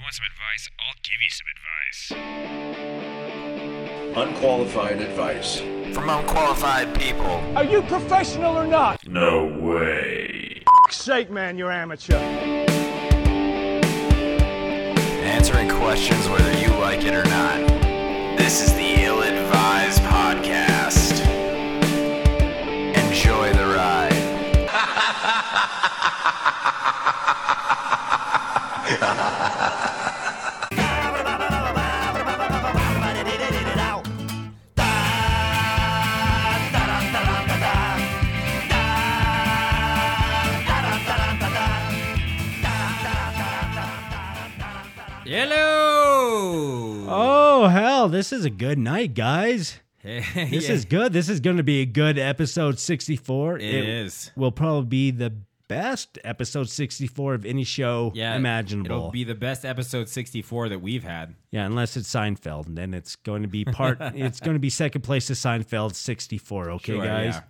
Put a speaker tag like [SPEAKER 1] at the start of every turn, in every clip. [SPEAKER 1] want some advice? I'll give you some advice.
[SPEAKER 2] Unqualified advice.
[SPEAKER 3] from unqualified people.
[SPEAKER 4] Are you professional or not?
[SPEAKER 2] No way.
[SPEAKER 4] F- sake, man, you're amateur.
[SPEAKER 3] Answering questions whether you like it or not. This is the Ill Advised Podcast. Enjoy the ride.
[SPEAKER 5] Hello.
[SPEAKER 6] Oh hell, this is a good night, guys. This is good. This is going to be a good episode 64.
[SPEAKER 5] It is.
[SPEAKER 6] Will probably be the best episode 64 of any show
[SPEAKER 5] yeah,
[SPEAKER 6] imaginable.
[SPEAKER 5] It'll be the best episode 64 that we've had.
[SPEAKER 6] yeah, unless it's Seinfeld, and then it's going to be part. it's going to be second place to Seinfeld 64. Okay,
[SPEAKER 5] Sure,
[SPEAKER 6] guys.
[SPEAKER 5] yeah.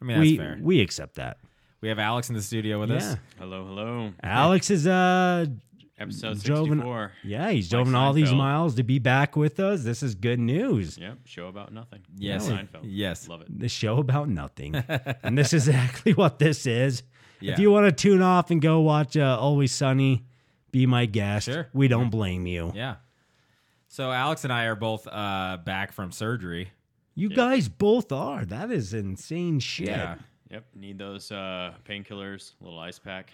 [SPEAKER 5] I mean, that's
[SPEAKER 6] we
[SPEAKER 5] fair. We,
[SPEAKER 6] we accept that.
[SPEAKER 5] have Alex in the studio with us.
[SPEAKER 6] Yeah.
[SPEAKER 7] Hello, hello.
[SPEAKER 6] Alex is uh
[SPEAKER 7] Episode
[SPEAKER 6] drove an-
[SPEAKER 7] 64.
[SPEAKER 6] yeah he's driving all these
[SPEAKER 7] Seinfeld.
[SPEAKER 6] miles to be back with us. This is good news.
[SPEAKER 7] Yep, show about nothing.
[SPEAKER 5] Yes.
[SPEAKER 7] Seinfeld.
[SPEAKER 5] Yes.
[SPEAKER 7] Love it.
[SPEAKER 6] the show about nothing. and this is exactly what this is.
[SPEAKER 5] Yeah.
[SPEAKER 6] If you want to tune off and go watch uh, Always Sunny, be my guest.
[SPEAKER 5] Sure.
[SPEAKER 6] We don't blame you.
[SPEAKER 5] Yeah. So Alex and I are both uh, back from surgery.
[SPEAKER 6] You guys both are. That is insane shit.
[SPEAKER 5] Yeah.
[SPEAKER 7] Yep, need those uh, painkillers, little ice pack.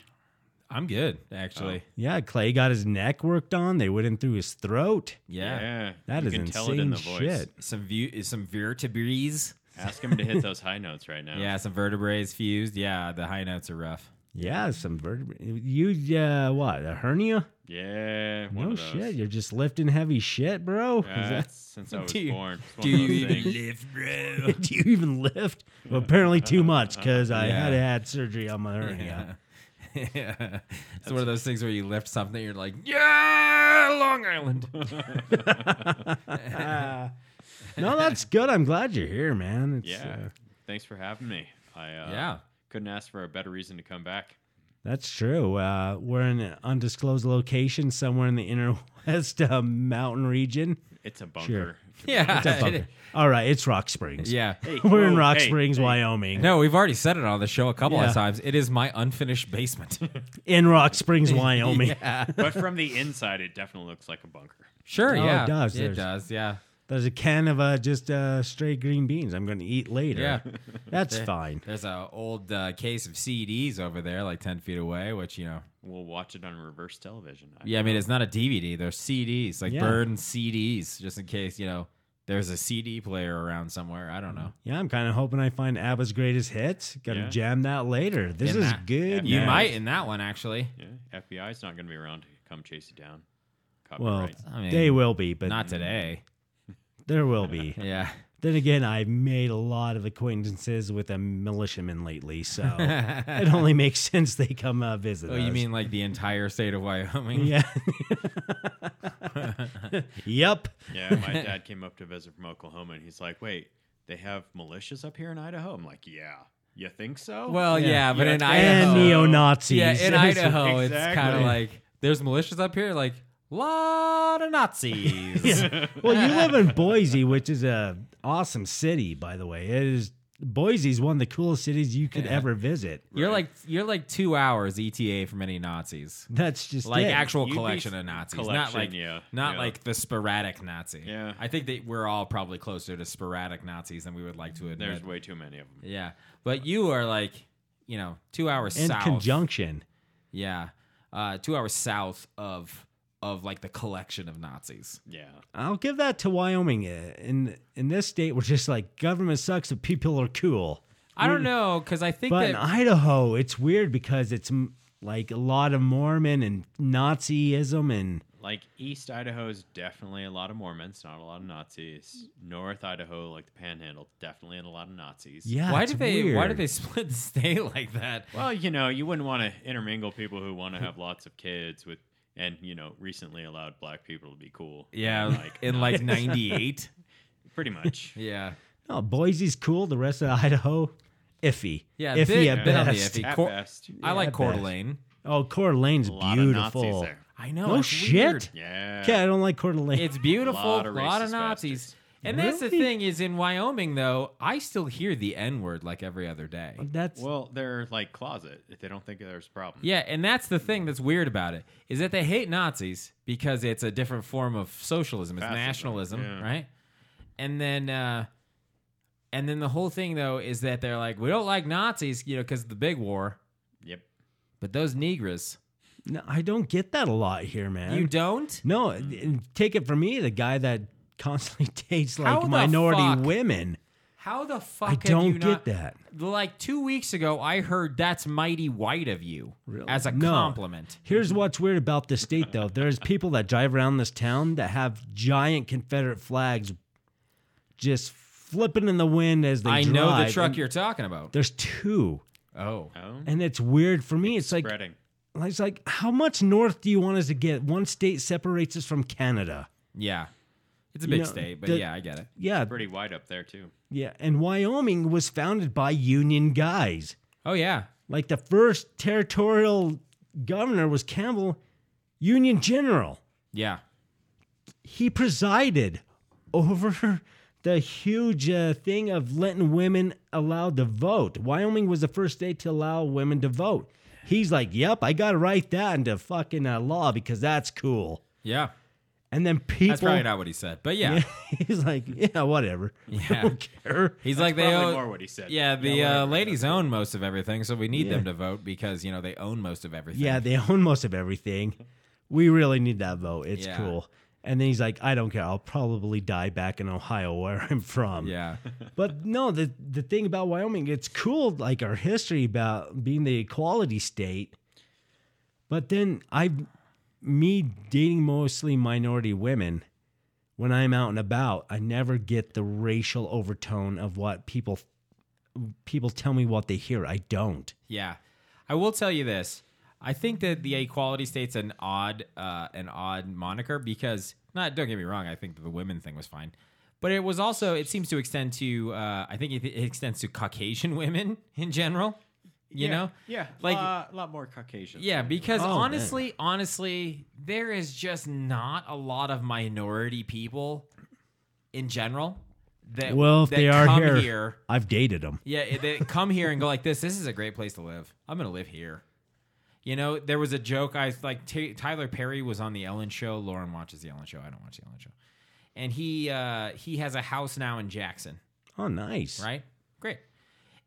[SPEAKER 5] I'm good, actually.
[SPEAKER 6] Yeah, Clay got his neck worked on. They went in through his throat.
[SPEAKER 5] Yeah.
[SPEAKER 6] That
[SPEAKER 7] you
[SPEAKER 6] is
[SPEAKER 7] can
[SPEAKER 6] insane
[SPEAKER 7] tell it in the voice.
[SPEAKER 6] shit.
[SPEAKER 5] Some view, some vertebrae.
[SPEAKER 7] Ask him to hit those high notes right now.
[SPEAKER 5] Yeah, some vertebrae fused. Yeah, the high notes are rough.
[SPEAKER 6] Yeah, some vertebrae. You, uh, what, a hernia?
[SPEAKER 7] Yeah. One
[SPEAKER 6] No
[SPEAKER 7] of those.
[SPEAKER 6] shit. You're just lifting heavy shit, bro.
[SPEAKER 7] Yeah,
[SPEAKER 6] Is that-
[SPEAKER 7] it's since I was
[SPEAKER 5] Do you-
[SPEAKER 7] born. It's one
[SPEAKER 5] Do
[SPEAKER 7] of those
[SPEAKER 5] you even
[SPEAKER 7] things.
[SPEAKER 5] live, bro?
[SPEAKER 6] Do you even lift? Well, apparently too much because I
[SPEAKER 5] Yeah.
[SPEAKER 6] had had surgery on my
[SPEAKER 5] yeah.
[SPEAKER 6] hernia.
[SPEAKER 5] It's one of those things where you lift something, you're like, yeah, Long Island.
[SPEAKER 6] Ah. No, that's good. I'm glad you're here, man. It's,
[SPEAKER 7] Yeah.
[SPEAKER 6] uh,
[SPEAKER 7] Thanks for having me. I uh,
[SPEAKER 5] yeah.
[SPEAKER 7] couldn't ask for a better reason to come back.
[SPEAKER 6] That's true. Uh, we're in an undisclosed location somewhere in the inner west uh, mountain region.
[SPEAKER 7] It's a bunker.
[SPEAKER 6] Sure.
[SPEAKER 5] Yeah.
[SPEAKER 6] Bummer. All right, it's Rock Springs.
[SPEAKER 5] Yeah.
[SPEAKER 6] We're in
[SPEAKER 7] whoa,
[SPEAKER 6] Rock
[SPEAKER 7] hey,
[SPEAKER 6] Springs,
[SPEAKER 7] hey.
[SPEAKER 6] Wyoming.
[SPEAKER 5] No, we've already said it on the show a couple
[SPEAKER 6] Yeah.
[SPEAKER 5] of times. It is my unfinished basement.
[SPEAKER 6] In Rock Springs, Wyoming.
[SPEAKER 7] But from the inside, it definitely looks like a bunker.
[SPEAKER 5] Sure,
[SPEAKER 6] Oh, it
[SPEAKER 5] yeah.
[SPEAKER 6] does.
[SPEAKER 5] It
[SPEAKER 6] There's-
[SPEAKER 5] does, yeah.
[SPEAKER 6] There's a can of uh, just uh, stray green beans I'm going to eat later.
[SPEAKER 5] Yeah.
[SPEAKER 6] That's fine.
[SPEAKER 5] There's a old uh, case of CDs over there, like 10 feet away, which, you know.
[SPEAKER 7] We'll watch it on reverse television. I-
[SPEAKER 5] Yeah, I mean, it's not a DVD. They're CDs, like
[SPEAKER 6] Yeah.
[SPEAKER 5] burn CDs, just in case, you know, there's a CD player around somewhere. I don't know.
[SPEAKER 6] Yeah, I'm kind of hoping I find ABBA's greatest hits. Gonna
[SPEAKER 7] Yeah.
[SPEAKER 6] jam that later. This
[SPEAKER 5] In
[SPEAKER 6] is
[SPEAKER 5] that-
[SPEAKER 6] good.
[SPEAKER 5] You
[SPEAKER 6] man.
[SPEAKER 5] might in that one, actually.
[SPEAKER 7] Yeah, FBI's not going to be around to come chase you down.
[SPEAKER 6] Well,
[SPEAKER 7] Copyright.
[SPEAKER 5] I mean,
[SPEAKER 6] they will be, but
[SPEAKER 5] Not today.
[SPEAKER 6] there will be.
[SPEAKER 5] Yeah.
[SPEAKER 6] Then again, I've made a lot of acquaintances with a militiaman lately, so it only makes sense they come uh, visit.
[SPEAKER 5] Oh, you
[SPEAKER 6] us.
[SPEAKER 5] mean like the entire state of Wyoming?
[SPEAKER 6] Yeah. yep.
[SPEAKER 7] yeah, my dad came up to visit from Oklahoma, and he's like, "Wait, they have militias up here in Idaho?" I'm like, "Yeah, you think so?"
[SPEAKER 5] Well, yeah, but in Idaho.
[SPEAKER 6] And neo Nazis.
[SPEAKER 5] Yeah, in Idaho, it's
[SPEAKER 7] Exactly.
[SPEAKER 5] kind of like there's militias up here, like lot of Nazis.
[SPEAKER 6] Well, you live in Boise, which is a awesome city, by the way. It is Boise's one of the coolest cities you could ever visit.
[SPEAKER 5] You're like you're like two hours ETA from any Nazis.
[SPEAKER 6] That's just
[SPEAKER 5] Like
[SPEAKER 6] it.
[SPEAKER 5] actual
[SPEAKER 7] You'd be
[SPEAKER 5] collection
[SPEAKER 7] s-
[SPEAKER 5] of Nazis, not
[SPEAKER 7] collection,
[SPEAKER 5] like
[SPEAKER 7] yeah,
[SPEAKER 5] not
[SPEAKER 7] yeah.
[SPEAKER 5] like the sporadic Nazi.
[SPEAKER 7] Yeah.
[SPEAKER 5] I think that we're all probably closer to sporadic Nazis than we would like to admit.
[SPEAKER 7] there's way too many of them.
[SPEAKER 5] yeah, but you are like you know two hours
[SPEAKER 6] in
[SPEAKER 5] south.
[SPEAKER 6] conjunction.
[SPEAKER 5] yeah, uh, two hours south of of like the collection of Nazis.
[SPEAKER 7] Yeah,
[SPEAKER 6] I'll give that to Wyoming. Uh, In in this state, we're just like government sucks, but people are cool.
[SPEAKER 5] I don't know because I think
[SPEAKER 6] But
[SPEAKER 5] that
[SPEAKER 6] in Idaho, it's weird because it's m- like a lot of Mormon and Nazism, and
[SPEAKER 7] like East Idaho is definitely a lot of Mormons, not a lot of Nazis. North Idaho, like the Panhandle, definitely a lot of Nazis.
[SPEAKER 6] yeah,
[SPEAKER 5] why
[SPEAKER 6] it's
[SPEAKER 5] did they
[SPEAKER 6] Weird.
[SPEAKER 5] why did they split the state like that?
[SPEAKER 7] Well, you know, you wouldn't want to intermingle people who want to have lots of kids with, and you know, recently allowed black people to be cool.
[SPEAKER 5] Yeah,
[SPEAKER 7] like
[SPEAKER 5] in like '98.
[SPEAKER 7] pretty much.
[SPEAKER 5] yeah.
[SPEAKER 6] No, Boise's cool. The rest of Idaho, iffy.
[SPEAKER 5] Yeah,
[SPEAKER 6] iffy
[SPEAKER 5] big-
[SPEAKER 6] at
[SPEAKER 5] bit on the
[SPEAKER 6] best.
[SPEAKER 5] iffy.
[SPEAKER 7] At
[SPEAKER 5] Cor-
[SPEAKER 7] best,
[SPEAKER 5] I like
[SPEAKER 6] at
[SPEAKER 5] Coeur
[SPEAKER 6] best.
[SPEAKER 5] d'Alene.
[SPEAKER 6] Oh, Coeur d'Alene's
[SPEAKER 7] a lot of Nazis
[SPEAKER 6] beautiful.
[SPEAKER 7] there.
[SPEAKER 5] I know.
[SPEAKER 6] No
[SPEAKER 5] it's
[SPEAKER 6] shit.
[SPEAKER 5] weird.
[SPEAKER 7] Yeah.
[SPEAKER 6] Okay, I don't like Coeur d'Alene.
[SPEAKER 5] It's beautiful. A lot
[SPEAKER 7] Lot
[SPEAKER 5] of,
[SPEAKER 7] of racist
[SPEAKER 5] Nazis.
[SPEAKER 7] bastards.
[SPEAKER 5] And that's the
[SPEAKER 6] Really?
[SPEAKER 5] thing is in Wyoming though, I still hear the N word like every other day.
[SPEAKER 6] That's
[SPEAKER 7] Well, they're like closet. If they don't think there's a problem.
[SPEAKER 5] Yeah, and that's the thing that's weird about it is that they hate Nazis because it's a different form of socialism. It's
[SPEAKER 7] Fascism,
[SPEAKER 5] nationalism,
[SPEAKER 7] yeah.
[SPEAKER 5] right? And then, uh, and then the whole thing though is that they're like, we don't like Nazis, you know, because of the big war.
[SPEAKER 7] Yep.
[SPEAKER 5] But those Negras,
[SPEAKER 6] no, I don't get that a lot here, man.
[SPEAKER 5] you don't.
[SPEAKER 6] No, and take it from me, the guy that constantly dates
[SPEAKER 5] How
[SPEAKER 6] like
[SPEAKER 5] the
[SPEAKER 6] minority
[SPEAKER 5] fuck?
[SPEAKER 6] women.
[SPEAKER 5] How the fuck?
[SPEAKER 6] I
[SPEAKER 5] have
[SPEAKER 6] don't
[SPEAKER 5] you
[SPEAKER 6] get
[SPEAKER 5] not-
[SPEAKER 6] that.
[SPEAKER 5] Like two weeks ago, I heard that's mighty white of you as a
[SPEAKER 6] No.
[SPEAKER 5] compliment.
[SPEAKER 6] Here's what's weird about this state, though. There's people that drive around this town that have giant Confederate flags just flipping in the wind as they
[SPEAKER 5] I
[SPEAKER 6] drive.
[SPEAKER 5] know the truck
[SPEAKER 6] and
[SPEAKER 5] you're talking about.
[SPEAKER 6] There's two,
[SPEAKER 5] Oh,
[SPEAKER 7] Oh.
[SPEAKER 6] and it's weird for me. It's like
[SPEAKER 7] spreading.
[SPEAKER 6] it's like how much north do you want us to get? One state separates us from Canada.
[SPEAKER 5] yeah, it's a
[SPEAKER 6] You
[SPEAKER 5] big
[SPEAKER 6] know,
[SPEAKER 5] state, but
[SPEAKER 6] the-
[SPEAKER 5] yeah, I get it.
[SPEAKER 6] Yeah,
[SPEAKER 7] Pretty wide up there too.
[SPEAKER 6] yeah. And Wyoming was founded by Union guys.
[SPEAKER 5] Oh yeah,
[SPEAKER 6] Like the first territorial governor was Campbell, Union general.
[SPEAKER 5] yeah.
[SPEAKER 6] He presided over the huge uh, thing of letting women allowed to vote. Wyoming was the first state to allow women to vote. He's like, "Yep, I got to write that into fucking uh, law because that's cool."
[SPEAKER 5] Yeah.
[SPEAKER 6] And then people
[SPEAKER 5] That's probably not what he said, but yeah,
[SPEAKER 6] He's like, "Yeah, whatever. I
[SPEAKER 5] Yeah.
[SPEAKER 6] don't care."
[SPEAKER 5] he's like they
[SPEAKER 7] Probably
[SPEAKER 5] own.
[SPEAKER 7] more what he said.
[SPEAKER 5] yeah, the uh, ladies own most of everything, so we need
[SPEAKER 6] Yeah.
[SPEAKER 5] them to vote because you know they own most of everything.
[SPEAKER 6] Yeah, they own most of everything. We really need that vote. It's
[SPEAKER 5] Yeah.
[SPEAKER 6] cool. And then he's like, I don't care. I'll probably die back in Ohio where I'm from.
[SPEAKER 5] yeah,
[SPEAKER 6] But no, the the thing about Wyoming, it's cool like our history about being the equality state. But then I me dating mostly minority women when I'm out and about, I never get the racial overtone of what people people tell me what they hear. I don't.
[SPEAKER 5] yeah. I will tell you this: I think that the equality state's an odd, uh, an odd moniker because not. Don't get me wrong; I think that the women thing was fine, but it was also it seems to extend to. Uh, I think it, it extends to Caucasian women in general. You know,
[SPEAKER 7] Yeah. Uh,
[SPEAKER 5] like
[SPEAKER 7] Like a lot more Caucasian.
[SPEAKER 5] Yeah, because
[SPEAKER 6] Oh, man.
[SPEAKER 5] honestly, honestly, there is just not a lot of minority people in general that
[SPEAKER 6] Well, if
[SPEAKER 5] that
[SPEAKER 6] they are
[SPEAKER 5] come
[SPEAKER 6] here, I've dated them.
[SPEAKER 5] yeah, they come here and go like this. This is a great place to live. I'm gonna live here. You know, there was a joke. I like T- Tyler Perry was on the Ellen Show. Lauren watches the Ellen Show. I don't watch the Ellen Show. And he uh, he has a house now in Jackson
[SPEAKER 6] Oh, nice.
[SPEAKER 5] right? Great.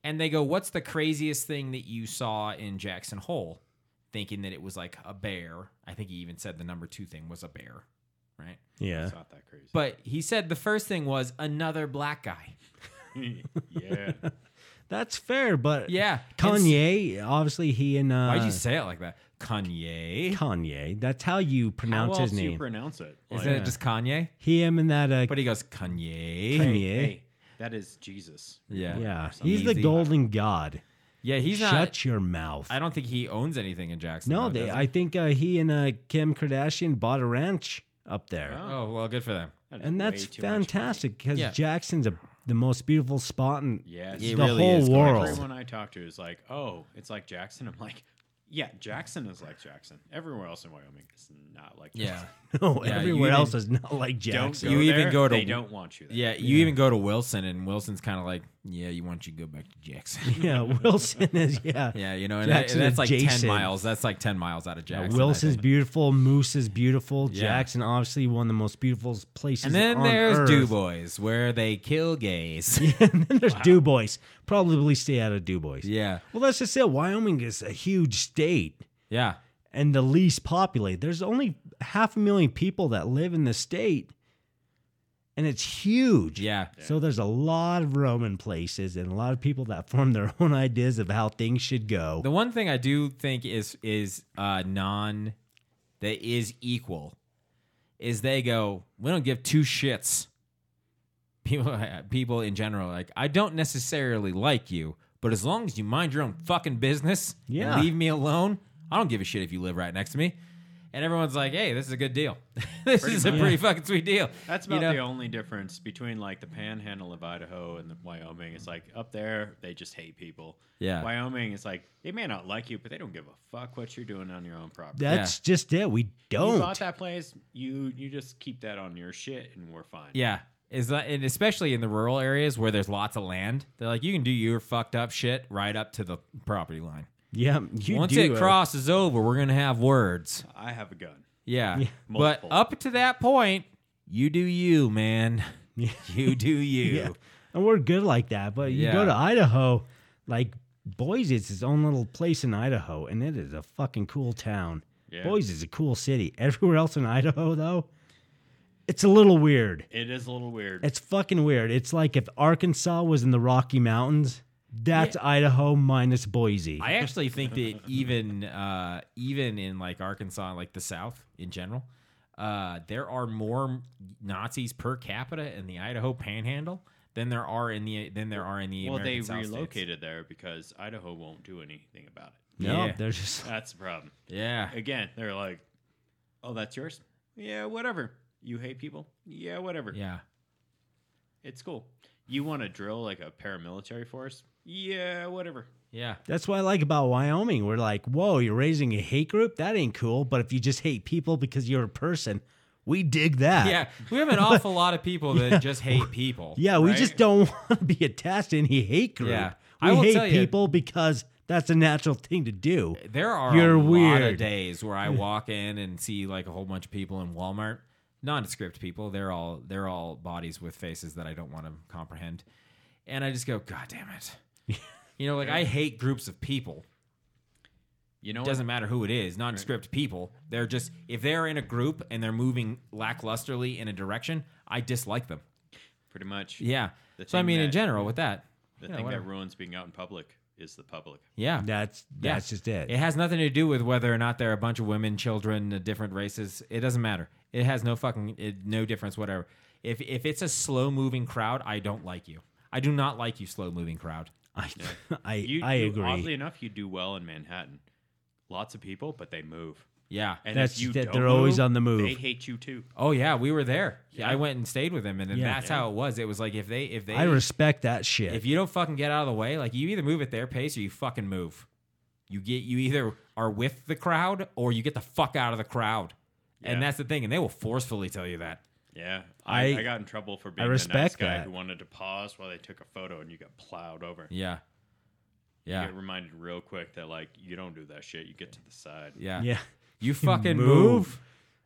[SPEAKER 5] And they go, What's the craziest thing that you saw in Jackson Hole? Thinking that it was like a bear. I think he even said the number two thing was a bear, right?
[SPEAKER 6] Yeah.
[SPEAKER 7] It's not that crazy.
[SPEAKER 5] But he said the first thing was another black guy.
[SPEAKER 7] yeah.
[SPEAKER 6] That's fair, but
[SPEAKER 5] Yeah. And s-
[SPEAKER 6] Kanye, obviously he and uh
[SPEAKER 5] Why'd you say it like that? Kanye.
[SPEAKER 6] Kanye. That's how you
[SPEAKER 7] How
[SPEAKER 6] pronounce
[SPEAKER 7] else
[SPEAKER 6] his
[SPEAKER 7] do you
[SPEAKER 6] name.
[SPEAKER 7] pronounce it?
[SPEAKER 5] Isn't
[SPEAKER 7] Like,
[SPEAKER 5] it just Kanye?
[SPEAKER 6] he him and that uh
[SPEAKER 5] But he goes, Kanye.
[SPEAKER 6] Kanye.
[SPEAKER 7] hey, that is Jesus.
[SPEAKER 5] Yeah.
[SPEAKER 6] Yeah.
[SPEAKER 5] Something
[SPEAKER 6] He's the
[SPEAKER 5] easy.
[SPEAKER 6] golden god.
[SPEAKER 5] Yeah, he's
[SPEAKER 6] Shut
[SPEAKER 5] not.
[SPEAKER 6] your mouth.
[SPEAKER 5] I don't think he owns anything in Jackson.
[SPEAKER 6] no,
[SPEAKER 5] though,
[SPEAKER 6] they
[SPEAKER 5] does he?
[SPEAKER 6] I think uh, he and uh Kim Kardashian bought a ranch up there.
[SPEAKER 7] Oh,
[SPEAKER 5] Oh, well, good for them.
[SPEAKER 7] That is
[SPEAKER 6] and
[SPEAKER 7] way
[SPEAKER 6] that's
[SPEAKER 7] too much money.
[SPEAKER 6] fantastic cuz
[SPEAKER 5] Yeah.
[SPEAKER 6] Jackson's a, the most beautiful spot in
[SPEAKER 7] Yes.
[SPEAKER 5] It
[SPEAKER 6] the
[SPEAKER 5] really
[SPEAKER 6] whole
[SPEAKER 5] is.
[SPEAKER 6] world.
[SPEAKER 7] Everyone I talk to is like, oh, it's like Jackson. I'm like, yeah, Jackson is like Jackson. Everywhere else in Wyoming is not like
[SPEAKER 5] Yeah.
[SPEAKER 7] Jackson.
[SPEAKER 6] No,
[SPEAKER 5] Yeah,
[SPEAKER 6] everywhere
[SPEAKER 5] you
[SPEAKER 6] else
[SPEAKER 5] didn't-
[SPEAKER 6] is not like
[SPEAKER 7] Don't
[SPEAKER 6] Jackson.
[SPEAKER 7] go
[SPEAKER 5] You even
[SPEAKER 7] there,
[SPEAKER 5] go to-
[SPEAKER 7] They don't want you there.
[SPEAKER 5] Yeah, you even go to Wilson, and Wilson's kind of like, yeah, you want you to go back to Jackson.
[SPEAKER 6] Yeah, Wilson is yeah.
[SPEAKER 5] Yeah, you know, and,
[SPEAKER 6] Jackson
[SPEAKER 5] that, and that's like
[SPEAKER 6] adjacent.
[SPEAKER 5] ten miles. That's like ten miles out of
[SPEAKER 6] Yeah,
[SPEAKER 5] Jackson. I
[SPEAKER 6] Wilson's
[SPEAKER 5] think.
[SPEAKER 6] beautiful. Moose is beautiful.
[SPEAKER 5] Yeah.
[SPEAKER 6] Jackson, obviously, one of the most beautiful places.
[SPEAKER 5] and then
[SPEAKER 6] on
[SPEAKER 5] there's
[SPEAKER 6] Earth.
[SPEAKER 5] Dubois, where they kill gays. Yeah.
[SPEAKER 6] and then there's Du Bois. Probably stay out of Du Bois.
[SPEAKER 5] yeah,
[SPEAKER 6] Well, that's just it. Wyoming is a huge state
[SPEAKER 5] yeah,
[SPEAKER 6] and the least populated. There's only half a million people that live in the state, and it's huge. So there's a lot of Roman places and a lot of people that form their own ideas of how things should go.
[SPEAKER 5] The one thing I do think is is uh, non that is equal is they go, we don't give two shits. People, people in general, are like I don't necessarily like you, but as long as you mind your own fucking business and
[SPEAKER 6] Yeah.
[SPEAKER 5] leave me alone, I don't give a shit if you live right next to me. and everyone's like, "Hey, this is a good deal. this
[SPEAKER 7] Pretty
[SPEAKER 5] is a
[SPEAKER 7] much.
[SPEAKER 5] pretty fucking sweet deal."
[SPEAKER 7] That's
[SPEAKER 5] You
[SPEAKER 7] about
[SPEAKER 5] know?
[SPEAKER 7] the only difference between like the panhandle of Idaho and the Wyoming. It's like up there they just hate people.
[SPEAKER 5] Yeah.
[SPEAKER 7] Wyoming is like they may not like you, but they don't give a fuck what you're doing on your own property.
[SPEAKER 6] That's just it. We
[SPEAKER 7] you
[SPEAKER 6] don't.
[SPEAKER 7] bought that place, you you just keep that on your shit and we're fine.
[SPEAKER 5] Yeah. Is that and especially in the rural areas where there's lots of land, they're like, you can do your fucked up shit right up to the property line.
[SPEAKER 6] yeah, you
[SPEAKER 5] Once
[SPEAKER 6] do,
[SPEAKER 5] it
[SPEAKER 6] uh,
[SPEAKER 5] crosses over, we're gonna have words.
[SPEAKER 7] I have a gun.
[SPEAKER 5] Yeah. But
[SPEAKER 7] Multiple.
[SPEAKER 5] up to that point, you do you, man.
[SPEAKER 6] Yeah.
[SPEAKER 5] You do you.
[SPEAKER 6] Yeah. And we're good like that. But you
[SPEAKER 5] Yeah.
[SPEAKER 6] go to Idaho, like Boise is its own little place in Idaho, and it is a fucking cool town.
[SPEAKER 7] Yeah.
[SPEAKER 6] Boise is a cool city. Everywhere else in Idaho, though, it's a little weird.
[SPEAKER 7] It is a little weird.
[SPEAKER 6] It's fucking weird. It's like if Arkansas was in the Rocky Mountains, that's Idaho minus Boise.
[SPEAKER 5] I actually think that even uh, even in like Arkansas, like the South in general, uh, there are more Nazis per capita in the Idaho Panhandle than there are in the than there are in the
[SPEAKER 7] well,
[SPEAKER 5] American
[SPEAKER 7] they
[SPEAKER 5] South states.
[SPEAKER 7] relocated there because Idaho won't do anything about it.
[SPEAKER 6] no,
[SPEAKER 5] yeah.
[SPEAKER 6] they're just
[SPEAKER 7] That's the problem.
[SPEAKER 5] Yeah,
[SPEAKER 7] Again, they're like, "Oh, that's yours? Yeah, whatever. You hate people? Yeah, whatever.
[SPEAKER 5] yeah,
[SPEAKER 7] It's cool. You want to drill like a paramilitary force? Yeah, whatever.
[SPEAKER 5] yeah.
[SPEAKER 6] That's what I like about Wyoming. We're like, whoa, you're raising a hate group? That ain't cool. But if you just hate people because you're a person, we dig that.
[SPEAKER 5] Yeah, we have an awful lot of people that just hate people.
[SPEAKER 6] Yeah, we
[SPEAKER 7] Right?
[SPEAKER 6] just don't want to be attached to any hate group.
[SPEAKER 5] Yeah.
[SPEAKER 6] We
[SPEAKER 5] I will tell
[SPEAKER 6] hate
[SPEAKER 5] you-
[SPEAKER 6] people because that's a natural thing to do.
[SPEAKER 5] There are
[SPEAKER 6] You're
[SPEAKER 5] a lot of
[SPEAKER 6] weird.
[SPEAKER 5] days where I walk in and see like a whole bunch of people in Walmart, nondescript people. They're all they're all bodies with faces that I don't want to comprehend, and I just go, God damn it! you know, like I hate groups of people.
[SPEAKER 7] You know
[SPEAKER 5] It
[SPEAKER 7] what?
[SPEAKER 5] doesn't matter who it is, nondescript people. They're just if they're in a group and they're moving lacklusterly in a direction, I dislike them.
[SPEAKER 7] Pretty much.
[SPEAKER 5] Yeah.
[SPEAKER 7] The
[SPEAKER 5] So I
[SPEAKER 7] thing
[SPEAKER 5] mean, in
[SPEAKER 7] that-
[SPEAKER 5] general, with that,
[SPEAKER 7] The
[SPEAKER 5] yeah,
[SPEAKER 7] thing
[SPEAKER 5] whatever.
[SPEAKER 7] that ruins being out in public is the public.
[SPEAKER 5] yeah.
[SPEAKER 6] That's
[SPEAKER 5] Yeah.
[SPEAKER 6] that's just it.
[SPEAKER 5] It has nothing to do with whether or not there are a bunch of women, children, uh, different races. It doesn't matter. It has no fucking it, no difference whatever. If if it's a slow moving crowd, I don't like you. I do not like you slow moving crowd.
[SPEAKER 6] I I,
[SPEAKER 7] You,
[SPEAKER 6] I
[SPEAKER 7] you-
[SPEAKER 6] agree.
[SPEAKER 7] Oddly enough, you do well in Manhattan. Lots of people, but they move.
[SPEAKER 5] Yeah.
[SPEAKER 7] And
[SPEAKER 6] That's-
[SPEAKER 7] if you
[SPEAKER 6] that-
[SPEAKER 7] don't
[SPEAKER 6] they're always
[SPEAKER 7] move,
[SPEAKER 6] on the move.
[SPEAKER 7] They hate you too.
[SPEAKER 5] Oh yeah, we were there. I went and stayed with him and, then
[SPEAKER 6] Yeah.
[SPEAKER 5] that's how it was. It was like if they if they
[SPEAKER 6] I respect that shit.
[SPEAKER 5] if you don't fucking get out of the way, like you either move at their pace or you fucking move. You get you either are with the crowd or you get the fuck out of the crowd.
[SPEAKER 7] Yeah.
[SPEAKER 5] And that's the thing and they will forcefully tell you that.
[SPEAKER 7] Yeah, I,
[SPEAKER 6] I-
[SPEAKER 7] I got in trouble for being the nice
[SPEAKER 6] respect
[SPEAKER 7] guy
[SPEAKER 6] that.
[SPEAKER 7] who wanted to pause while they took a photo, and you got plowed over.
[SPEAKER 5] Yeah. Yeah.
[SPEAKER 7] You get reminded real quick that like you don't do that shit. You get to the side.
[SPEAKER 5] Yeah.
[SPEAKER 6] yeah.
[SPEAKER 5] You fucking move.
[SPEAKER 6] Move.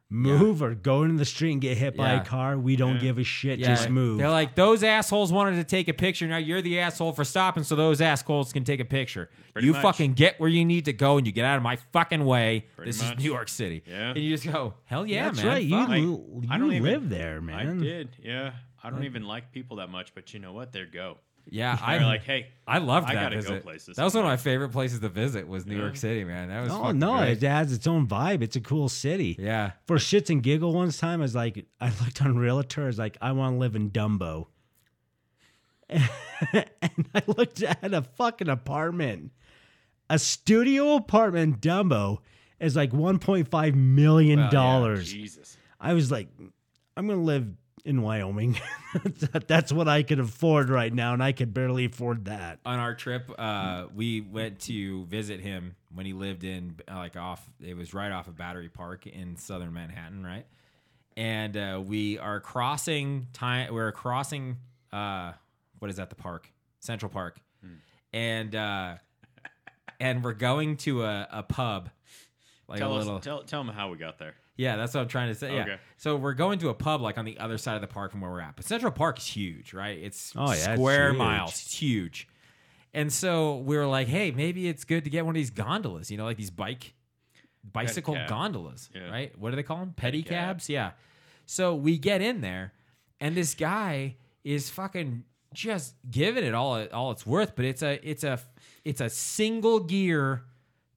[SPEAKER 6] Move or go into the street and get hit by
[SPEAKER 5] Yeah.
[SPEAKER 6] a car. We don't give a shit. Just move.
[SPEAKER 5] They're like, those assholes wanted to take a picture. Now you're the asshole for stopping so those assholes can take a picture.
[SPEAKER 7] Pretty
[SPEAKER 5] you
[SPEAKER 7] much.
[SPEAKER 5] fucking get where you need to go and you get out of my fucking way.
[SPEAKER 7] Pretty
[SPEAKER 5] this is
[SPEAKER 7] much.
[SPEAKER 5] New York City.
[SPEAKER 7] Yeah.
[SPEAKER 5] And you just go, hell yeah,
[SPEAKER 6] that's
[SPEAKER 5] man.
[SPEAKER 6] right. You,
[SPEAKER 5] fuck."
[SPEAKER 7] Like,
[SPEAKER 6] l-
[SPEAKER 7] I
[SPEAKER 6] you
[SPEAKER 7] don't even-
[SPEAKER 6] live there, man.
[SPEAKER 7] I did. Yeah, I don't even like people that much, but you know what? They're go.
[SPEAKER 5] yeah, I
[SPEAKER 7] They're like, hey,
[SPEAKER 5] I loved
[SPEAKER 7] I
[SPEAKER 5] that
[SPEAKER 7] gotta go
[SPEAKER 5] visit.
[SPEAKER 7] places.
[SPEAKER 5] That was one of my favorite places to visit was New
[SPEAKER 7] Yeah.
[SPEAKER 5] York City, man. That was
[SPEAKER 6] Oh
[SPEAKER 5] fucking
[SPEAKER 6] no,
[SPEAKER 5] great.
[SPEAKER 6] it has its own vibe. It's a cool city.
[SPEAKER 5] yeah,
[SPEAKER 6] For shits and giggle, one time I was like, I looked on Realtor. I was like, I want to live in Dumbo. and I looked at a fucking apartment, a studio apartment. in Dumbo is like 1.5 million
[SPEAKER 5] Well, yeah,
[SPEAKER 6] dollars.
[SPEAKER 7] Jesus.
[SPEAKER 6] I was like, I'm gonna live in Wyoming. That's what I could afford right now, and I could barely afford that.
[SPEAKER 5] on our trip, uh,
[SPEAKER 7] Mm-hmm.
[SPEAKER 5] we went to visit him when he lived in uh, like off. It was right off of Battery Park in southern Manhattan, right? And uh, we are crossing time. We're crossing. Uh, what is that? The park, Central Park,
[SPEAKER 7] Hmm.
[SPEAKER 5] and uh, and we're going to a, a pub, like
[SPEAKER 7] tell
[SPEAKER 5] a little.
[SPEAKER 7] us, tell tell them how we got there.
[SPEAKER 5] Yeah, that's what I'm trying to say. Yeah.
[SPEAKER 7] Okay.
[SPEAKER 5] So we're going to a pub like on the other side of the park from where we're at. But Central Park is huge, right? It's
[SPEAKER 6] Oh, yeah, it's
[SPEAKER 5] square
[SPEAKER 6] huge.
[SPEAKER 5] miles. It's huge. And so we were like, hey, maybe it's good to get one of these gondolas, you know, like these bike bicycle
[SPEAKER 7] Pedicab.
[SPEAKER 5] gondolas,
[SPEAKER 7] Yeah.
[SPEAKER 5] right? What do they call them? Pedicabs, yeah. So we get in there and this guy is fucking just giving it all all it's worth, but it's a it's a it's a single gear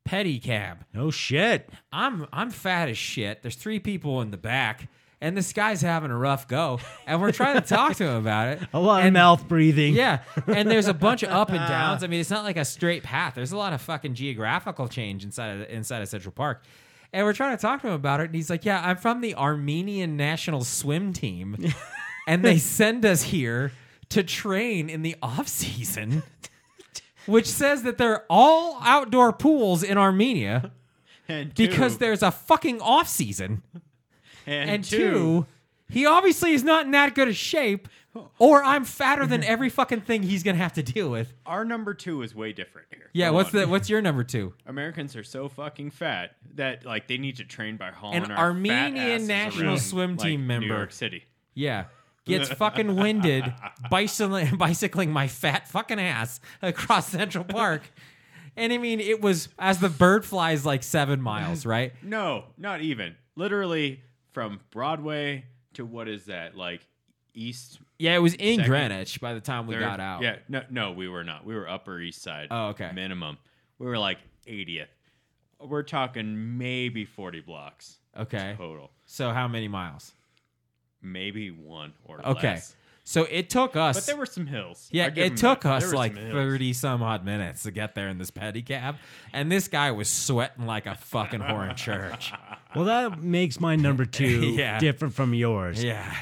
[SPEAKER 5] pedicab.
[SPEAKER 6] No shit.
[SPEAKER 5] I'm I'm fat as shit. There's three people in the back, and this guy's having a rough go. And we're trying to talk to him about it.
[SPEAKER 6] A lot of
[SPEAKER 5] And-
[SPEAKER 6] mouth breathing.
[SPEAKER 5] Yeah, and there's a bunch of up and downs. I mean, it's not like a straight path. There's a lot of fucking geographical change inside of inside of Central Park. And we're trying to talk to him about it. And he's like, Yeah, I'm from the Armenian national swim team. and they send us here to train in the off season, which says that they're all outdoor pools in Armenia
[SPEAKER 7] And two,
[SPEAKER 5] because there's a fucking off season.
[SPEAKER 7] and,
[SPEAKER 5] And two, he obviously is not in that good a shape, or I'm fatter than every fucking thing he's gonna have to deal with.
[SPEAKER 7] our number two is way different here.
[SPEAKER 5] Yeah,
[SPEAKER 7] Hold
[SPEAKER 5] what's
[SPEAKER 7] on.
[SPEAKER 5] the what's your number two?
[SPEAKER 7] Americans are so fucking fat that like they need to train by hauling
[SPEAKER 5] An
[SPEAKER 7] our fat
[SPEAKER 5] Armenian
[SPEAKER 7] asses
[SPEAKER 5] national
[SPEAKER 7] around,
[SPEAKER 5] swim
[SPEAKER 7] like,
[SPEAKER 5] team member.
[SPEAKER 7] New York City.
[SPEAKER 5] Yeah. Gets fucking winded bicycling, bicycling my fat fucking ass across Central Park. And I mean, it was as the bird flies like seven miles, right?
[SPEAKER 7] No, not even. Literally from Broadway to what is that like East?
[SPEAKER 5] Yeah, it was in
[SPEAKER 7] Second.
[SPEAKER 5] Greenwich by the time we
[SPEAKER 7] Third?
[SPEAKER 5] got out.
[SPEAKER 7] Yeah, no, no, we were not. We were Upper East Side.
[SPEAKER 5] Oh, okay.
[SPEAKER 7] Minimum. We were like 80th. We're talking maybe 40 blocks
[SPEAKER 5] Okay.
[SPEAKER 7] total.
[SPEAKER 5] So how many miles?
[SPEAKER 7] Maybe one or
[SPEAKER 5] Okay.
[SPEAKER 7] less.
[SPEAKER 5] So it took us.
[SPEAKER 7] But there were some hills. I
[SPEAKER 5] Yeah,
[SPEAKER 7] give
[SPEAKER 5] it
[SPEAKER 7] him
[SPEAKER 5] took
[SPEAKER 7] that. There
[SPEAKER 5] us
[SPEAKER 7] were
[SPEAKER 5] like
[SPEAKER 7] some hills.
[SPEAKER 5] 30 some odd minutes to get there in this pedicab. And this guy was sweating like a fucking whore in church.
[SPEAKER 6] Well, that makes my number two
[SPEAKER 5] Yeah.
[SPEAKER 6] different from yours.
[SPEAKER 5] Yeah.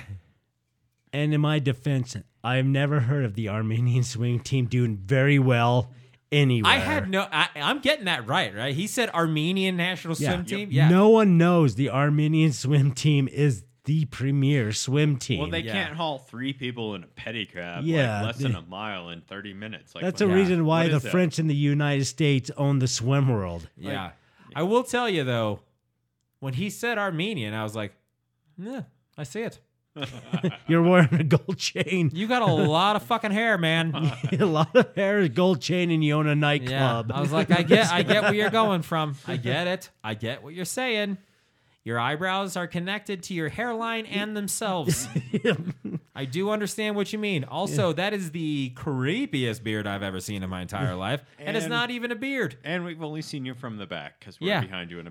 [SPEAKER 6] And in my defense, I've never heard of the Armenian swing team doing very well anywhere.
[SPEAKER 5] I had no, I, I'm getting that right, right? He said Armenian national swim team. Yeah.
[SPEAKER 6] No one knows the Armenian swim team is the premier swim team.
[SPEAKER 7] Well, they
[SPEAKER 5] Yeah.
[SPEAKER 7] can't haul three people in a pedicab
[SPEAKER 6] Yeah,
[SPEAKER 7] like less than
[SPEAKER 6] they-
[SPEAKER 7] a mile in 30 minutes. Like
[SPEAKER 6] That's
[SPEAKER 7] what-
[SPEAKER 6] a reason why
[SPEAKER 7] What
[SPEAKER 6] the
[SPEAKER 7] is that?
[SPEAKER 6] French and the United States own the swim world.
[SPEAKER 5] Yeah. I will tell you though, when he said Armenian, I was like, yeah, I see it.
[SPEAKER 6] You're wearing a gold chain,
[SPEAKER 5] You got a lot of fucking hair, man.
[SPEAKER 6] a lot of hair, a gold chain, and you own a
[SPEAKER 5] Yeah.
[SPEAKER 6] nightclub.
[SPEAKER 5] I was like, I get I get where you're going from. I get it. I get what you're saying. Your eyebrows are connected to your hairline and themselves. I do understand what you mean. Also, that is the creepiest beard I've ever seen in my entire life. And, it's
[SPEAKER 7] And-
[SPEAKER 5] not even a beard.
[SPEAKER 7] And we've only seen you from the back because we're
[SPEAKER 5] Yeah.
[SPEAKER 7] behind you in a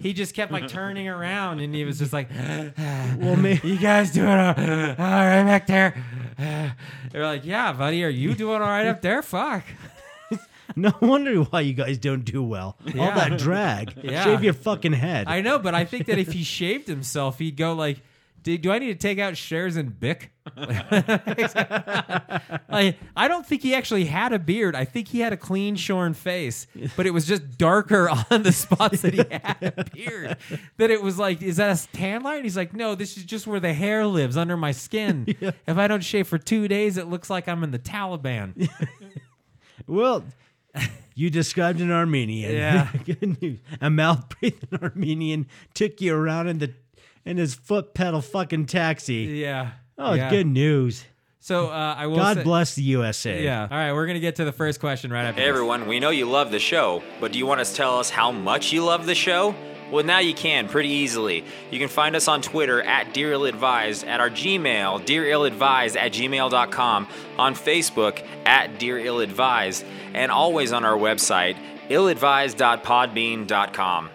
[SPEAKER 5] He just kept like turning around and he was just like,
[SPEAKER 6] well, may-
[SPEAKER 5] you guys doing all, all right back there? They're like, yeah, buddy, are you doing all right up there? Fuck.
[SPEAKER 6] no wonder why you guys don't do well. All
[SPEAKER 5] Yeah.
[SPEAKER 6] that drag.
[SPEAKER 5] Yeah.
[SPEAKER 6] Shave your fucking head.
[SPEAKER 5] I know, but I think that if he shaved himself, he'd go like, do, do I need to take out shares in Bic? like, I don't think he actually had a beard. I think he had a clean shorn face, but it was just darker on the spots that he had a beard. That it was like, is that a tan line? He's like, no, this is just where the hair lives under my skin. If I don't shave for two days, it looks like I'm in the Taliban.
[SPEAKER 6] Well, you described an Armenian.
[SPEAKER 5] Yeah.
[SPEAKER 6] Good news. A mouth breathing Armenian took you around in the in his foot pedal fucking taxi.
[SPEAKER 5] Yeah.
[SPEAKER 6] Oh,
[SPEAKER 5] yeah.
[SPEAKER 6] good news.
[SPEAKER 5] So uh, I will.
[SPEAKER 6] God
[SPEAKER 5] say-
[SPEAKER 6] bless the USA.
[SPEAKER 5] Yeah. All right, we're gonna get to the first question right after.
[SPEAKER 3] Hey
[SPEAKER 5] this.
[SPEAKER 3] everyone, we know you love the show, but do you want to tell us how much you love the show? Well, now you can pretty easily. You can find us on Twitter at Dear Ill Advised, at our Gmail, Dear Ill Advised at gmail.com, on Facebook at Dear Ill Advised, and always on our website, illadvised.podbean.com.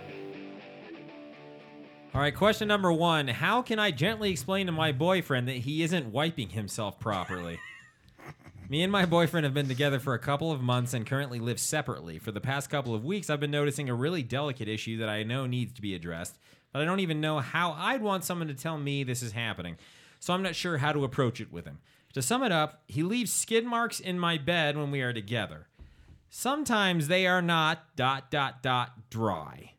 [SPEAKER 5] All right, question number one: How can I gently explain to my boyfriend that he isn't wiping himself properly? Me and my boyfriend have been together for a couple of months and currently live separately. For the past couple of weeks, I've been noticing a really delicate issue that I know needs to be addressed, but I don't even know how I'd want someone to tell me this is happening. So I'm not sure how to approach it with him. To sum it up, he leaves skid marks in my bed when we are together. Sometimes they are not dot dot dot dry.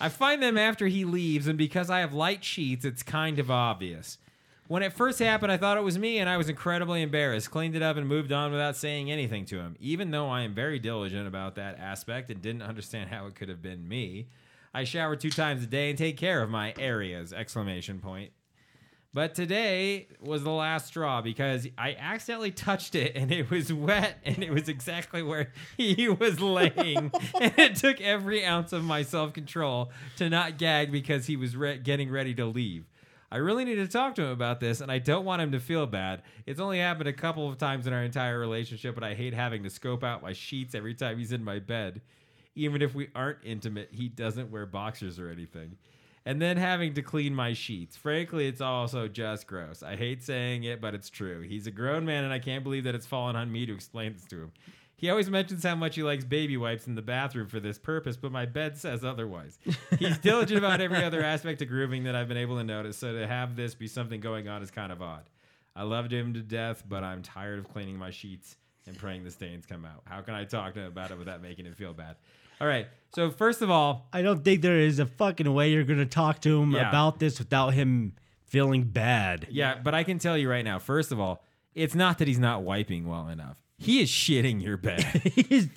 [SPEAKER 5] I find them after he leaves, and because I have light sheets, it's kind of obvious. When it first happened, I thought it was me, and I was incredibly embarrassed. Cleaned it up and moved on without saying anything to him, even though I am very diligent about that aspect and didn't understand how it could have been me. I shower two times a day and take care of my areas! Exclamation point. But today was the last straw because I accidentally touched it and it was wet and it was exactly where he was laying. and it took every ounce of my self control to not gag because he was re- getting ready to leave. I really need to talk to him about this and I don't want him to feel bad. It's only happened a couple of times in our entire relationship, but I hate having to scope out my sheets every time he's in my bed even if we aren't intimate, he doesn't wear boxers or anything. And then having to clean my sheets. Frankly, it's also just gross. I hate saying it, but it's true. He's a grown man, and I can't believe that it's fallen on me to explain this to him. He always mentions how much he likes baby wipes in the bathroom for this purpose, but my bed says otherwise. He's diligent about every other aspect of grooming that I've been able to notice, so to have this be something going on is kind of odd. I loved him to death, but I'm tired of cleaning my sheets and praying the stains come out. How can I talk to him about it without making him feel bad? All right. So first of all,
[SPEAKER 6] I don't think there is a fucking way you're gonna talk to him
[SPEAKER 5] Yeah.
[SPEAKER 6] about this without him feeling bad.
[SPEAKER 5] Yeah, but I can tell you right now, first of all, it's not that he's not wiping well enough. He is shitting your bed.
[SPEAKER 6] He's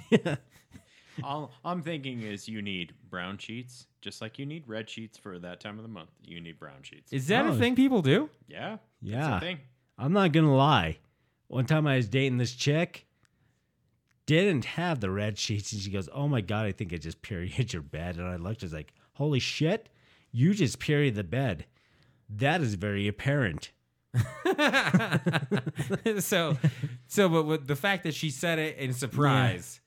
[SPEAKER 6] yeah.
[SPEAKER 7] All I'm thinking is you need brown sheets, just like you need red sheets for that time of the month. You need brown sheets.
[SPEAKER 5] Is that
[SPEAKER 6] Oh.
[SPEAKER 5] a thing people do?
[SPEAKER 7] yeah,
[SPEAKER 6] Yeah.
[SPEAKER 7] That's a thing.
[SPEAKER 6] I'm not gonna lie. One time I was dating this chick, didn't have the red sheets, and she goes, "Oh my god, I think I just period your bed." And I looked, I was like, "Holy shit, you just period the bed." That is very apparent.
[SPEAKER 5] so, so, but with the fact that she said it in surprise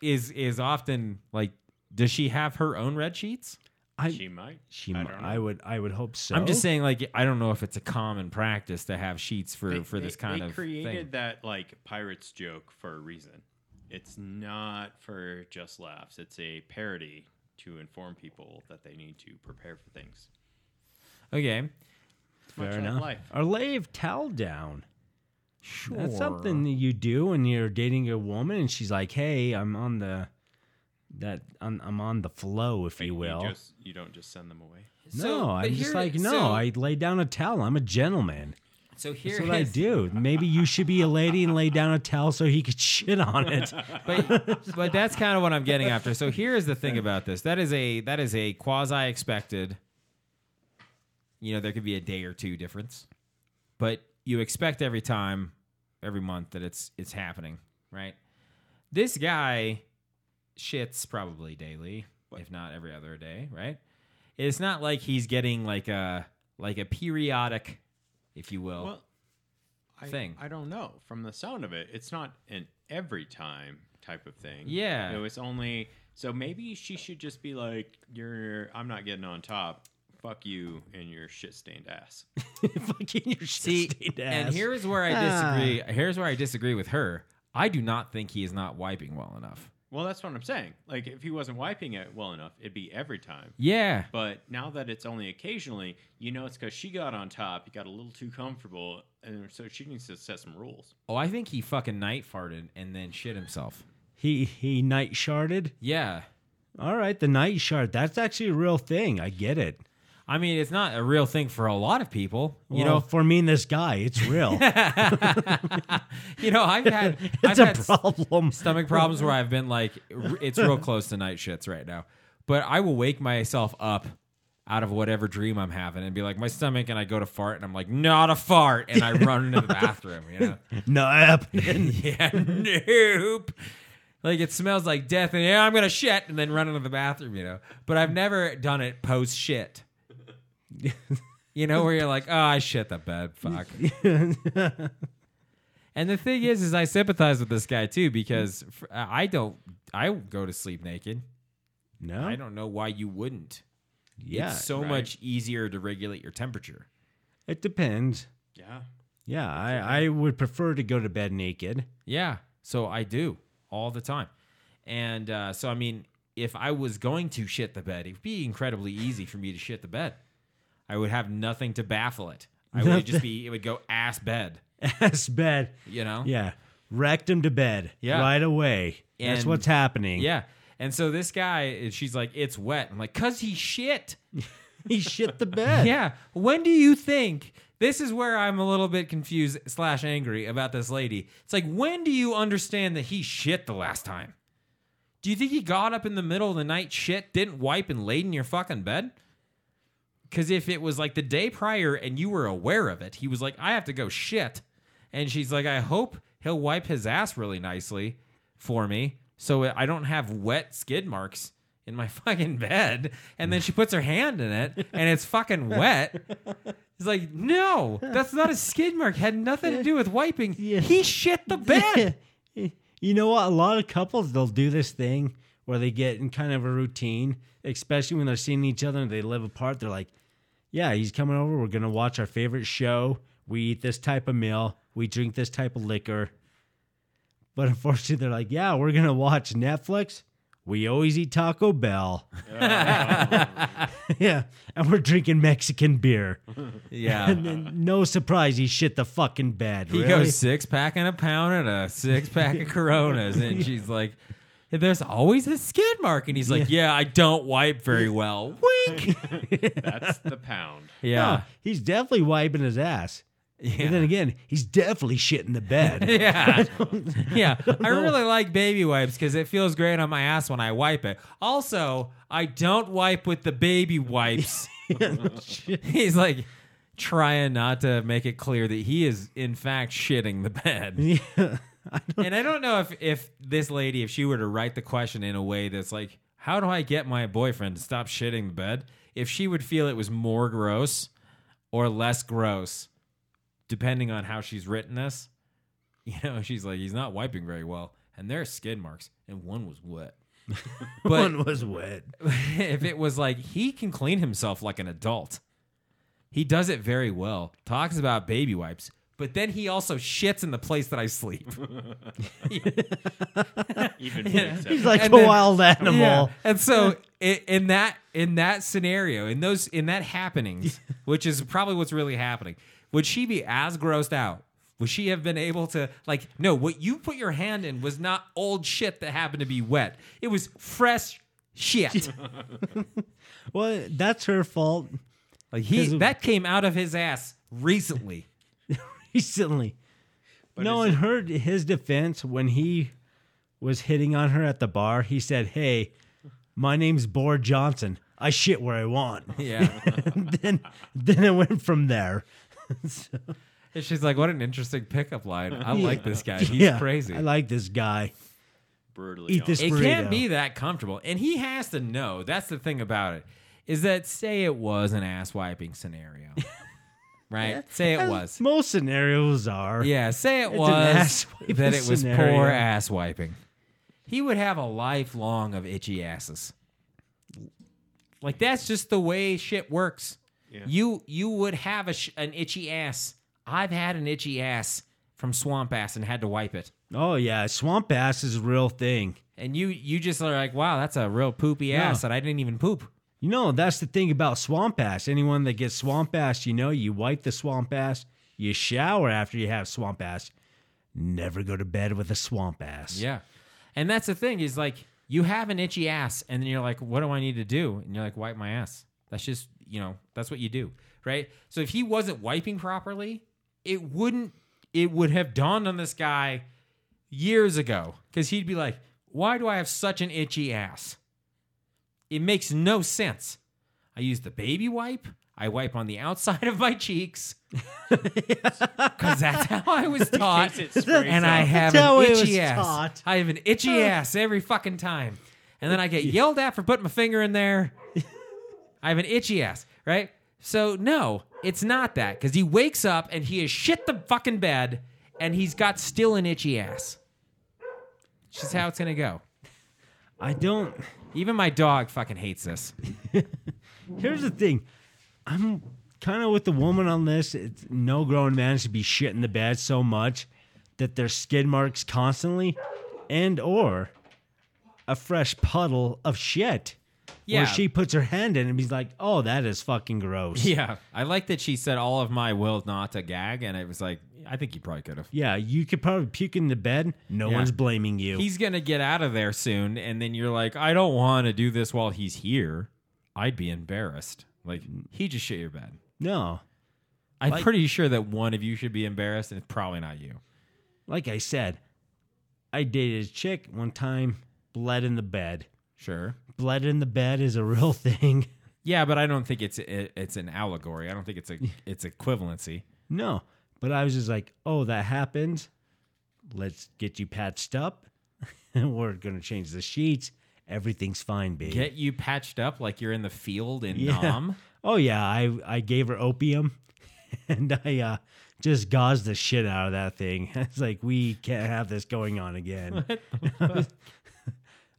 [SPEAKER 5] is is often like, does she have her own red sheets?
[SPEAKER 6] I
[SPEAKER 7] She might.
[SPEAKER 6] she
[SPEAKER 7] I
[SPEAKER 6] I,
[SPEAKER 7] don't know.
[SPEAKER 6] I would I would hope so.
[SPEAKER 5] I'm just saying, like, I don't know if it's a common practice to have sheets for
[SPEAKER 7] They-
[SPEAKER 5] for this
[SPEAKER 7] they-
[SPEAKER 5] kind
[SPEAKER 7] they
[SPEAKER 5] of
[SPEAKER 7] created
[SPEAKER 5] thing.
[SPEAKER 7] that like pirates joke for a reason. It's not for just laughs. It's a parody to inform people that they need to prepare for things.
[SPEAKER 5] Okay,
[SPEAKER 7] Fair much like life.
[SPEAKER 6] Or lay a towel down.
[SPEAKER 5] sure.
[SPEAKER 6] That's something that you do when you're dating a woman, and she's like, "Hey, I'm on the that I'm, I'm on the flow, if you will."
[SPEAKER 7] You, just, you don't just send them away.
[SPEAKER 5] So,
[SPEAKER 6] no,
[SPEAKER 5] but
[SPEAKER 6] I'm
[SPEAKER 5] here-
[SPEAKER 6] just like, no,
[SPEAKER 5] so-
[SPEAKER 6] I lay down a towel. I'm a gentleman.
[SPEAKER 5] So here
[SPEAKER 6] That's what I do. Maybe you should be a lady and lay down a towel so he could shit on it.
[SPEAKER 5] but but that's kind of what I'm getting after. So here is the thing about this. That is a that is a quasi expected. You know, there could be a day or two difference, but you expect every time, every month that it's it's happening, right? This guy shits probably daily, if not every other day, right? It's not like he's getting like a like a periodic, if you will.
[SPEAKER 7] Well, I,
[SPEAKER 5] Oh. Thing.
[SPEAKER 7] I don't know. From the sound of it, it's not an every time type of thing.
[SPEAKER 5] Yeah.
[SPEAKER 7] It was only so maybe she should just be like, "You're, I'm not getting on top. Fuck you and your shit stained ass."
[SPEAKER 6] Fucking your shit
[SPEAKER 5] See,
[SPEAKER 6] stained ass. Ah.
[SPEAKER 5] and here's where I disagree. Here's where I disagree with her. I do not think he is not wiping well enough.
[SPEAKER 7] Well, that's what I'm saying. Like, if he wasn't wiping it well enough, it'd be every time.
[SPEAKER 5] Yeah.
[SPEAKER 7] But now that it's only occasionally, you know, it's because she got on top. You got a little too comfortable, and so she needs to set some rules.
[SPEAKER 5] Oh, I think he fucking night farted and then shit himself.
[SPEAKER 6] he he night sharded.
[SPEAKER 5] Yeah.
[SPEAKER 6] All right, the night shard. That's actually a real thing. I get it.
[SPEAKER 5] I mean, it's not a real thing for a lot of people. You
[SPEAKER 6] Well, for me and this guy, it's real.
[SPEAKER 5] know. you know, I've had I've
[SPEAKER 6] it's
[SPEAKER 5] had
[SPEAKER 6] a
[SPEAKER 5] s-
[SPEAKER 6] problem.
[SPEAKER 5] stomach problems where I've been like, r- it's real close to night shits right now. But I will wake myself up out of whatever dream I'm having and be like, my stomach, and I go to fart, and I'm like, not a fart, and I run into the bathroom. You know.
[SPEAKER 6] No, happening.
[SPEAKER 5] yeah, nope. Like it smells like death, and yeah, I'm gonna shit, and then run into the bathroom, you know. But I've never done it post shit. you know, where you're like, oh, I shit the bed, fuck. and the thing is, is I sympathize with this guy too because f- I don't, I go to sleep naked.
[SPEAKER 6] No,
[SPEAKER 5] I don't know why you wouldn't.
[SPEAKER 6] Yeah,
[SPEAKER 5] it's so
[SPEAKER 7] right.
[SPEAKER 5] much easier to regulate your temperature.
[SPEAKER 6] it depends.
[SPEAKER 7] Yeah.
[SPEAKER 6] Yeah, I, I would prefer to go to bed naked.
[SPEAKER 5] Yeah. So I do all the time. And uh, so, I mean, if I was going to shit the bed, it would be incredibly easy for me to shit the bed. I would have nothing to baffle it. I would just be, it would go ass bed,
[SPEAKER 6] Ass bed.
[SPEAKER 5] you know?
[SPEAKER 6] Yeah, rectum to bed.
[SPEAKER 5] Yeah.
[SPEAKER 6] right away. That's
[SPEAKER 5] And-
[SPEAKER 6] what's happening.
[SPEAKER 5] Yeah. And so this guy, she's like, it's wet. I'm like, cause he shit.
[SPEAKER 6] he shit the bed.
[SPEAKER 5] Yeah. When do you think? This is where I'm a little bit confused slash angry about this lady. It's like, when do you understand that he shit the last time? Do you think he got up in the middle of the night, shit, didn't wipe, and laid in your fucking bed? Because if it was like the day prior and you were aware of it, he was like, I have to go shit. And she's like, I hope he'll wipe his ass really nicely for me so I don't have wet skid marks in my fucking bed. And then she puts her hand in it and it's fucking wet. It's like, no, that's not a skid mark. Had nothing to do with wiping.
[SPEAKER 6] Yeah.
[SPEAKER 5] He shit the bed.
[SPEAKER 6] You know what? A lot of couples they'll do this thing where they get in kind of a routine, especially when they're seeing each other and they live apart. They're like, "Yeah, he's coming over. We're gonna watch our favorite show. We eat this type of meal. We drink this type of liquor." But unfortunately, they're like, yeah, we're gonna watch Netflix. We always eat Taco Bell. yeah, and we're drinking Mexican beer. And
[SPEAKER 5] Yeah.
[SPEAKER 6] then, no surprise, he shit the fucking bed.
[SPEAKER 5] He
[SPEAKER 6] really.
[SPEAKER 5] goes six pack and a pound and a six pack of Coronas, and she's like, "There's always a skid mark," and he's like, "Yeah, I don't wipe very well." Wink.
[SPEAKER 7] That's the pound.
[SPEAKER 6] Yeah,
[SPEAKER 5] Yeah.
[SPEAKER 6] he's definitely wiping his ass. And then again, he's definitely shitting the bed.
[SPEAKER 5] Yeah. yeah. I really like baby wipes because it feels great on my ass when I wipe it. Also, I don't wipe with the baby wipes. He's like trying not to make it clear that he is, in fact, shitting the bed.
[SPEAKER 6] yeah.
[SPEAKER 5] and I don't know if, if this lady, if she were to write the question in a way that's like, how do I get my boyfriend to stop shitting the bed? If she would feel it was more gross or less gross, depending on how she's written this. You know, she's like, he's not wiping very well. And there are skin marks, and one was wet. But
[SPEAKER 6] One was wet.
[SPEAKER 5] if it was like, he can clean himself like an adult, he does it very well, talks about baby wipes, but then he also shits in the place that I sleep.
[SPEAKER 7] Even yeah.
[SPEAKER 6] He's like
[SPEAKER 5] And
[SPEAKER 6] a
[SPEAKER 5] then-
[SPEAKER 6] wild animal.
[SPEAKER 5] Yeah. And so in, in that in that scenario, in those in that happenings, which is probably what's really happening, would she be as grossed out? Would she have been able to like no, what you put your hand in was not old shit that happened to be wet. It was fresh shit.
[SPEAKER 6] Well, that's her fault.
[SPEAKER 5] like he
[SPEAKER 6] 'Cause-
[SPEAKER 5] that came out of his ass recently.
[SPEAKER 6] Recently.
[SPEAKER 7] But
[SPEAKER 6] no,
[SPEAKER 7] is
[SPEAKER 6] in her his defense, when he was hitting on her at the bar, he said, Hey, my name's Boar Johnson. I shit where I want.
[SPEAKER 5] Yeah.
[SPEAKER 6] then then it went from there.
[SPEAKER 5] and she's like, what an interesting pickup line. I like this guy. He's
[SPEAKER 6] Yeah,
[SPEAKER 5] crazy.
[SPEAKER 6] I like this guy.
[SPEAKER 7] brutally
[SPEAKER 6] Eat this
[SPEAKER 5] it
[SPEAKER 6] burrito.
[SPEAKER 5] can't be that comfortable and he has to know that's the thing about it is that say it was an ass wiping scenario right say it
[SPEAKER 6] As
[SPEAKER 5] was
[SPEAKER 6] Most scenarios are.
[SPEAKER 5] yeah say it
[SPEAKER 6] an
[SPEAKER 5] was
[SPEAKER 6] ass wiping
[SPEAKER 5] that it was
[SPEAKER 6] scenario.
[SPEAKER 5] poor ass wiping he would have a lifelong of itchy asses like that's just the way shit works you you would have a sh- an itchy ass i've had an itchy ass from swamp ass and had to wipe it
[SPEAKER 6] Oh yeah, swamp ass is a real thing.
[SPEAKER 5] and you you just are like wow that's a real poopy ass that i didn't even poop
[SPEAKER 6] You know, that's the thing about swamp ass. Anyone that gets swamp ass, you know, you wipe the swamp ass, you shower after you have swamp ass. Never go to bed with a swamp ass.
[SPEAKER 5] Yeah. And that's the thing is like you have an itchy ass and then you're like, what do I need to do? And you're like, wipe my ass. That's just, you know, that's what you do. Right. So if he wasn't wiping properly, it wouldn't, it would have dawned on this guy years ago because he'd be like, why do I have such an itchy ass? It makes no sense. I use the baby wipe. I wipe on the outside of my cheeks because that's how I was taught.
[SPEAKER 7] it sprays
[SPEAKER 5] and I
[SPEAKER 7] out.
[SPEAKER 5] have
[SPEAKER 6] That's how
[SPEAKER 5] an
[SPEAKER 6] it was
[SPEAKER 5] itchy ass.
[SPEAKER 6] taught.
[SPEAKER 5] I have an itchy ass every fucking time. And then I get yelled at for putting my finger in there. I have an itchy ass, right? So no, it's not that because he wakes up and he has shit the fucking bed and he's got still an itchy ass. It's just how it's gonna go.
[SPEAKER 6] I don't
[SPEAKER 5] Even my dog fucking hates this.
[SPEAKER 6] here's the thing. I'm kinda with the woman on this. It's no grown man should be shitting the bed so much that there's skid marks constantly and or a fresh puddle of shit.
[SPEAKER 5] Yeah.
[SPEAKER 6] Where she puts her hand in and he's like, Oh, that is fucking gross.
[SPEAKER 5] Yeah, I like that she said all of my will not to gag, and it was like I think you probably could have.
[SPEAKER 6] Yeah, you could probably puke in the bed. No
[SPEAKER 5] Yeah.
[SPEAKER 6] one's blaming you.
[SPEAKER 5] He's gonna get out of there soon, and then you're like, I don't want to do this while he's here. I'd be embarrassed. Like he just shit your bed.
[SPEAKER 6] no.
[SPEAKER 5] I'm
[SPEAKER 6] Like-
[SPEAKER 5] pretty sure that one of you should be embarrassed, and it's probably not you.
[SPEAKER 6] Like I said, I dated a chick one time, bled in the bed.
[SPEAKER 5] Sure.
[SPEAKER 6] Bled in the bed is a real thing.
[SPEAKER 5] Yeah, but I don't think it's it, it's an allegory. I don't think it's a it's equivalency.
[SPEAKER 6] No. But I was just like, oh, that happens. Let's get you patched up. We're going to change the sheets. Everything's fine, baby.
[SPEAKER 5] Get you patched up like you're in the field in
[SPEAKER 6] Yeah.
[SPEAKER 5] Nam.
[SPEAKER 6] oh, yeah. I, I gave her opium and I uh, just gauzed the shit out of that thing. It's like, we can't have this going on again.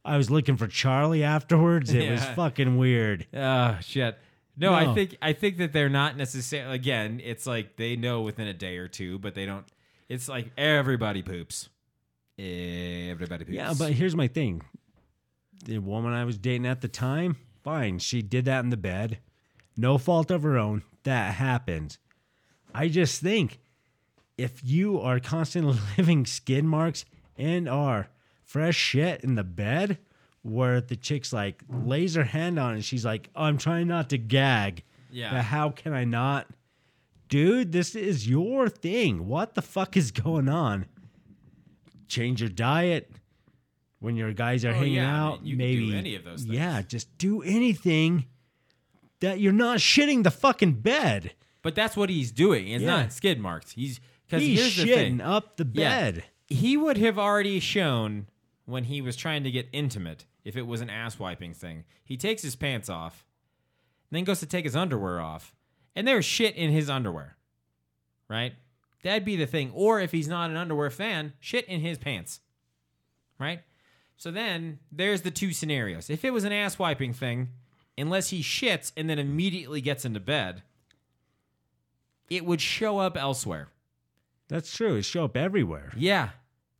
[SPEAKER 6] I was looking for Charlie afterwards. It was
[SPEAKER 5] Yeah.
[SPEAKER 6] fucking weird.
[SPEAKER 5] Oh shit. No, I
[SPEAKER 6] No.
[SPEAKER 5] think I think that they're not necessarily again, it's like they know within a day or two, but they don't it's like everybody poops. Everybody poops.
[SPEAKER 6] Yeah, but here's my thing. The woman I was dating at the time, fine, she did that in the bed. No fault of her own. That happens. I just think if you are constantly living skin marks and are fresh shit in the bed, where the chick's like lays her hand on it, she's like, I'm trying not to gag.
[SPEAKER 5] Yeah.
[SPEAKER 6] But how can I not? Dude, this is your thing. What the fuck is going on? Change your diet when your guys are hanging
[SPEAKER 5] Oh, yeah, I mean,
[SPEAKER 6] out.
[SPEAKER 5] you can do
[SPEAKER 6] maybe
[SPEAKER 5] any of those things.
[SPEAKER 6] Yeah, just do anything that you're not shitting the fucking bed.
[SPEAKER 5] But that's what he's doing. It's
[SPEAKER 6] Yeah.
[SPEAKER 5] not skid marks. He's because
[SPEAKER 6] He's
[SPEAKER 5] here's the
[SPEAKER 6] shitting
[SPEAKER 5] thing.
[SPEAKER 6] up the
[SPEAKER 5] Yeah.
[SPEAKER 6] bed.
[SPEAKER 5] He would have already shown when he was trying to get intimate if it was an ass wiping thing. He takes his pants off, then goes to take his underwear off, and there's shit in his underwear. Right? That'd be the thing. Or if he's not an underwear fan, shit in his pants. Right? So then there's the two scenarios. If it was an ass wiping thing, unless he shits and then immediately gets into bed, it would show up elsewhere.
[SPEAKER 6] That's true. It show up everywhere.
[SPEAKER 5] Yeah.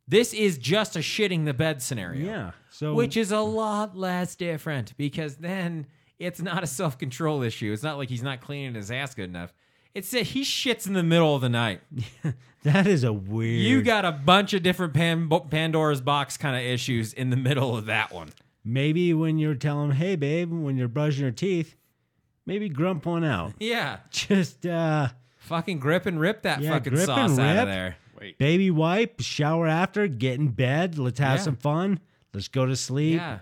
[SPEAKER 5] This is just a shitting the bed scenario.
[SPEAKER 6] Yeah. So
[SPEAKER 5] Which is a lot less different because then it's not a self control issue. It's not like he's not cleaning his ass good enough. It's that he shits in the middle of the night.
[SPEAKER 6] that is a weird.
[SPEAKER 5] You got a bunch of different Pan- Pandora's box kind of issues in the middle of that one.
[SPEAKER 6] maybe when you're telling, him, hey babe, when you're brushing your teeth, maybe grump one out.
[SPEAKER 5] Yeah.
[SPEAKER 6] Just uh
[SPEAKER 5] Fucking grip and rip that
[SPEAKER 6] Yeah,
[SPEAKER 5] fucking
[SPEAKER 6] grip
[SPEAKER 5] sauce
[SPEAKER 6] and
[SPEAKER 5] out of
[SPEAKER 6] rip.
[SPEAKER 5] there.
[SPEAKER 7] Wait,
[SPEAKER 6] baby wipe, shower after, get in bed, let's have
[SPEAKER 5] Yeah.
[SPEAKER 6] some fun, let's go to sleep.
[SPEAKER 5] Yeah.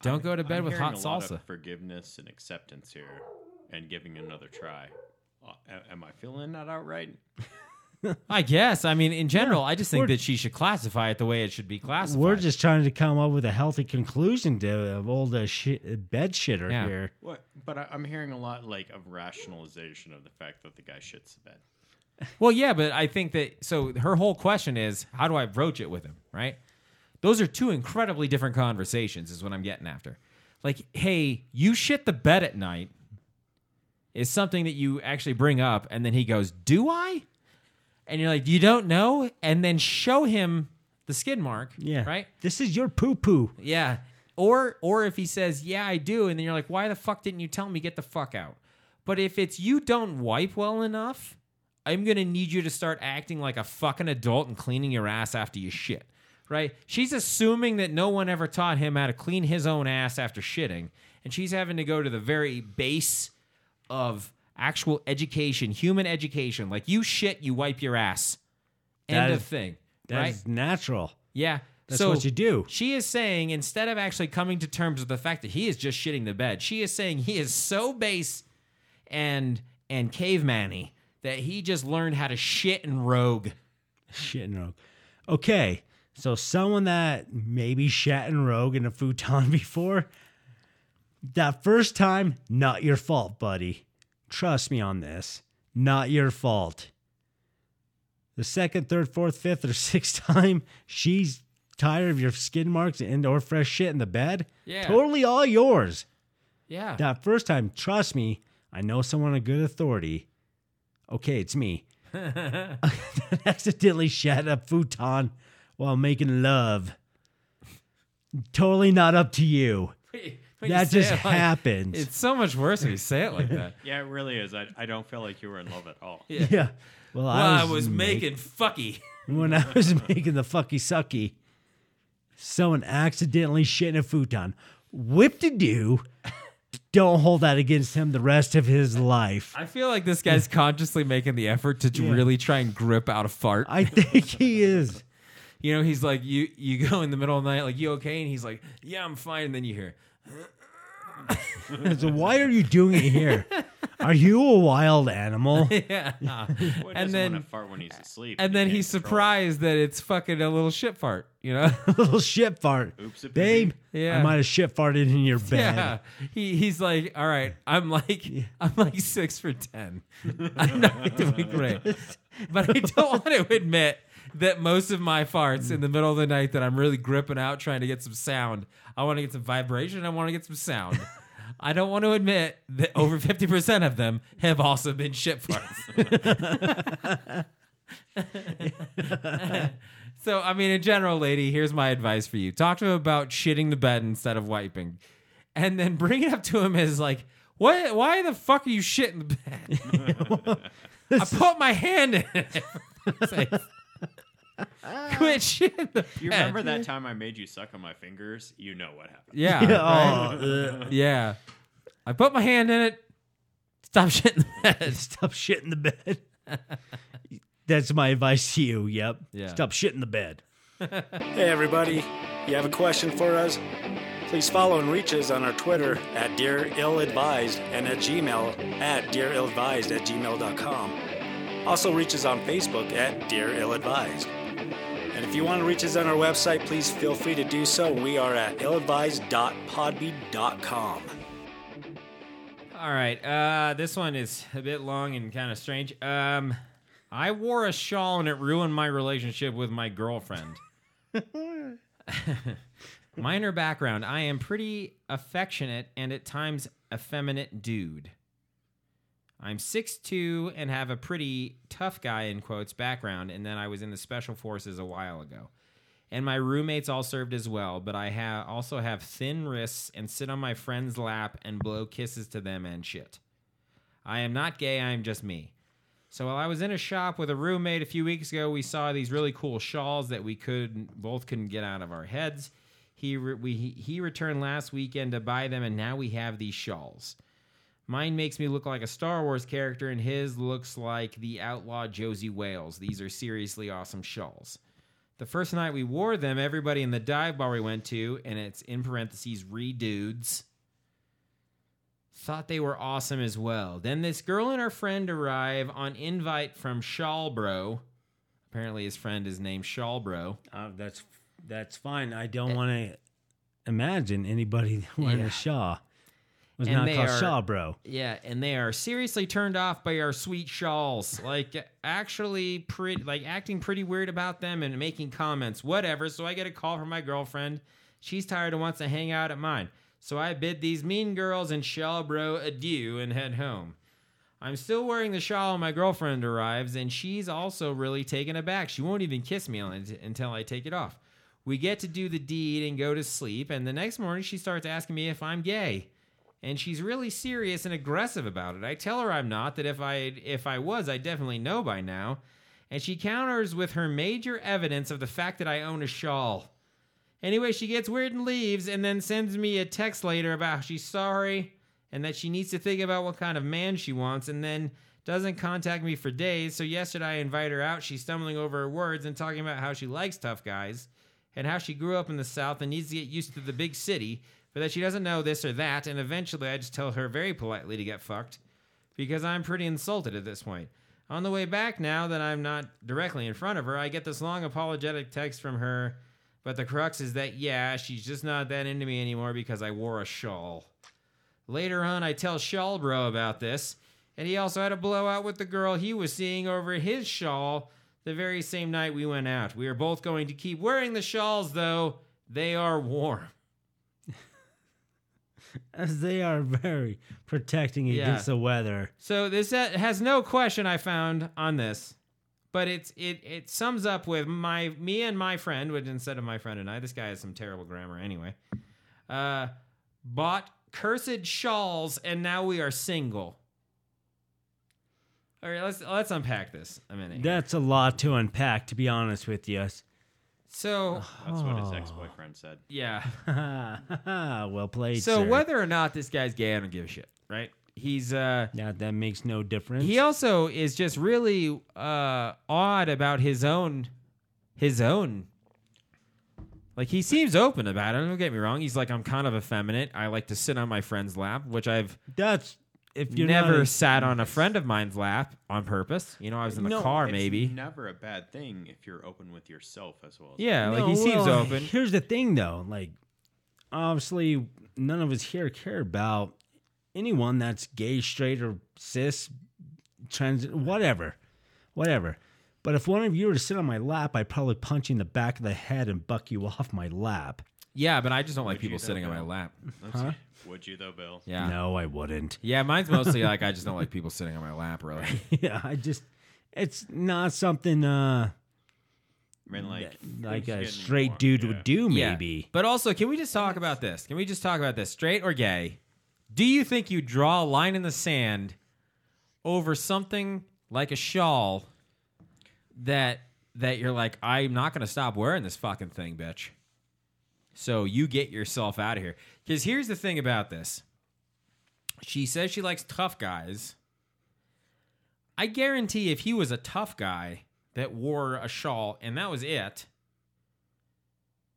[SPEAKER 5] Don't go to bed
[SPEAKER 7] I'm
[SPEAKER 5] with hot
[SPEAKER 7] hearing a lot
[SPEAKER 5] salsa.
[SPEAKER 7] of forgiveness and acceptance here, and giving another try. Uh, a- am I feeling that out right?
[SPEAKER 5] I guess. I mean, in general, I just think
[SPEAKER 6] we're-
[SPEAKER 5] that she should classify it the way it should be classified.
[SPEAKER 6] We're just trying to come up with a healthy conclusion to of all the shit, bed shitter
[SPEAKER 5] Yeah.
[SPEAKER 6] here.
[SPEAKER 7] What? But I, I'm hearing a lot like of rationalization of the fact that the guy shits the bed.
[SPEAKER 5] Well, yeah, but I think that so her whole question is how do I broach it with him, right? Those are two incredibly different conversations, is what I'm getting after. Like, hey, you shit the bed at night is something that you actually bring up, and then he goes, Do I? And you're like, You don't know? And then show him the skid mark.
[SPEAKER 6] Yeah.
[SPEAKER 5] Right?
[SPEAKER 6] This is your poo poo.
[SPEAKER 5] Yeah. Or or if he says, "Yeah, I do," and then you're like, "Why the fuck didn't you tell me? Get the fuck out." But if it's you don't wipe well enough, I'm going to need you to start acting like a fucking adult and cleaning your ass after you shit. Right? She's assuming that no one ever taught him how to clean his own ass after shitting, and she's having to go to the very base of actual education, human education. Like you shit, you wipe your ass. End
[SPEAKER 6] That
[SPEAKER 5] of
[SPEAKER 6] is-
[SPEAKER 5] thing. right?
[SPEAKER 6] That's natural.
[SPEAKER 5] Yeah.
[SPEAKER 6] That's
[SPEAKER 5] so
[SPEAKER 6] what you do.
[SPEAKER 5] She is saying instead of actually coming to terms with the fact that he is just shitting the bed, she is saying he is so base and and caveman-y that he just learned how to shit and rogue.
[SPEAKER 6] Shit and rogue. Okay. So someone that maybe shat and rogue in a futon before, that first time, not your fault, buddy. Trust me on this. Not your fault. The second, third, fourth, fifth, or sixth time, she's tired of your skin marks and or fresh shit in the bed.
[SPEAKER 5] Yeah.
[SPEAKER 6] Totally all yours.
[SPEAKER 5] Yeah.
[SPEAKER 6] That first time, trust me, I know someone of good authority. Okay, it's me. that accidentally shat a futon while making love. Totally not up to you. that just happened.
[SPEAKER 5] It's so much worse when you say it like that.
[SPEAKER 7] Yeah, it really is. I, I don't feel like you were in love at all.
[SPEAKER 5] Yeah.
[SPEAKER 6] yeah. Well,
[SPEAKER 5] Well, I was making fucky.
[SPEAKER 6] making when I was making the fucky sucky. Someone accidentally shit in a futon. Whip to do. Don't hold that against him the rest of his life.
[SPEAKER 5] I feel like this guy's consciously making the effort to really try and grip out a fart.
[SPEAKER 6] I think he is.
[SPEAKER 5] You know, he's like, you you go in the middle of the night, like, you okay? And he's like, yeah, I'm fine. And then you hear,
[SPEAKER 6] So why are you doing it here? Are you a wild animal?
[SPEAKER 5] yeah.
[SPEAKER 7] Boy
[SPEAKER 5] And
[SPEAKER 7] doesn't
[SPEAKER 5] then-
[SPEAKER 7] want to fart when he's asleep.
[SPEAKER 5] And
[SPEAKER 7] You
[SPEAKER 5] then
[SPEAKER 7] can't
[SPEAKER 5] he's
[SPEAKER 7] control it.
[SPEAKER 5] surprised that it's fucking a little shit fart, you know?
[SPEAKER 6] Little shit fart.
[SPEAKER 7] Oops, a
[SPEAKER 6] Babe,
[SPEAKER 5] Yeah.
[SPEAKER 6] I might have shit farted in your bed.
[SPEAKER 5] yeah. He he's like, all right, I'm like I'm like six for ten. I'm not doing great. But I don't want to admit that most of my farts in the middle of the night that I'm really gripping out trying to get some sound. I want to get some vibration, I want to get some sound. I don't want to admit that over 50% of them have also been shit farts. So, I mean, in general, lady, here's my advice for you. Talk to him about shitting the bed instead of wiping. And then bring it up to him as like, what, why the fuck are you shitting the bed? I put my hand in it. It's like, Quit shitting the bed.
[SPEAKER 7] You remember that time I made you suck on my fingers? You know what happened.
[SPEAKER 5] Yeah.
[SPEAKER 6] Yeah,
[SPEAKER 5] right?
[SPEAKER 6] oh, ugh.
[SPEAKER 5] Yeah. I put my hand in it. Stop shitting the bed.
[SPEAKER 6] stop shitting the bed. That's my advice to you. Yep.
[SPEAKER 5] Yeah.
[SPEAKER 6] Stop shitting the bed.
[SPEAKER 8] Hey, everybody. You have a question for us? Please follow and reach us on our Twitter at Dear Ill Advised and at Gmail at Dear Ill Advised at gmail.com. Also, reach us on Facebook at Dear Ill Advised. And if you want to reach us on our website, please feel free to do so. We are at illadvised.podbean.com.
[SPEAKER 5] All right. Uh, this one is a bit long and kind of strange. Um, I wore a shawl and it ruined my relationship with my girlfriend. Minor background I am pretty affectionate and at times effeminate dude. I'm 6'2 and have a pretty tough guy in quotes background, and then I was in the special forces a while ago. And my roommates all served as well, but I ha- also have thin wrists and sit on my friend's lap and blow kisses to them and shit. I am not gay, I am just me. So while I was in a shop with a roommate a few weeks ago, we saw these really cool shawls that we could both couldn't get out of our heads. He re- we he- he returned last weekend to buy them, and now we have these shawls. Mine makes me look like a Star Wars character, and his looks like the outlaw Josie Wales. These are seriously awesome shawls. The first night we wore them, everybody in the dive bar we went to, and it's in parentheses, redudes, thought they were awesome as well. Then this girl and her friend arrive on invite from Shawlbro. Apparently, his friend is named Shawlbro.
[SPEAKER 6] Uh, that's that's fine. I don't want to imagine anybody wearing
[SPEAKER 5] Yeah.
[SPEAKER 6] a Shaw was
[SPEAKER 5] And
[SPEAKER 6] not
[SPEAKER 5] they
[SPEAKER 6] called
[SPEAKER 5] are-
[SPEAKER 6] Shaw, bro.
[SPEAKER 5] Yeah, and they are seriously turned off by our sweet shawls. Like actually pretty like acting pretty weird about them and making comments, whatever. So I get a call from my girlfriend. She's tired and wants to hang out at mine. So I bid these mean girls and shawl bro adieu and head home. I'm still wearing the shawl when my girlfriend arrives, and she's also really taken aback. She won't even kiss me on it until I take it off. We get to do the deed and go to sleep, and the next morning she starts asking me if I'm gay. And she's really serious and aggressive about it. I tell her I'm not, that if I if I was, I definitely know by now. And she counters with her major evidence of the fact that I own a shawl. Anyway, she gets weird and leaves, and then sends me a text later about how she's sorry and that she needs to think about what kind of man she wants, and then doesn't contact me for days. So, yesterday I invite her out. She's stumbling over her words and talking about how she likes tough guys and how she grew up in the South and needs to get used to the big city, but that she doesn't know this or that. And eventually, I just tell her very politely to get fucked because I'm pretty insulted at this point. On the way back, now that I'm not directly in front of her, I get this long apologetic text from her. But the crux is that, yeah, she's just not that into me anymore because I wore a shawl. Later on, I tell Shawlbro about this, and he also had a blowout with the girl he was seeing over his shawl the very same night we went out. We are both going to keep wearing the shawls, though. They are warm.
[SPEAKER 6] As they are very protecting
[SPEAKER 5] Yeah.
[SPEAKER 6] against the weather.
[SPEAKER 5] So this uh, has no question I found on this, but it's it it sums up with my me and my friend, which instead of my friend and I, this guy has some terrible grammar anyway. Uh, bought cursed shawls and now we are single. All right, let's let's unpack this a minute. here.
[SPEAKER 6] That's a lot to unpack, to be honest with you.
[SPEAKER 5] so
[SPEAKER 7] That's what his ex-boyfriend said.
[SPEAKER 5] yeah.
[SPEAKER 6] well played.
[SPEAKER 5] So
[SPEAKER 6] sir.
[SPEAKER 5] whether or not this guy's gay, I don't give a shit, right? He's uh
[SPEAKER 6] Now that makes no difference.
[SPEAKER 5] he also is just really uh odd about his own his own like he seems open about it don't get me wrong he's like i'm kind of effeminate i like to sit on my friend's lap which i've
[SPEAKER 6] That's if you're
[SPEAKER 5] never
[SPEAKER 6] Not
[SPEAKER 5] sat on a friend of mine's lap on purpose you know i was in the
[SPEAKER 6] No,
[SPEAKER 5] car
[SPEAKER 7] It's
[SPEAKER 5] maybe
[SPEAKER 7] never a bad thing if you're open with yourself as well. as-
[SPEAKER 5] yeah like
[SPEAKER 6] No,
[SPEAKER 5] he seems
[SPEAKER 6] well,
[SPEAKER 5] open
[SPEAKER 6] Here's the thing, though. Like, obviously, none of us here care about anyone that's gay, straight, or cis, trans, whatever, whatever. But if one of you were to sit on my lap, I'd probably punch you in the back of the head and buck you off my lap.
[SPEAKER 5] yeah but i just don't like
[SPEAKER 7] Would you
[SPEAKER 5] people
[SPEAKER 7] though,
[SPEAKER 5] sitting on my
[SPEAKER 7] Bill?
[SPEAKER 5] lap
[SPEAKER 7] Let's see. Would you though, Bill?
[SPEAKER 5] yeah
[SPEAKER 6] No, I wouldn't.
[SPEAKER 5] yeah mine's mostly like i just don't like people sitting on my lap really
[SPEAKER 6] yeah, I just, it's not something. uh
[SPEAKER 7] I mean, like
[SPEAKER 6] like
[SPEAKER 7] who's
[SPEAKER 6] a
[SPEAKER 7] getting
[SPEAKER 6] straight
[SPEAKER 7] more-
[SPEAKER 6] dude
[SPEAKER 7] yeah.
[SPEAKER 6] would do,
[SPEAKER 5] Yeah.
[SPEAKER 6] maybe.
[SPEAKER 5] But also, can we just talk about this? Can we just talk about this? Straight or gay? Do you think you draw a line in the sand over something like a shawl that that you're like, I'm not gonna stop wearing this fucking thing, bitch. So you get yourself out of here. Because here's the thing about this. She says she likes tough guys. I guarantee if he was a tough guy that wore a shawl and that was it,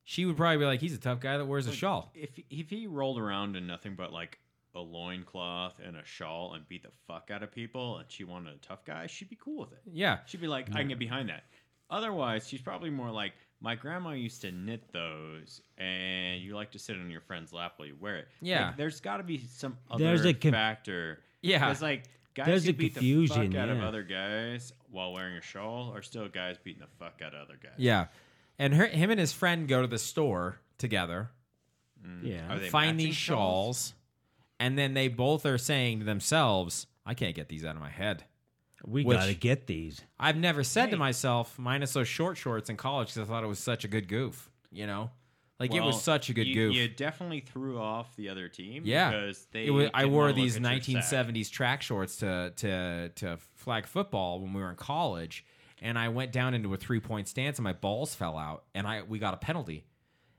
[SPEAKER 5] she would probably be like, he's a tough guy that wears a shawl.
[SPEAKER 7] If if he rolled around in nothing but like a loincloth and a shawl and beat the fuck out of people, and she wanted a tough guy, she'd be cool with it.
[SPEAKER 5] Yeah.
[SPEAKER 7] She'd be like, I can get behind that. Otherwise, she's probably more like, my grandma used to knit those, and you like to sit on your friend's lap while you wear it.
[SPEAKER 5] Yeah.
[SPEAKER 7] Like, there's got to be some other
[SPEAKER 6] There's a conf-
[SPEAKER 7] factor.
[SPEAKER 5] Yeah.
[SPEAKER 7] It's like guys
[SPEAKER 6] There's
[SPEAKER 7] who
[SPEAKER 6] a
[SPEAKER 7] beat the
[SPEAKER 6] confusion,
[SPEAKER 7] fuck out of
[SPEAKER 6] yeah.
[SPEAKER 7] other guys while wearing a shawl are still guys beating the fuck out of other guys.
[SPEAKER 5] Yeah. And her, him and his friend go to the store together,
[SPEAKER 6] Yeah.
[SPEAKER 7] Are they
[SPEAKER 5] find
[SPEAKER 7] matching
[SPEAKER 5] these shawls, and then they both are saying to themselves, I can't get these out of my head.
[SPEAKER 6] We
[SPEAKER 5] Which-
[SPEAKER 6] gotta get these.
[SPEAKER 5] I've never said to myself, minus those short shorts in college, because I thought it was such a good goof, you know? Like it
[SPEAKER 7] Well,
[SPEAKER 5] was such a good
[SPEAKER 7] you,
[SPEAKER 5] goof.
[SPEAKER 7] You definitely threw off the other team.
[SPEAKER 5] yeah.
[SPEAKER 7] because they.
[SPEAKER 5] It was- I
[SPEAKER 7] didn't
[SPEAKER 5] wore
[SPEAKER 7] wanna look
[SPEAKER 5] these
[SPEAKER 7] at your sack.
[SPEAKER 5] 1970s track shorts to, to, to flag football when we were in college, and I went down into a three point stance, and my balls fell out, and I we got a penalty.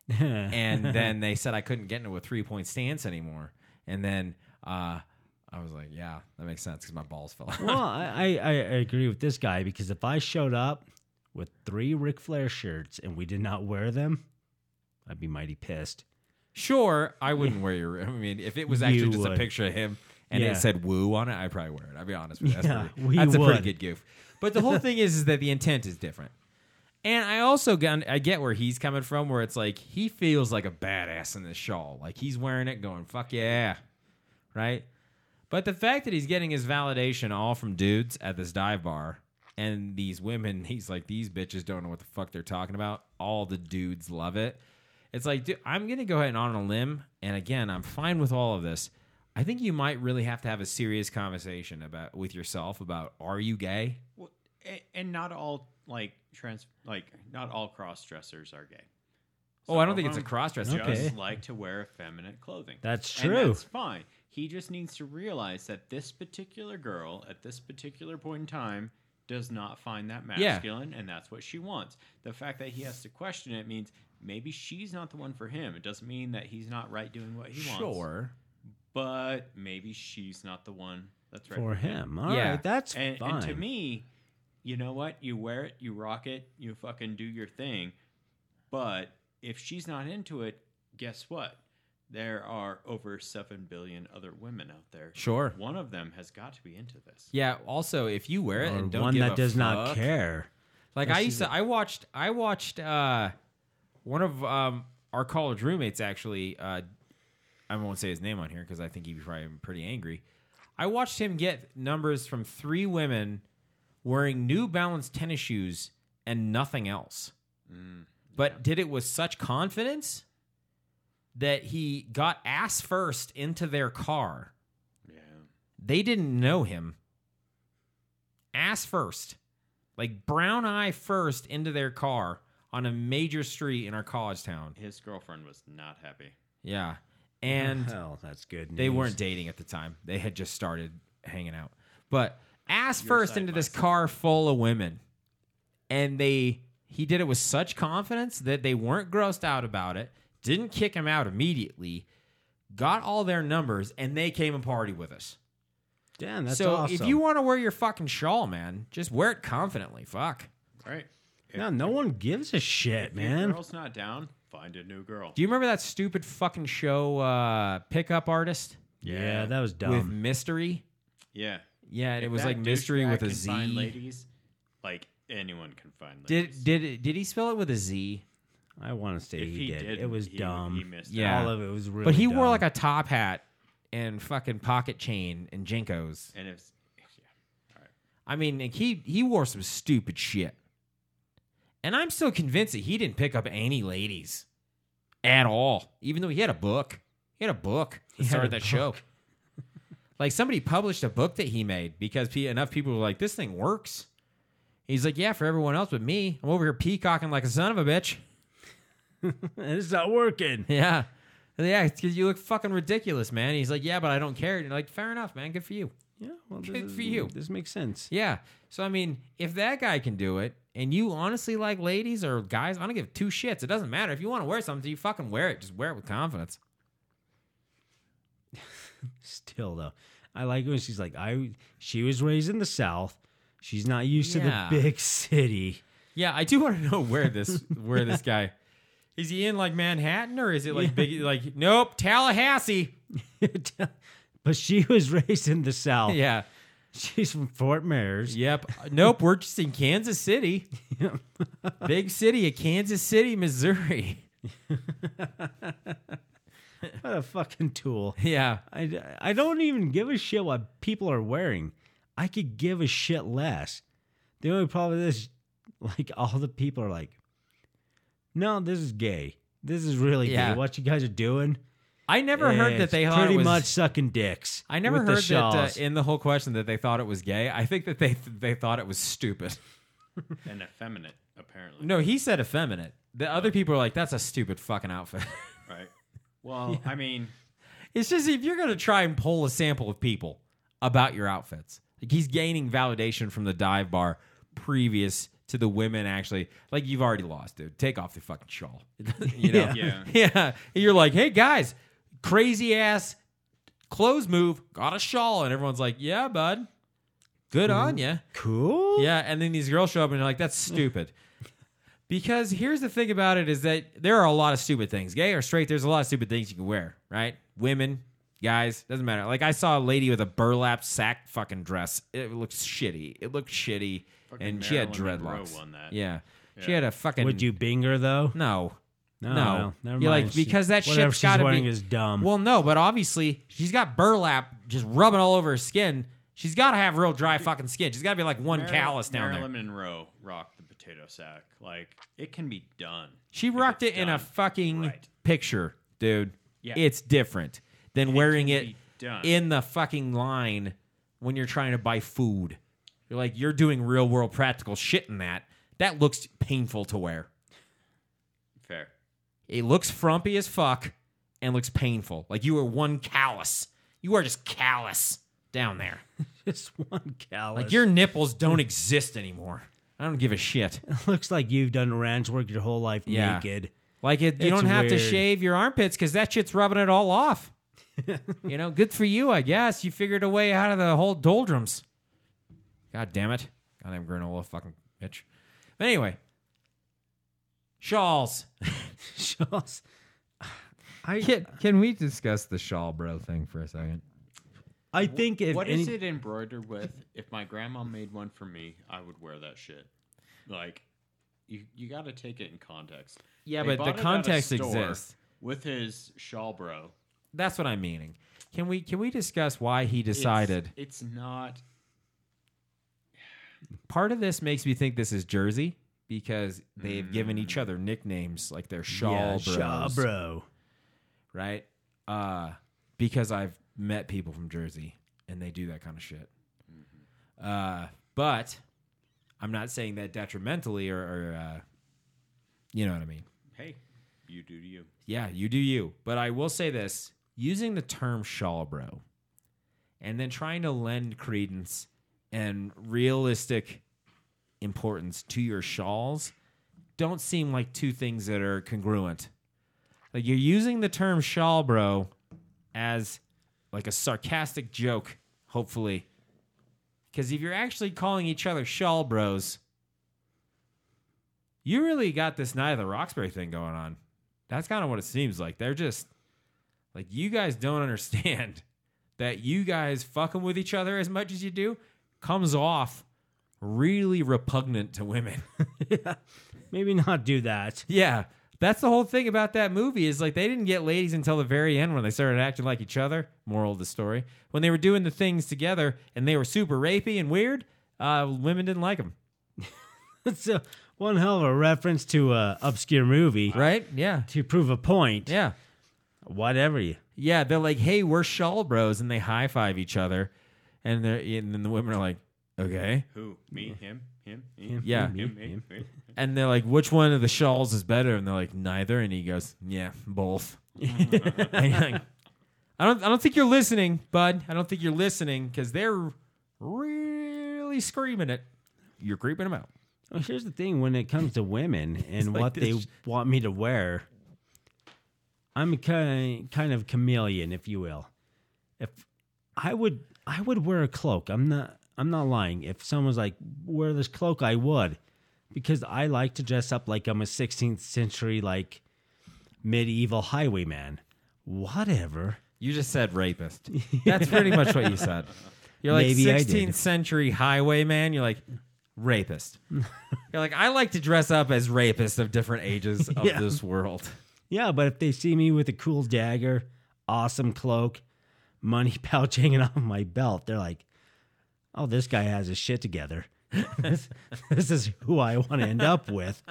[SPEAKER 5] and then they said I couldn't get into a three point stance anymore. And then uh, I was like, yeah, that makes sense because my balls fell out.
[SPEAKER 6] well, I, I, I agree with this guy because if I showed up with three Ric Flair shirts and we did not wear them, I'd be mighty pissed.
[SPEAKER 5] Sure, I wouldn't wear your. I mean, if it was actually
[SPEAKER 6] You
[SPEAKER 5] just a
[SPEAKER 6] would.
[SPEAKER 5] picture of him and
[SPEAKER 6] Yeah.
[SPEAKER 5] it said "woo" on it, I'd probably wear it. I'll be honest with you. That's,
[SPEAKER 6] Yeah,
[SPEAKER 5] pretty-
[SPEAKER 6] we
[SPEAKER 5] that's a pretty
[SPEAKER 6] would.
[SPEAKER 5] good goof. But the whole thing is, is that the intent is different. And I also got, I get where he's coming from, where it's like he feels like a badass in this shawl, like he's wearing it, going "fuck yeah," right? But the fact that he's getting his validation all from dudes at this dive bar and these women, he's like, these bitches don't know what the fuck they're talking about. All the dudes love it. It's like, dude, I'm going to go ahead and on a limb. And again, I'm fine with all of this. I think you might really have to have a serious conversation about with yourself about are you gay?
[SPEAKER 7] Well, a- and not all like trans like not all cross dressers are gay.
[SPEAKER 5] oh, I don't think it's a
[SPEAKER 7] Some of
[SPEAKER 5] cross dresser.
[SPEAKER 7] them
[SPEAKER 6] Okay.
[SPEAKER 7] Just like to wear effeminate clothing.
[SPEAKER 6] That's
[SPEAKER 7] And
[SPEAKER 6] true.
[SPEAKER 7] that's fine. He just needs to realize that this particular girl at this particular point in time does not find that
[SPEAKER 5] Yeah.
[SPEAKER 7] masculine, and that's what she wants. The fact that he has to question it means maybe she's not the one for him. It doesn't mean that he's not right doing what he wants.
[SPEAKER 5] Sure.
[SPEAKER 7] but maybe she's not the one that's right
[SPEAKER 6] For him. all right,
[SPEAKER 5] Yeah.
[SPEAKER 6] that's
[SPEAKER 7] and,
[SPEAKER 6] fine.
[SPEAKER 7] and to me, you know what? You wear it, you rock it, you fucking do your thing. But if she's not into it, guess what? There are over 7 billion other women out there.
[SPEAKER 5] Sure.
[SPEAKER 7] One of them has got to be into this.
[SPEAKER 5] Yeah. Also, if you wear it
[SPEAKER 6] or
[SPEAKER 5] and don't
[SPEAKER 6] one
[SPEAKER 5] give
[SPEAKER 6] that
[SPEAKER 5] a
[SPEAKER 6] does not
[SPEAKER 5] fuck-
[SPEAKER 6] care.
[SPEAKER 5] Like I used to, I watched, I watched uh, one of um, our college roommates actually. Uh, I won't say his name on here because I think he'd be probably pretty angry. I watched him get numbers from three women wearing New Balance tennis shoes and nothing else, but did it with such confidence that he got ass first into their car.
[SPEAKER 7] Yeah.
[SPEAKER 5] They didn't know him. Ass first. Like brown eye first into their car on a major street in our college town.
[SPEAKER 7] His girlfriend was not happy.
[SPEAKER 5] Yeah. And
[SPEAKER 6] Oh, Hell, that's good.
[SPEAKER 5] they
[SPEAKER 6] news.
[SPEAKER 5] weren't dating at the time. They had just started hanging out. But ass
[SPEAKER 7] Your
[SPEAKER 5] first
[SPEAKER 7] side,
[SPEAKER 5] into
[SPEAKER 7] my
[SPEAKER 5] this
[SPEAKER 7] side.
[SPEAKER 5] car full of women. And they he did it with such confidence that they weren't grossed out about it. Didn't kick him out immediately. Got all their numbers and they came and party with us
[SPEAKER 6] Damn, that's
[SPEAKER 5] so
[SPEAKER 6] awesome.
[SPEAKER 5] if you want to wear your fucking shawl, man, just wear it confidently. Fuck.
[SPEAKER 7] All right. If,
[SPEAKER 6] no, no one gives a shit, man.
[SPEAKER 7] If girl's not down, find a new girl.
[SPEAKER 5] Do you remember that stupid fucking show, uh, Pickup Artist
[SPEAKER 6] Yeah, that was
[SPEAKER 5] with
[SPEAKER 6] dumb.
[SPEAKER 5] Mystery?
[SPEAKER 7] yeah.
[SPEAKER 5] Yeah, and it
[SPEAKER 7] If
[SPEAKER 5] was
[SPEAKER 7] that
[SPEAKER 5] like Mystery
[SPEAKER 7] douchebag
[SPEAKER 5] with a
[SPEAKER 7] can find
[SPEAKER 5] Z.
[SPEAKER 7] ladies, like anyone can find ladies.
[SPEAKER 5] Did did it- did he spell it with a Z?
[SPEAKER 6] I want to say
[SPEAKER 7] if
[SPEAKER 6] he, did. It
[SPEAKER 7] didn't,
[SPEAKER 6] was
[SPEAKER 7] he-
[SPEAKER 6] dumb.
[SPEAKER 7] He missed
[SPEAKER 5] Yeah.
[SPEAKER 7] yeah.
[SPEAKER 6] All of it was really.
[SPEAKER 5] but he wore
[SPEAKER 6] dumb.
[SPEAKER 5] like a top hat and fucking pocket chain and jinkos.
[SPEAKER 7] And it's yeah.
[SPEAKER 5] I mean, like, he he wore some stupid shit. And I'm still convinced that he didn't pick up any ladies at all, even though he had a book. He had a book that
[SPEAKER 6] He had
[SPEAKER 5] started
[SPEAKER 6] a
[SPEAKER 5] that show. like somebody published a book that he made because pe- enough people were like, "This thing works." He's like, yeah, for everyone else but me. I'm over here peacocking like a son of a bitch.
[SPEAKER 6] it's not working.
[SPEAKER 5] Yeah. And yeah, it's 'cause you look fucking ridiculous, man. He's like, yeah, but I don't care. And you're like, fair enough, man. Good for you.
[SPEAKER 6] Yeah, well,
[SPEAKER 5] Good
[SPEAKER 6] this-
[SPEAKER 5] for you.
[SPEAKER 6] This makes sense.
[SPEAKER 5] Yeah. So I mean, if that guy can do it, and you honestly like ladies or guys, I don't give two shits. It doesn't matter if you want to wear something, you fucking wear it. Just wear it with confidence.
[SPEAKER 6] Still though, I like when she's like, I. She was raised in the South. She's not used
[SPEAKER 5] Yeah.
[SPEAKER 6] to the big city.
[SPEAKER 5] Yeah, I do want to know where this where this guy is. He in like Manhattan or is it like big? Like nope, Tallahassee.
[SPEAKER 6] but she was raised in the South.
[SPEAKER 5] Yeah.
[SPEAKER 6] She's from Fort Myers.
[SPEAKER 5] Yep. Nope. We're just in Kansas City. Big city of Kansas City, Missouri.
[SPEAKER 6] What a fucking tool.
[SPEAKER 5] Yeah.
[SPEAKER 6] I, I don't even give a shit what people are wearing. I could give a shit less. The only problem is, like, all the people are like, no, this is gay. This is really
[SPEAKER 5] Yeah.
[SPEAKER 6] gay. What you guys are doing?
[SPEAKER 5] I never heard that
[SPEAKER 6] is
[SPEAKER 5] they thought
[SPEAKER 6] pretty
[SPEAKER 5] it was,
[SPEAKER 6] much sucking dicks.
[SPEAKER 5] I never
[SPEAKER 6] with the
[SPEAKER 5] heard that uh,
[SPEAKER 6] shawls.
[SPEAKER 5] in the whole question that they thought it was gay. I think that they they thought it was stupid.
[SPEAKER 7] and effeminate apparently.
[SPEAKER 5] No, he said effeminate. The other people are like, "That's a stupid fucking outfit."
[SPEAKER 7] right? Well, I mean,
[SPEAKER 5] it's just if you're gonna try and pull a sample of people about your outfits, like he's gaining validation from the dive bar previous to the women actually. Like you've already lost, dude. Take off the fucking shawl. you know?
[SPEAKER 7] Yeah.
[SPEAKER 5] yeah. And you're like, hey guys, crazy ass clothes move, got a shawl, and everyone's like, yeah, bud. Good
[SPEAKER 7] Mm-hmm.
[SPEAKER 5] on ya.
[SPEAKER 6] cool.
[SPEAKER 5] Yeah, and then these girls show up and you're like, that's stupid. Because here's the thing about it is that there are a lot of stupid things. Gay or straight, there's a lot of stupid things you can wear, right? Women, guys, doesn't matter. Like I saw a lady with a burlap sack fucking dress. It looked shitty. It looked shitty.
[SPEAKER 7] Fucking
[SPEAKER 5] and she had
[SPEAKER 7] Marilyn Monroe
[SPEAKER 5] dreadlocks.
[SPEAKER 7] won that.
[SPEAKER 5] Yeah. She
[SPEAKER 7] Yeah.
[SPEAKER 5] had a fucking
[SPEAKER 6] Would you bing her though?
[SPEAKER 5] No. no.
[SPEAKER 6] No, never mind.
[SPEAKER 5] You're like,
[SPEAKER 6] She-
[SPEAKER 5] because that
[SPEAKER 6] whatever
[SPEAKER 5] shit's
[SPEAKER 6] she's
[SPEAKER 5] gotta
[SPEAKER 6] wearing
[SPEAKER 5] be-
[SPEAKER 6] is dumb.
[SPEAKER 5] Well, no, but obviously she's got burlap just rubbing all over her skin. She's got to have real dry fucking skin. She's got to be like one
[SPEAKER 7] Maril-
[SPEAKER 5] callus down there.
[SPEAKER 7] Marilyn Monroe rocked the potato sack. Like it can be done.
[SPEAKER 5] She
[SPEAKER 7] If
[SPEAKER 5] rocked it
[SPEAKER 7] it's
[SPEAKER 5] in a
[SPEAKER 7] done
[SPEAKER 5] fucking
[SPEAKER 7] right.
[SPEAKER 5] picture, dude.
[SPEAKER 7] Yeah.
[SPEAKER 5] It's different than wearing
[SPEAKER 7] can
[SPEAKER 5] it
[SPEAKER 7] be done.
[SPEAKER 5] in the fucking line when you're trying to buy food. You're like, you're doing real world practical shit in that. That looks painful to wear.
[SPEAKER 7] Fair.
[SPEAKER 5] It looks frumpy as fuck and looks painful. Like you are one callus. You are just callus down there.
[SPEAKER 6] just one callus.
[SPEAKER 5] Like your nipples don't exist anymore. I don't give a shit.
[SPEAKER 6] looks like you've done ranch work your whole life
[SPEAKER 5] Yeah.
[SPEAKER 6] naked.
[SPEAKER 5] Like it, you
[SPEAKER 6] It's
[SPEAKER 5] don't have to
[SPEAKER 6] weird.
[SPEAKER 5] shave your armpits because that shit's rubbing it all off. you know, good for you, I guess. You figured a way out of the whole doldrums. God damn it, goddamn granola, fucking bitch. But anyway, shawls.
[SPEAKER 6] Shawls. I
[SPEAKER 5] Can, can we discuss the shawl bro thing for a second?
[SPEAKER 6] I think if
[SPEAKER 7] What
[SPEAKER 6] any,
[SPEAKER 7] is it embroidered with? If my grandma made one for me, I would wear that shit. Like, you you got to take it in context.
[SPEAKER 5] Yeah,
[SPEAKER 7] They
[SPEAKER 5] but
[SPEAKER 7] bought
[SPEAKER 5] the
[SPEAKER 7] it at a
[SPEAKER 5] context
[SPEAKER 7] store
[SPEAKER 5] exists.
[SPEAKER 7] With his shawl, bro.
[SPEAKER 5] That's what I'm meaning. Can we can we discuss why he
[SPEAKER 7] It's-
[SPEAKER 5] decided?
[SPEAKER 7] It's, not.
[SPEAKER 5] Part of this makes me think this is Jersey because they've given each other nicknames like they're shawl
[SPEAKER 6] Mm. yeah,
[SPEAKER 5] bros.
[SPEAKER 6] Shaw bro.
[SPEAKER 5] right? Uh, because I've met people from Jersey and they do that kind of shit.
[SPEAKER 6] Mm-hmm.
[SPEAKER 5] Uh, but I'm not saying that detrimentally or, or uh, you know what I mean.
[SPEAKER 7] Hey, you do to you.
[SPEAKER 5] Yeah, you do you. But I will say this using the term shawl bro and then trying to lend credence and realistic importance to your shawls don't seem like two things that are congruent. Like you're using the term shawl bro as like a sarcastic joke, hopefully. Because if you're actually calling each other shawl bros, you really got this Night of the Roxbury thing going on. That's kind of what it seems like. They're just like you guys don't understand that you guys fucking with each other as much as you do comes off really repugnant to women.
[SPEAKER 6] Maybe not do that.
[SPEAKER 5] yeah. That's the whole thing about that movie is like they didn't get ladies until the very end when they started acting like each other. Moral of the story. When they were doing the things together and they were super rapey and weird, uh, women didn't like them.
[SPEAKER 6] That's a, one hell of a reference to a obscure movie
[SPEAKER 5] Right? Yeah.
[SPEAKER 6] to prove a point.
[SPEAKER 5] Yeah.
[SPEAKER 6] Whatever you.
[SPEAKER 5] Yeah, they're like, "Hey, we're shawl bros," and they high five each other, and they're and then the women are like, Okay.
[SPEAKER 7] Who? Me? Him? Him? me,
[SPEAKER 5] Yeah.
[SPEAKER 7] Him? me, me.
[SPEAKER 5] And they're like, which one of the shawls is better? And they're like, neither. And he goes, yeah, both. And you're like, I don't. I don't think you're listening, bud. I don't think you're listening because they're really screaming it. You're creeping them out.
[SPEAKER 6] Well, here's the thing when it comes to women and
[SPEAKER 5] like
[SPEAKER 6] what they
[SPEAKER 5] this.
[SPEAKER 6] want me to wear, I'm kind of, kind of chameleon, if you will. If I would I would wear a cloak. I'm not I'm not lying. If someone's like wear this cloak, I would because I like to dress up like I'm a 16th century like medieval highwayman. Whatever.
[SPEAKER 5] You just said rapist. That's pretty much what you said. You're like
[SPEAKER 6] Maybe I did.
[SPEAKER 5] 16th century highwayman. You're like rapist. You're like I like to dress up as rapists of different ages of
[SPEAKER 6] Yeah.
[SPEAKER 5] this world.
[SPEAKER 6] Yeah, but if they see me with a cool dagger, awesome cloak, money pouch hanging off my belt, they're like, "Oh, this guy has his shit together. this, this is who I want to end up with."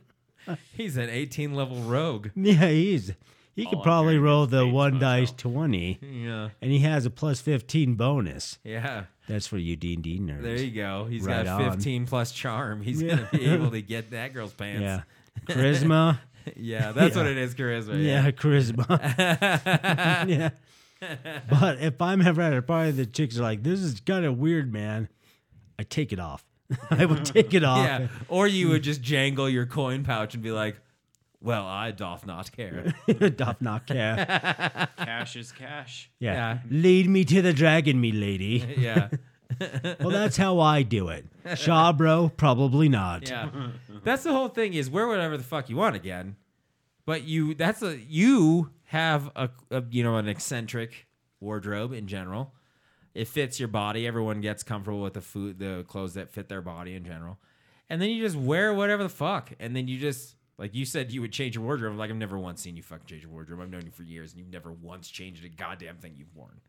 [SPEAKER 5] He's an 18 level rogue.
[SPEAKER 6] Yeah, he's he
[SPEAKER 5] Oh,
[SPEAKER 6] could
[SPEAKER 7] All
[SPEAKER 6] probably
[SPEAKER 7] American
[SPEAKER 6] roll the
[SPEAKER 7] States
[SPEAKER 6] one dice
[SPEAKER 7] myself.
[SPEAKER 6] twenty,
[SPEAKER 5] Yeah.
[SPEAKER 6] and he has a plus fifteen bonus.
[SPEAKER 5] Yeah.
[SPEAKER 6] That's for you, D and D nerds.
[SPEAKER 5] There you go. He's
[SPEAKER 6] Right
[SPEAKER 5] got
[SPEAKER 6] on.
[SPEAKER 5] 15 plus charm. He's gonna be able to get that girl's
[SPEAKER 6] yeah,
[SPEAKER 5] pants.
[SPEAKER 6] charisma.
[SPEAKER 5] Yeah, that's
[SPEAKER 6] Yeah.
[SPEAKER 5] what it is, charisma.
[SPEAKER 6] yeah, charisma.
[SPEAKER 5] Yeah.
[SPEAKER 6] yeah. But if I'm ever at a party, the chicks are like, "This is kind of weird, man." I take it off. I would take it off.
[SPEAKER 5] yeah. Or you would just jangle your coin pouch and be like, "Well, I doth not care."
[SPEAKER 6] Doth not care.
[SPEAKER 7] Cash is cash.
[SPEAKER 6] Yeah.
[SPEAKER 5] Yeah.
[SPEAKER 6] Lead me to the dragon, me lady.
[SPEAKER 5] yeah.
[SPEAKER 6] Well, that's how I do it. Shaw, bro, probably not.
[SPEAKER 5] Yeah. That's the whole thing is wear whatever the fuck you want again. But you that's a you have a, a you know an eccentric wardrobe in general. It fits your body. Everyone gets comfortable with the food the clothes that fit their body in general. And then you just wear whatever the fuck and then you just like you said you would change your wardrobe. Like I've never once seen you fucking change your wardrobe. I've known you for years and you've never once changed a goddamn thing you've worn.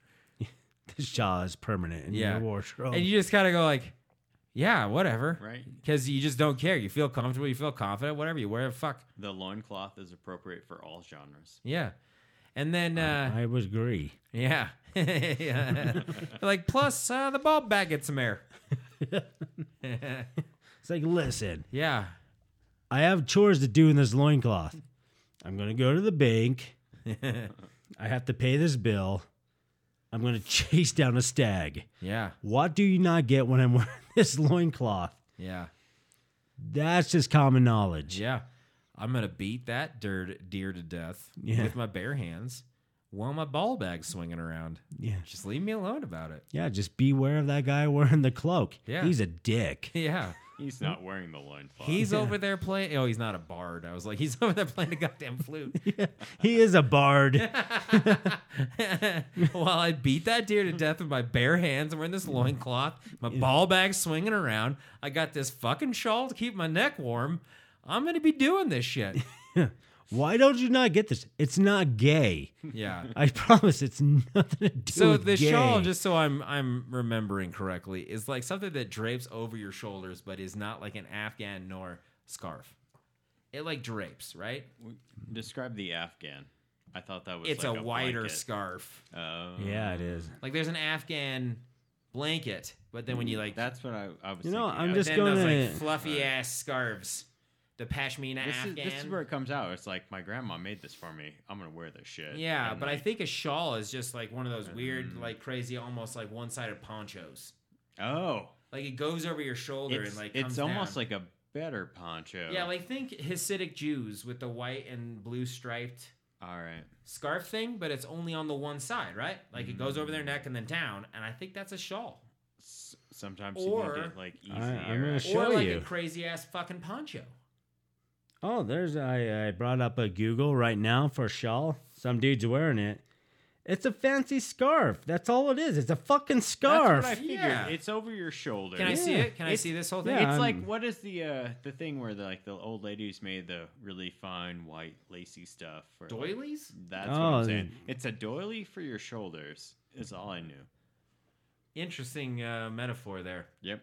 [SPEAKER 6] The Shaw is permanent in
[SPEAKER 5] Yeah.
[SPEAKER 6] your wardrobe.
[SPEAKER 5] And you just kind of go like, yeah, whatever.
[SPEAKER 7] Right.
[SPEAKER 5] Because you just don't care. You feel comfortable. You feel confident. Whatever. You wear a fuck.
[SPEAKER 7] The loincloth is appropriate for all genres.
[SPEAKER 5] Yeah. And then, uh,
[SPEAKER 6] I would agree.
[SPEAKER 5] yeah. yeah. like, plus uh, the ball bag gets some air.
[SPEAKER 6] It's like, listen,
[SPEAKER 5] Yeah.
[SPEAKER 6] I have chores to do in this loincloth. I'm going to go to the bank. I have to pay this bill. I'm going to chase down a stag.
[SPEAKER 5] Yeah.
[SPEAKER 6] What do you not get when I'm wearing this loincloth?
[SPEAKER 5] Yeah.
[SPEAKER 6] That's just common knowledge.
[SPEAKER 5] Yeah. I'm going to beat that deer, deer to death
[SPEAKER 6] Yeah.
[SPEAKER 5] with my bare hands while my ball bag's swinging around.
[SPEAKER 6] Yeah.
[SPEAKER 5] Just leave me alone about it.
[SPEAKER 6] Yeah, just beware of that guy wearing the cloak.
[SPEAKER 5] Yeah.
[SPEAKER 6] He's a dick.
[SPEAKER 5] Yeah.
[SPEAKER 7] He's not wearing the loincloth.
[SPEAKER 5] He's over there playing. Oh, he's not a bard. I was like, he's over there playing a goddamn flute.
[SPEAKER 6] He is a bard.
[SPEAKER 5] While I beat that deer to death with my bare hands, I'm wearing this loincloth, my ball bag swinging around. I got this fucking shawl to keep my neck warm. I'm going to be doing this shit.
[SPEAKER 6] Why don't you not get this? It's not gay.
[SPEAKER 5] Yeah.
[SPEAKER 6] I promise it's nothing to do
[SPEAKER 5] So
[SPEAKER 6] with
[SPEAKER 5] the
[SPEAKER 6] gay.
[SPEAKER 5] shawl, just so I'm I'm remembering correctly, is like something that drapes over your shoulders, but is not like an Afghan nor scarf. It like drapes, right?
[SPEAKER 7] Describe the Afghan. I thought that was
[SPEAKER 5] It's
[SPEAKER 7] like
[SPEAKER 5] a, wider
[SPEAKER 7] blanket.
[SPEAKER 5] scarf.
[SPEAKER 7] Oh.
[SPEAKER 6] Yeah, it is.
[SPEAKER 5] Like there's an Afghan blanket, but then when you like
[SPEAKER 7] That's what I, I was
[SPEAKER 6] You know,
[SPEAKER 7] thinking.
[SPEAKER 6] I'm
[SPEAKER 7] I-
[SPEAKER 6] just
[SPEAKER 5] then
[SPEAKER 6] going
[SPEAKER 5] those
[SPEAKER 6] to.
[SPEAKER 5] like fluffy ass scarves, the pashmina
[SPEAKER 7] This is,
[SPEAKER 5] Afghan.
[SPEAKER 7] this is where it comes out. It's like my grandma made this for me. I'm gonna wear this shit.
[SPEAKER 5] yeah,
[SPEAKER 7] And,
[SPEAKER 5] but I
[SPEAKER 7] like,
[SPEAKER 5] think a shawl is just like one of
[SPEAKER 7] Mm.
[SPEAKER 5] those weird, like crazy, almost like one-sided ponchos.
[SPEAKER 7] oh,
[SPEAKER 5] Like it goes over your shoulder
[SPEAKER 7] it's,
[SPEAKER 5] and like
[SPEAKER 7] it's
[SPEAKER 5] comes
[SPEAKER 7] almost
[SPEAKER 5] down.
[SPEAKER 7] like a better poncho.
[SPEAKER 5] yeah, like think Hasidic Jews with the white and blue striped
[SPEAKER 7] all right,
[SPEAKER 5] scarf thing, but it's only on the one side, right? Like it goes over
[SPEAKER 7] Mm.
[SPEAKER 5] their neck and then down, and I think that's a shawl
[SPEAKER 7] S- sometimes
[SPEAKER 5] Or-
[SPEAKER 7] you need it like easier.
[SPEAKER 6] I'm gonna sh-
[SPEAKER 5] or
[SPEAKER 6] Show
[SPEAKER 5] like a
[SPEAKER 6] you.
[SPEAKER 5] crazy ass fucking poncho.
[SPEAKER 6] Oh, there's. I, I brought up a Google right now for shawl. Some dude's wearing it. It's a fancy scarf. That's all it is. It's a fucking scarf.
[SPEAKER 7] That's what I figured.
[SPEAKER 5] Yeah.
[SPEAKER 7] It's over your shoulder.
[SPEAKER 5] Can I see
[SPEAKER 6] Yeah.
[SPEAKER 5] it? Can I
[SPEAKER 7] It's-
[SPEAKER 5] see this whole thing?
[SPEAKER 6] yeah,
[SPEAKER 7] it's
[SPEAKER 6] I'm-
[SPEAKER 7] like what is the uh the thing where the, like the old ladies made the really fine white lacy stuff for like,
[SPEAKER 5] doilies.
[SPEAKER 7] That's what
[SPEAKER 6] Oh,
[SPEAKER 7] I'm saying. It's a doily for your shoulders. Is all I knew.
[SPEAKER 5] Interesting uh, metaphor there.
[SPEAKER 7] Yep.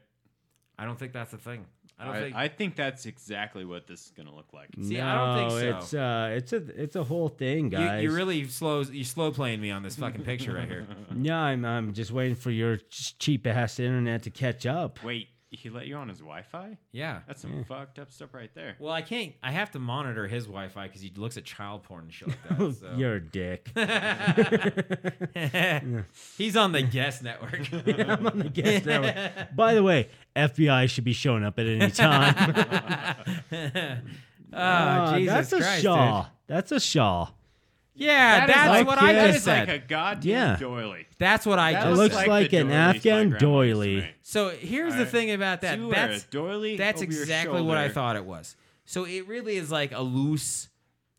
[SPEAKER 5] I don't think that's a thing. I I don't
[SPEAKER 7] I,
[SPEAKER 5] think.
[SPEAKER 7] I think that's exactly what this is going to look like.
[SPEAKER 5] See, I don't think so.
[SPEAKER 6] No, It's uh, it's a it's a whole thing, guys.
[SPEAKER 5] you, you really slow you slow playing me on this fucking picture right here.
[SPEAKER 6] Yeah, I'm I'm just waiting for your ch- cheap ass internet to catch up.
[SPEAKER 7] Wait, he let you on his Wi-Fi?
[SPEAKER 5] Yeah.
[SPEAKER 7] That's some fucked up stuff right there.
[SPEAKER 5] Well, I can't. I have to monitor his Wi-Fi because he looks at child porn and shit like that. So.
[SPEAKER 6] You're a dick.
[SPEAKER 5] He's on the guest network.
[SPEAKER 6] I'm on the guest network. By the way, FBI should be showing up at any time.
[SPEAKER 5] oh,
[SPEAKER 6] Ah,
[SPEAKER 5] Jesus
[SPEAKER 6] that's a
[SPEAKER 5] Christ, dude.
[SPEAKER 6] shawl. That's a shawl.
[SPEAKER 5] Yeah,
[SPEAKER 7] That is
[SPEAKER 5] that's
[SPEAKER 6] like-
[SPEAKER 5] what I
[SPEAKER 6] that
[SPEAKER 5] just
[SPEAKER 7] It's like
[SPEAKER 5] said.
[SPEAKER 7] a goddamn
[SPEAKER 6] Yeah.
[SPEAKER 7] doily.
[SPEAKER 5] that's what I
[SPEAKER 7] That
[SPEAKER 5] just.
[SPEAKER 6] It looks
[SPEAKER 7] looks
[SPEAKER 5] said.
[SPEAKER 6] like,
[SPEAKER 7] the
[SPEAKER 6] an
[SPEAKER 7] doilies my
[SPEAKER 6] Afghan
[SPEAKER 7] grandma used to
[SPEAKER 6] doily.
[SPEAKER 7] make.
[SPEAKER 5] So here's the
[SPEAKER 7] Alright.
[SPEAKER 5] thing about that.
[SPEAKER 7] You wear a
[SPEAKER 5] that's
[SPEAKER 7] doily
[SPEAKER 5] that's
[SPEAKER 7] over your
[SPEAKER 5] exactly what I
[SPEAKER 7] shoulder.
[SPEAKER 5] thought it was. So it really is like a loose,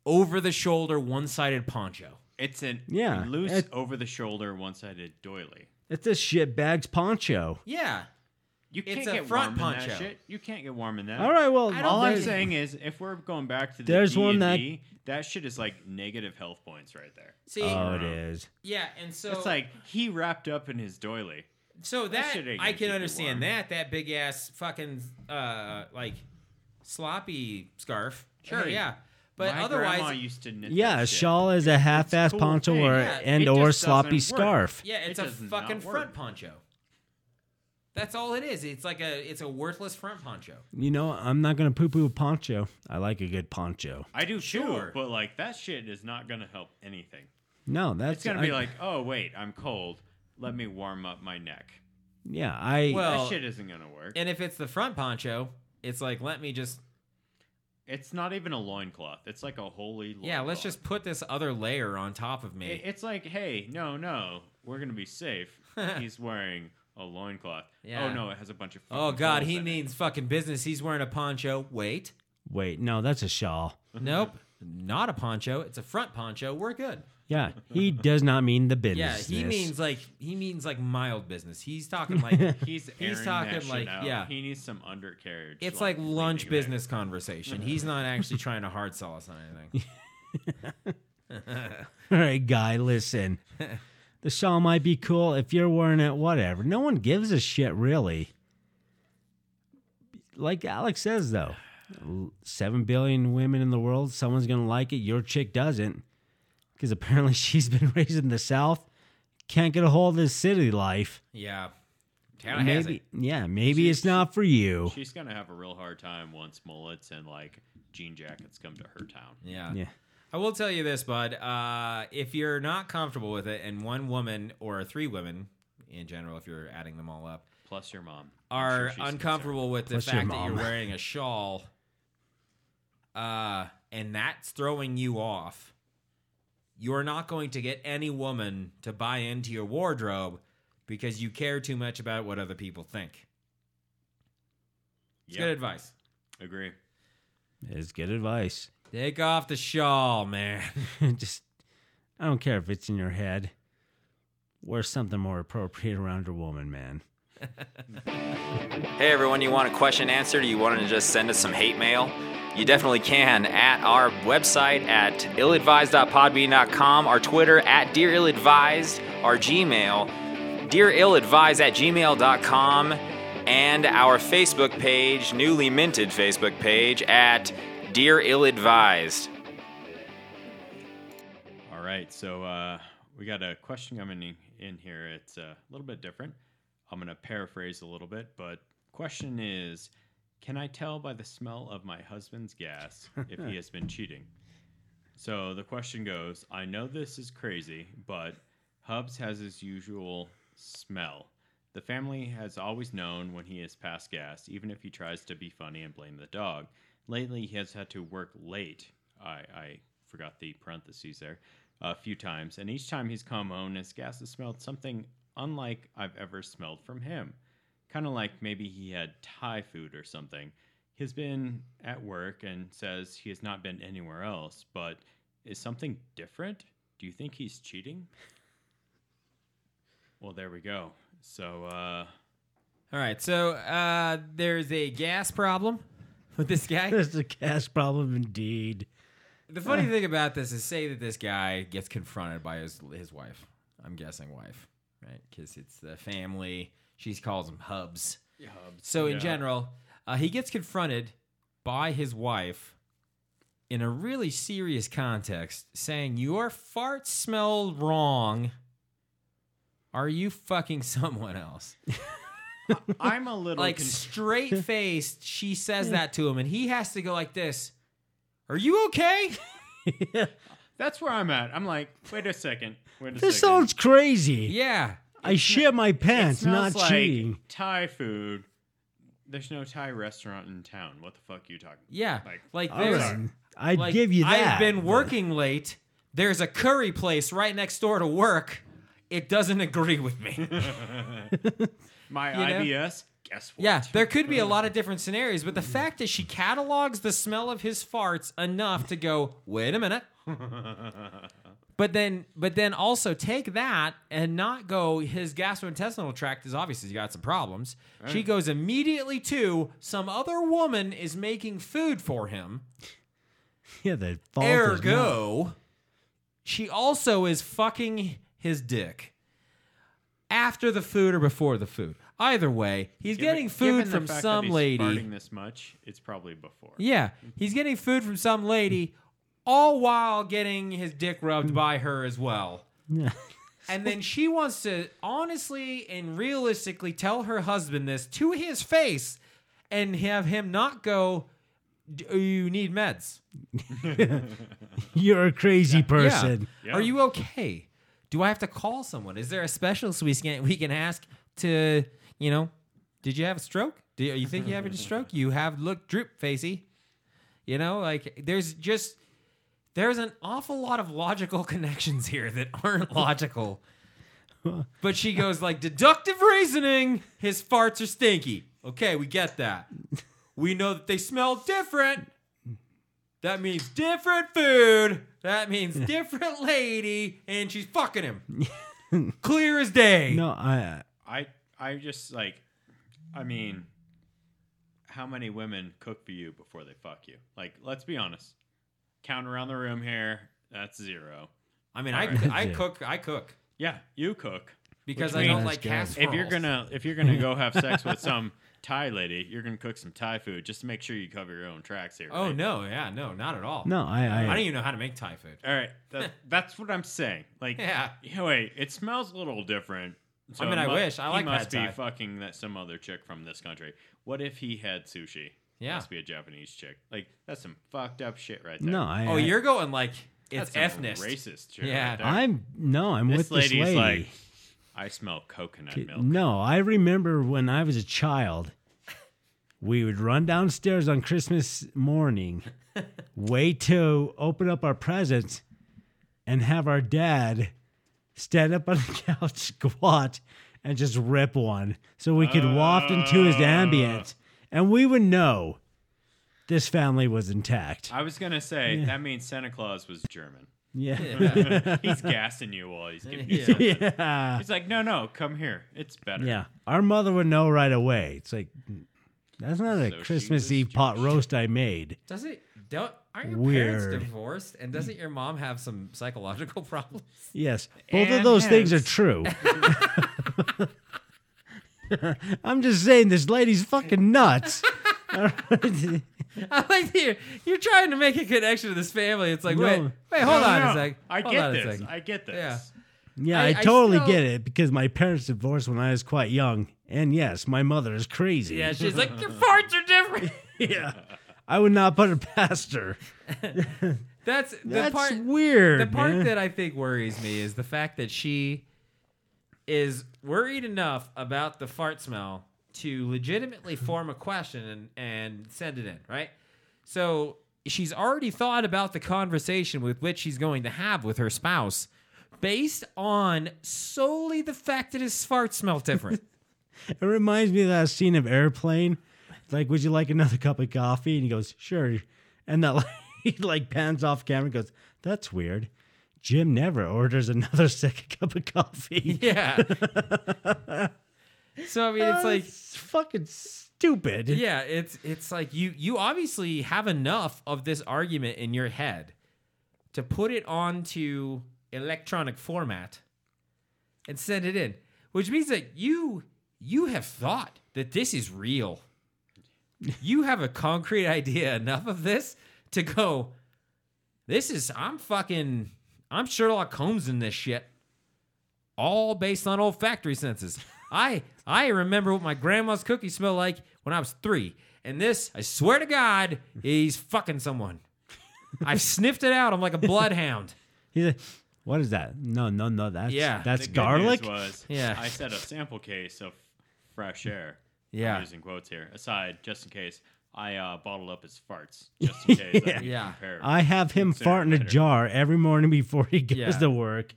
[SPEAKER 5] over the shoulder, one sided poncho.
[SPEAKER 7] It's an
[SPEAKER 6] Yeah,
[SPEAKER 7] loose,
[SPEAKER 6] it-
[SPEAKER 7] over-the-shoulder, one-sided doily.
[SPEAKER 6] It's a shit bags poncho.
[SPEAKER 5] Yeah.
[SPEAKER 7] You can't
[SPEAKER 5] It's a
[SPEAKER 7] get
[SPEAKER 5] front
[SPEAKER 7] warm in that
[SPEAKER 5] poncho.
[SPEAKER 7] shit. You can't get warm in that.
[SPEAKER 6] All right, well,
[SPEAKER 5] I don't
[SPEAKER 7] All I'm
[SPEAKER 5] think-
[SPEAKER 7] saying is, if we're going back to the
[SPEAKER 6] There's
[SPEAKER 7] There's
[SPEAKER 6] one
[SPEAKER 7] one
[SPEAKER 6] that-
[SPEAKER 7] that that shit is like negative health points right there.
[SPEAKER 5] See.
[SPEAKER 6] Oh, it is.
[SPEAKER 5] yeah, and so
[SPEAKER 7] Uh, it's like he wrapped up in his doily.
[SPEAKER 5] So that,
[SPEAKER 7] shit ain't
[SPEAKER 5] I
[SPEAKER 7] gonna keep
[SPEAKER 3] you
[SPEAKER 5] can understand
[SPEAKER 3] warm.
[SPEAKER 5] that that big ass fucking uh like sloppy scarf. Sure,
[SPEAKER 7] Hey,
[SPEAKER 5] yeah. But
[SPEAKER 7] My grandma
[SPEAKER 5] otherwise,
[SPEAKER 7] used to knit.
[SPEAKER 6] Yeah,
[SPEAKER 7] that
[SPEAKER 6] a
[SPEAKER 7] shit.
[SPEAKER 6] shawl is a half-ass
[SPEAKER 7] cool
[SPEAKER 6] poncho
[SPEAKER 7] thing.
[SPEAKER 6] or
[SPEAKER 5] Yeah,
[SPEAKER 6] and
[SPEAKER 7] it
[SPEAKER 6] or
[SPEAKER 7] just doesn't
[SPEAKER 6] sloppy
[SPEAKER 7] work.
[SPEAKER 6] scarf.
[SPEAKER 5] yeah, it's
[SPEAKER 7] it
[SPEAKER 5] a
[SPEAKER 7] does not
[SPEAKER 5] fucking
[SPEAKER 7] work.
[SPEAKER 5] front poncho. That's all it is. It's like a it's a worthless front poncho.
[SPEAKER 6] You know, I'm not gonna poo-poo a poncho. I like a good poncho.
[SPEAKER 7] I do
[SPEAKER 5] Sure.
[SPEAKER 7] too, but like that shit is not gonna help anything.
[SPEAKER 6] No, that's
[SPEAKER 7] It's gonna be
[SPEAKER 6] I-
[SPEAKER 7] like, oh wait, I'm cold. Let me warm up my neck.
[SPEAKER 6] yeah, I
[SPEAKER 5] Well,
[SPEAKER 7] that shit isn't gonna work.
[SPEAKER 5] and if it's the front poncho, it's like let me just
[SPEAKER 7] It's not even a loincloth. It's like a holy.
[SPEAKER 5] yeah, let's
[SPEAKER 7] loincloth.
[SPEAKER 5] just put this other layer on top of me.
[SPEAKER 7] It- It's like, hey, no, no, we're gonna be safe. He's wearing a loincloth.
[SPEAKER 5] Yeah.
[SPEAKER 7] Oh no, it has a bunch of.
[SPEAKER 5] oh
[SPEAKER 7] fucking
[SPEAKER 5] God,
[SPEAKER 7] holes
[SPEAKER 5] he
[SPEAKER 7] in it.
[SPEAKER 5] means fucking business. He's wearing a poncho. Wait,
[SPEAKER 6] wait, no, that's a shawl.
[SPEAKER 5] nope, not a poncho. It's a front poncho. We're good.
[SPEAKER 6] Yeah, he does not mean the
[SPEAKER 5] Yeah,
[SPEAKER 6] business.
[SPEAKER 5] he means like he means like mild business. He's talking like
[SPEAKER 7] He's
[SPEAKER 5] He's
[SPEAKER 7] airing
[SPEAKER 5] talking
[SPEAKER 7] that shit
[SPEAKER 5] like-
[SPEAKER 7] out.
[SPEAKER 5] yeah.
[SPEAKER 7] He needs some undercarriage.
[SPEAKER 5] it's like lunch
[SPEAKER 7] leading there.
[SPEAKER 5] business conversation. He's not actually trying to hard sell us on anything.
[SPEAKER 6] All right, guy, listen. The shawl might be cool if you're wearing it, whatever. No one gives a shit, really. Like Alex says, though, 7 billion women in the world, someone's going to like it. Your chick doesn't. Because apparently she's been raised in the South, can't get a hold of this city life.
[SPEAKER 5] Yeah,
[SPEAKER 6] And
[SPEAKER 5] kind of has
[SPEAKER 6] Maybe,
[SPEAKER 5] it.
[SPEAKER 6] yeah, maybe
[SPEAKER 7] She-
[SPEAKER 6] it's not for you.
[SPEAKER 7] She's gonna have a real hard time once mullets and like jean jackets come to her town.
[SPEAKER 5] Yeah.
[SPEAKER 6] Yeah.
[SPEAKER 5] I will tell you this, bud. Uh, if you're not comfortable with it, and one woman or three women in general, if you're adding them all up,
[SPEAKER 7] Plus your mom I'm
[SPEAKER 5] are
[SPEAKER 7] sure she's
[SPEAKER 5] uncomfortable with the
[SPEAKER 6] Plus your
[SPEAKER 5] fact that
[SPEAKER 6] mom.
[SPEAKER 5] you're wearing a shawl, uh, and that's throwing you off, you're not going to get any woman to buy into your wardrobe because you care too much about what other people think. It's
[SPEAKER 7] concerned.
[SPEAKER 5] good
[SPEAKER 7] Yep,
[SPEAKER 5] advice.
[SPEAKER 7] agree.
[SPEAKER 6] It's good advice.
[SPEAKER 5] Take off the shawl, man.
[SPEAKER 6] Just, I don't care if it's in your head. Wear something more appropriate around your woman, man.
[SPEAKER 3] Hey everyone, you want a question answered? You want to just send us some hate mail? You definitely can at our website at illadvised.podbean.com, our Twitter at dearilladvised, our Gmail dearilladvised at gmail.com, and our Facebook page, newly minted Facebook page at Dear Ill Advised.
[SPEAKER 7] All right, so uh, we got a question coming in, in here. It's uh, a little bit different. I'm gonna paraphrase a little bit, but question is, can I tell by the smell of my husband's gas if he has been cheating? So the question goes, I know this is crazy, but Hubs has his usual smell. The family has always known when he is past gas, even if he tries to be funny and blame the dog. Lately, he has had to work late. I, I forgot the parentheses there a few times, and each time he's come home, his gas has smelled something unlike I've ever smelled from him. Kind of like maybe he had Thai food or something. He's been at work and says he has not been anywhere else, but is something different? Do you think he's cheating? Well, there we go. So, uh,
[SPEAKER 5] All right, so uh, there's a gas problem with this guy.
[SPEAKER 6] That's a gas problem indeed.
[SPEAKER 5] The funny thing about this is, say that this guy gets confronted by his his wife. I'm guessing wife, right? Because it's the family. She calls him hubs. So in
[SPEAKER 7] Yeah.
[SPEAKER 5] general, Uh, he gets confronted by his wife in a really serious context, saying, Your farts smell wrong. Are you fucking someone else?
[SPEAKER 7] I'm a little
[SPEAKER 5] Like
[SPEAKER 7] con-
[SPEAKER 5] straight faced, she says that to him, and he has to go like this. Are you okay?
[SPEAKER 7] That's where I'm at. I'm like, wait a second. Wait a
[SPEAKER 6] This
[SPEAKER 7] second.
[SPEAKER 6] sounds crazy.
[SPEAKER 5] yeah.
[SPEAKER 6] I shit my pants, not
[SPEAKER 7] smells like
[SPEAKER 6] cheating.
[SPEAKER 7] Thai food. There's no Thai restaurant in town. What the fuck you talking?
[SPEAKER 5] Yeah.
[SPEAKER 7] Like-
[SPEAKER 5] Like,
[SPEAKER 6] All
[SPEAKER 5] there's
[SPEAKER 6] right. I'd
[SPEAKER 5] like,
[SPEAKER 6] give you that.
[SPEAKER 5] I've been working late. There's a curry place right next door to work. It doesn't agree with me.
[SPEAKER 7] My
[SPEAKER 5] know?
[SPEAKER 7] IBS. Guess what?
[SPEAKER 5] Yeah, there could be a lot of different scenarios, but the fact that she catalogs the smell of his farts enough to go, wait a minute. But then, but then also take that and not go. His gastrointestinal tract is obviously he's got some problems. She goes immediately to some other woman is making food for him.
[SPEAKER 6] Yeah, the fault is mine.
[SPEAKER 5] Ergo, she also is fucking his dick after the food or before the food. Either way, he's
[SPEAKER 7] Given-
[SPEAKER 5] getting
[SPEAKER 7] given
[SPEAKER 5] food
[SPEAKER 7] the
[SPEAKER 5] from
[SPEAKER 7] fact that
[SPEAKER 5] some
[SPEAKER 7] he's
[SPEAKER 5] lady.
[SPEAKER 7] farting This much, it's probably before.
[SPEAKER 5] Yeah, he's getting food from some lady, all while getting his dick rubbed by her as well. And then she wants to honestly and realistically tell her husband this to his face and have him not go, Do you need meds?
[SPEAKER 6] You're a crazy person.
[SPEAKER 7] Yeah.
[SPEAKER 5] Are you okay? Do I have to call someone? Is there a specialist we can we can ask to you know? Did you have a stroke? Do you think you have a stroke? You have look droop facey. You know, like there's just there's an awful lot of logical connections here that aren't logical. but she goes like deductive reasoning. His farts are stinky. Okay, we get that. We know that they smell different. That means different food. That means different lady, and she's fucking him. Clear as day.
[SPEAKER 6] No, I
[SPEAKER 7] I I just like, I mean, how many women cook for you before they fuck you? Like, let's be honest. Count around the room here. That's zero.
[SPEAKER 5] I mean, I, I cook, I cook
[SPEAKER 7] Yeah, you cook.
[SPEAKER 5] because
[SPEAKER 7] Which
[SPEAKER 5] I don't
[SPEAKER 7] means-
[SPEAKER 5] like casseroles.
[SPEAKER 7] If you're gonna if you're gonna go have sex with some Thai lady, you're gonna cook some Thai food. Just to make sure you cover your own tracks here.
[SPEAKER 5] oh
[SPEAKER 7] right?
[SPEAKER 5] no, yeah, no, not at all.
[SPEAKER 6] no, I
[SPEAKER 5] I
[SPEAKER 6] I,
[SPEAKER 5] don't even know how to make Thai food.
[SPEAKER 7] All right, that, that's what I'm saying. Like,
[SPEAKER 5] Yeah.
[SPEAKER 7] wait, it smells a little different. So
[SPEAKER 5] mean, I
[SPEAKER 7] mu-
[SPEAKER 5] wish. I
[SPEAKER 7] he
[SPEAKER 5] like pad
[SPEAKER 7] must be
[SPEAKER 5] thai.
[SPEAKER 7] fucking that some other chick from this country. What if he had sushi?
[SPEAKER 5] Yeah.
[SPEAKER 7] must be a Japanese chick. Like, that's some fucked up shit right there.
[SPEAKER 6] no, I
[SPEAKER 5] Oh, you're going like it's
[SPEAKER 7] that's some
[SPEAKER 5] ethnic.
[SPEAKER 7] racist. Shit
[SPEAKER 5] Yeah.
[SPEAKER 7] right there.
[SPEAKER 6] I'm no, I'm with
[SPEAKER 7] This
[SPEAKER 6] this
[SPEAKER 7] lady's
[SPEAKER 6] lady.
[SPEAKER 7] like, I smell coconut
[SPEAKER 6] It-
[SPEAKER 7] milk.
[SPEAKER 6] No, I remember when I was a child, we would run downstairs on Christmas morning, wait to open up our presents, and have our dad stand up on the couch, squat, and just rip one so we could waft into
[SPEAKER 7] Uh.
[SPEAKER 6] his ambience. And we would know this family was intact.
[SPEAKER 7] I was gonna say that means Santa Claus was German.
[SPEAKER 6] Yeah.
[SPEAKER 7] he's gassing you while he's giving you.
[SPEAKER 5] Yeah.
[SPEAKER 7] something.
[SPEAKER 6] yeah.
[SPEAKER 7] He's like, no, no, come here. It's better.
[SPEAKER 6] Yeah. Our mother would know right away. It's like, that's not a
[SPEAKER 7] So she
[SPEAKER 6] Christmas
[SPEAKER 7] was
[SPEAKER 6] Eve pot
[SPEAKER 7] Jewish.
[SPEAKER 6] roast I made.
[SPEAKER 5] Does it? Don't aren't your
[SPEAKER 6] Weird.
[SPEAKER 5] parents divorced? And doesn't your mom have some psychological problems?
[SPEAKER 6] Yes, both of
[SPEAKER 7] And
[SPEAKER 6] those things are
[SPEAKER 7] hence.
[SPEAKER 6] true. I'm just saying, this lady's fucking nuts.
[SPEAKER 5] I like that you're, you're trying to make a connection to this family. It's like wait,
[SPEAKER 6] No.
[SPEAKER 5] wait, hold
[SPEAKER 7] No,
[SPEAKER 5] on
[SPEAKER 7] no,
[SPEAKER 5] a sec.
[SPEAKER 7] I
[SPEAKER 5] Hold
[SPEAKER 7] get
[SPEAKER 5] on a
[SPEAKER 7] this.
[SPEAKER 5] sec.
[SPEAKER 7] I get this.
[SPEAKER 5] Yeah.
[SPEAKER 6] Yeah,
[SPEAKER 5] I-
[SPEAKER 6] I,
[SPEAKER 5] I
[SPEAKER 6] totally
[SPEAKER 5] still-
[SPEAKER 6] get it because my parents divorced when I was quite young, and yes, my mother is crazy.
[SPEAKER 5] yeah, she's like your farts are different.
[SPEAKER 6] Yeah. I would not put it past her.
[SPEAKER 5] That's the
[SPEAKER 6] That's
[SPEAKER 5] part.
[SPEAKER 6] weird.
[SPEAKER 5] The part
[SPEAKER 6] man.
[SPEAKER 5] that I think worries me is the fact that she is worried enough about the fart smell to legitimately form a question and, and send it in, right? So she's already thought about the conversation with which she's going to have with her spouse based on solely the fact that his fart smell different.
[SPEAKER 6] it reminds me of that scene of Airplane. It's like, would you like another cup of coffee? And he goes, sure. And that like, he like pans off camera and goes, that's weird. Jim never orders another second cup of coffee.
[SPEAKER 5] yeah. so I mean it's like
[SPEAKER 6] That's fucking stupid.
[SPEAKER 5] yeah it's it's like you you obviously have enough of this argument in your head to put it onto electronic format and send it in which means that you you have thought that this is real you have a concrete idea enough of this to go, this is, I'm fucking, I'm Sherlock Holmes in this shit. All based on olfactory senses. I I remember what my grandma's cookies smelled like when I was three. And this, I swear to God, he's fucking someone. I've sniffed it out. I'm like a bloodhound.
[SPEAKER 6] He's like, what is that? No, no, no. That's
[SPEAKER 5] Yeah.
[SPEAKER 6] that's
[SPEAKER 7] The good
[SPEAKER 6] garlic.
[SPEAKER 7] news was
[SPEAKER 5] Yeah.
[SPEAKER 7] I set a sample case of fresh air.
[SPEAKER 5] Yeah.
[SPEAKER 7] I'm using quotes here. Aside, just in case, I uh, bottled up his farts. Just in case. I
[SPEAKER 5] Yeah.
[SPEAKER 6] I have him
[SPEAKER 7] Sooner or
[SPEAKER 6] fart in a
[SPEAKER 7] later.
[SPEAKER 6] jar every morning before he goes
[SPEAKER 5] Yeah.
[SPEAKER 6] to work.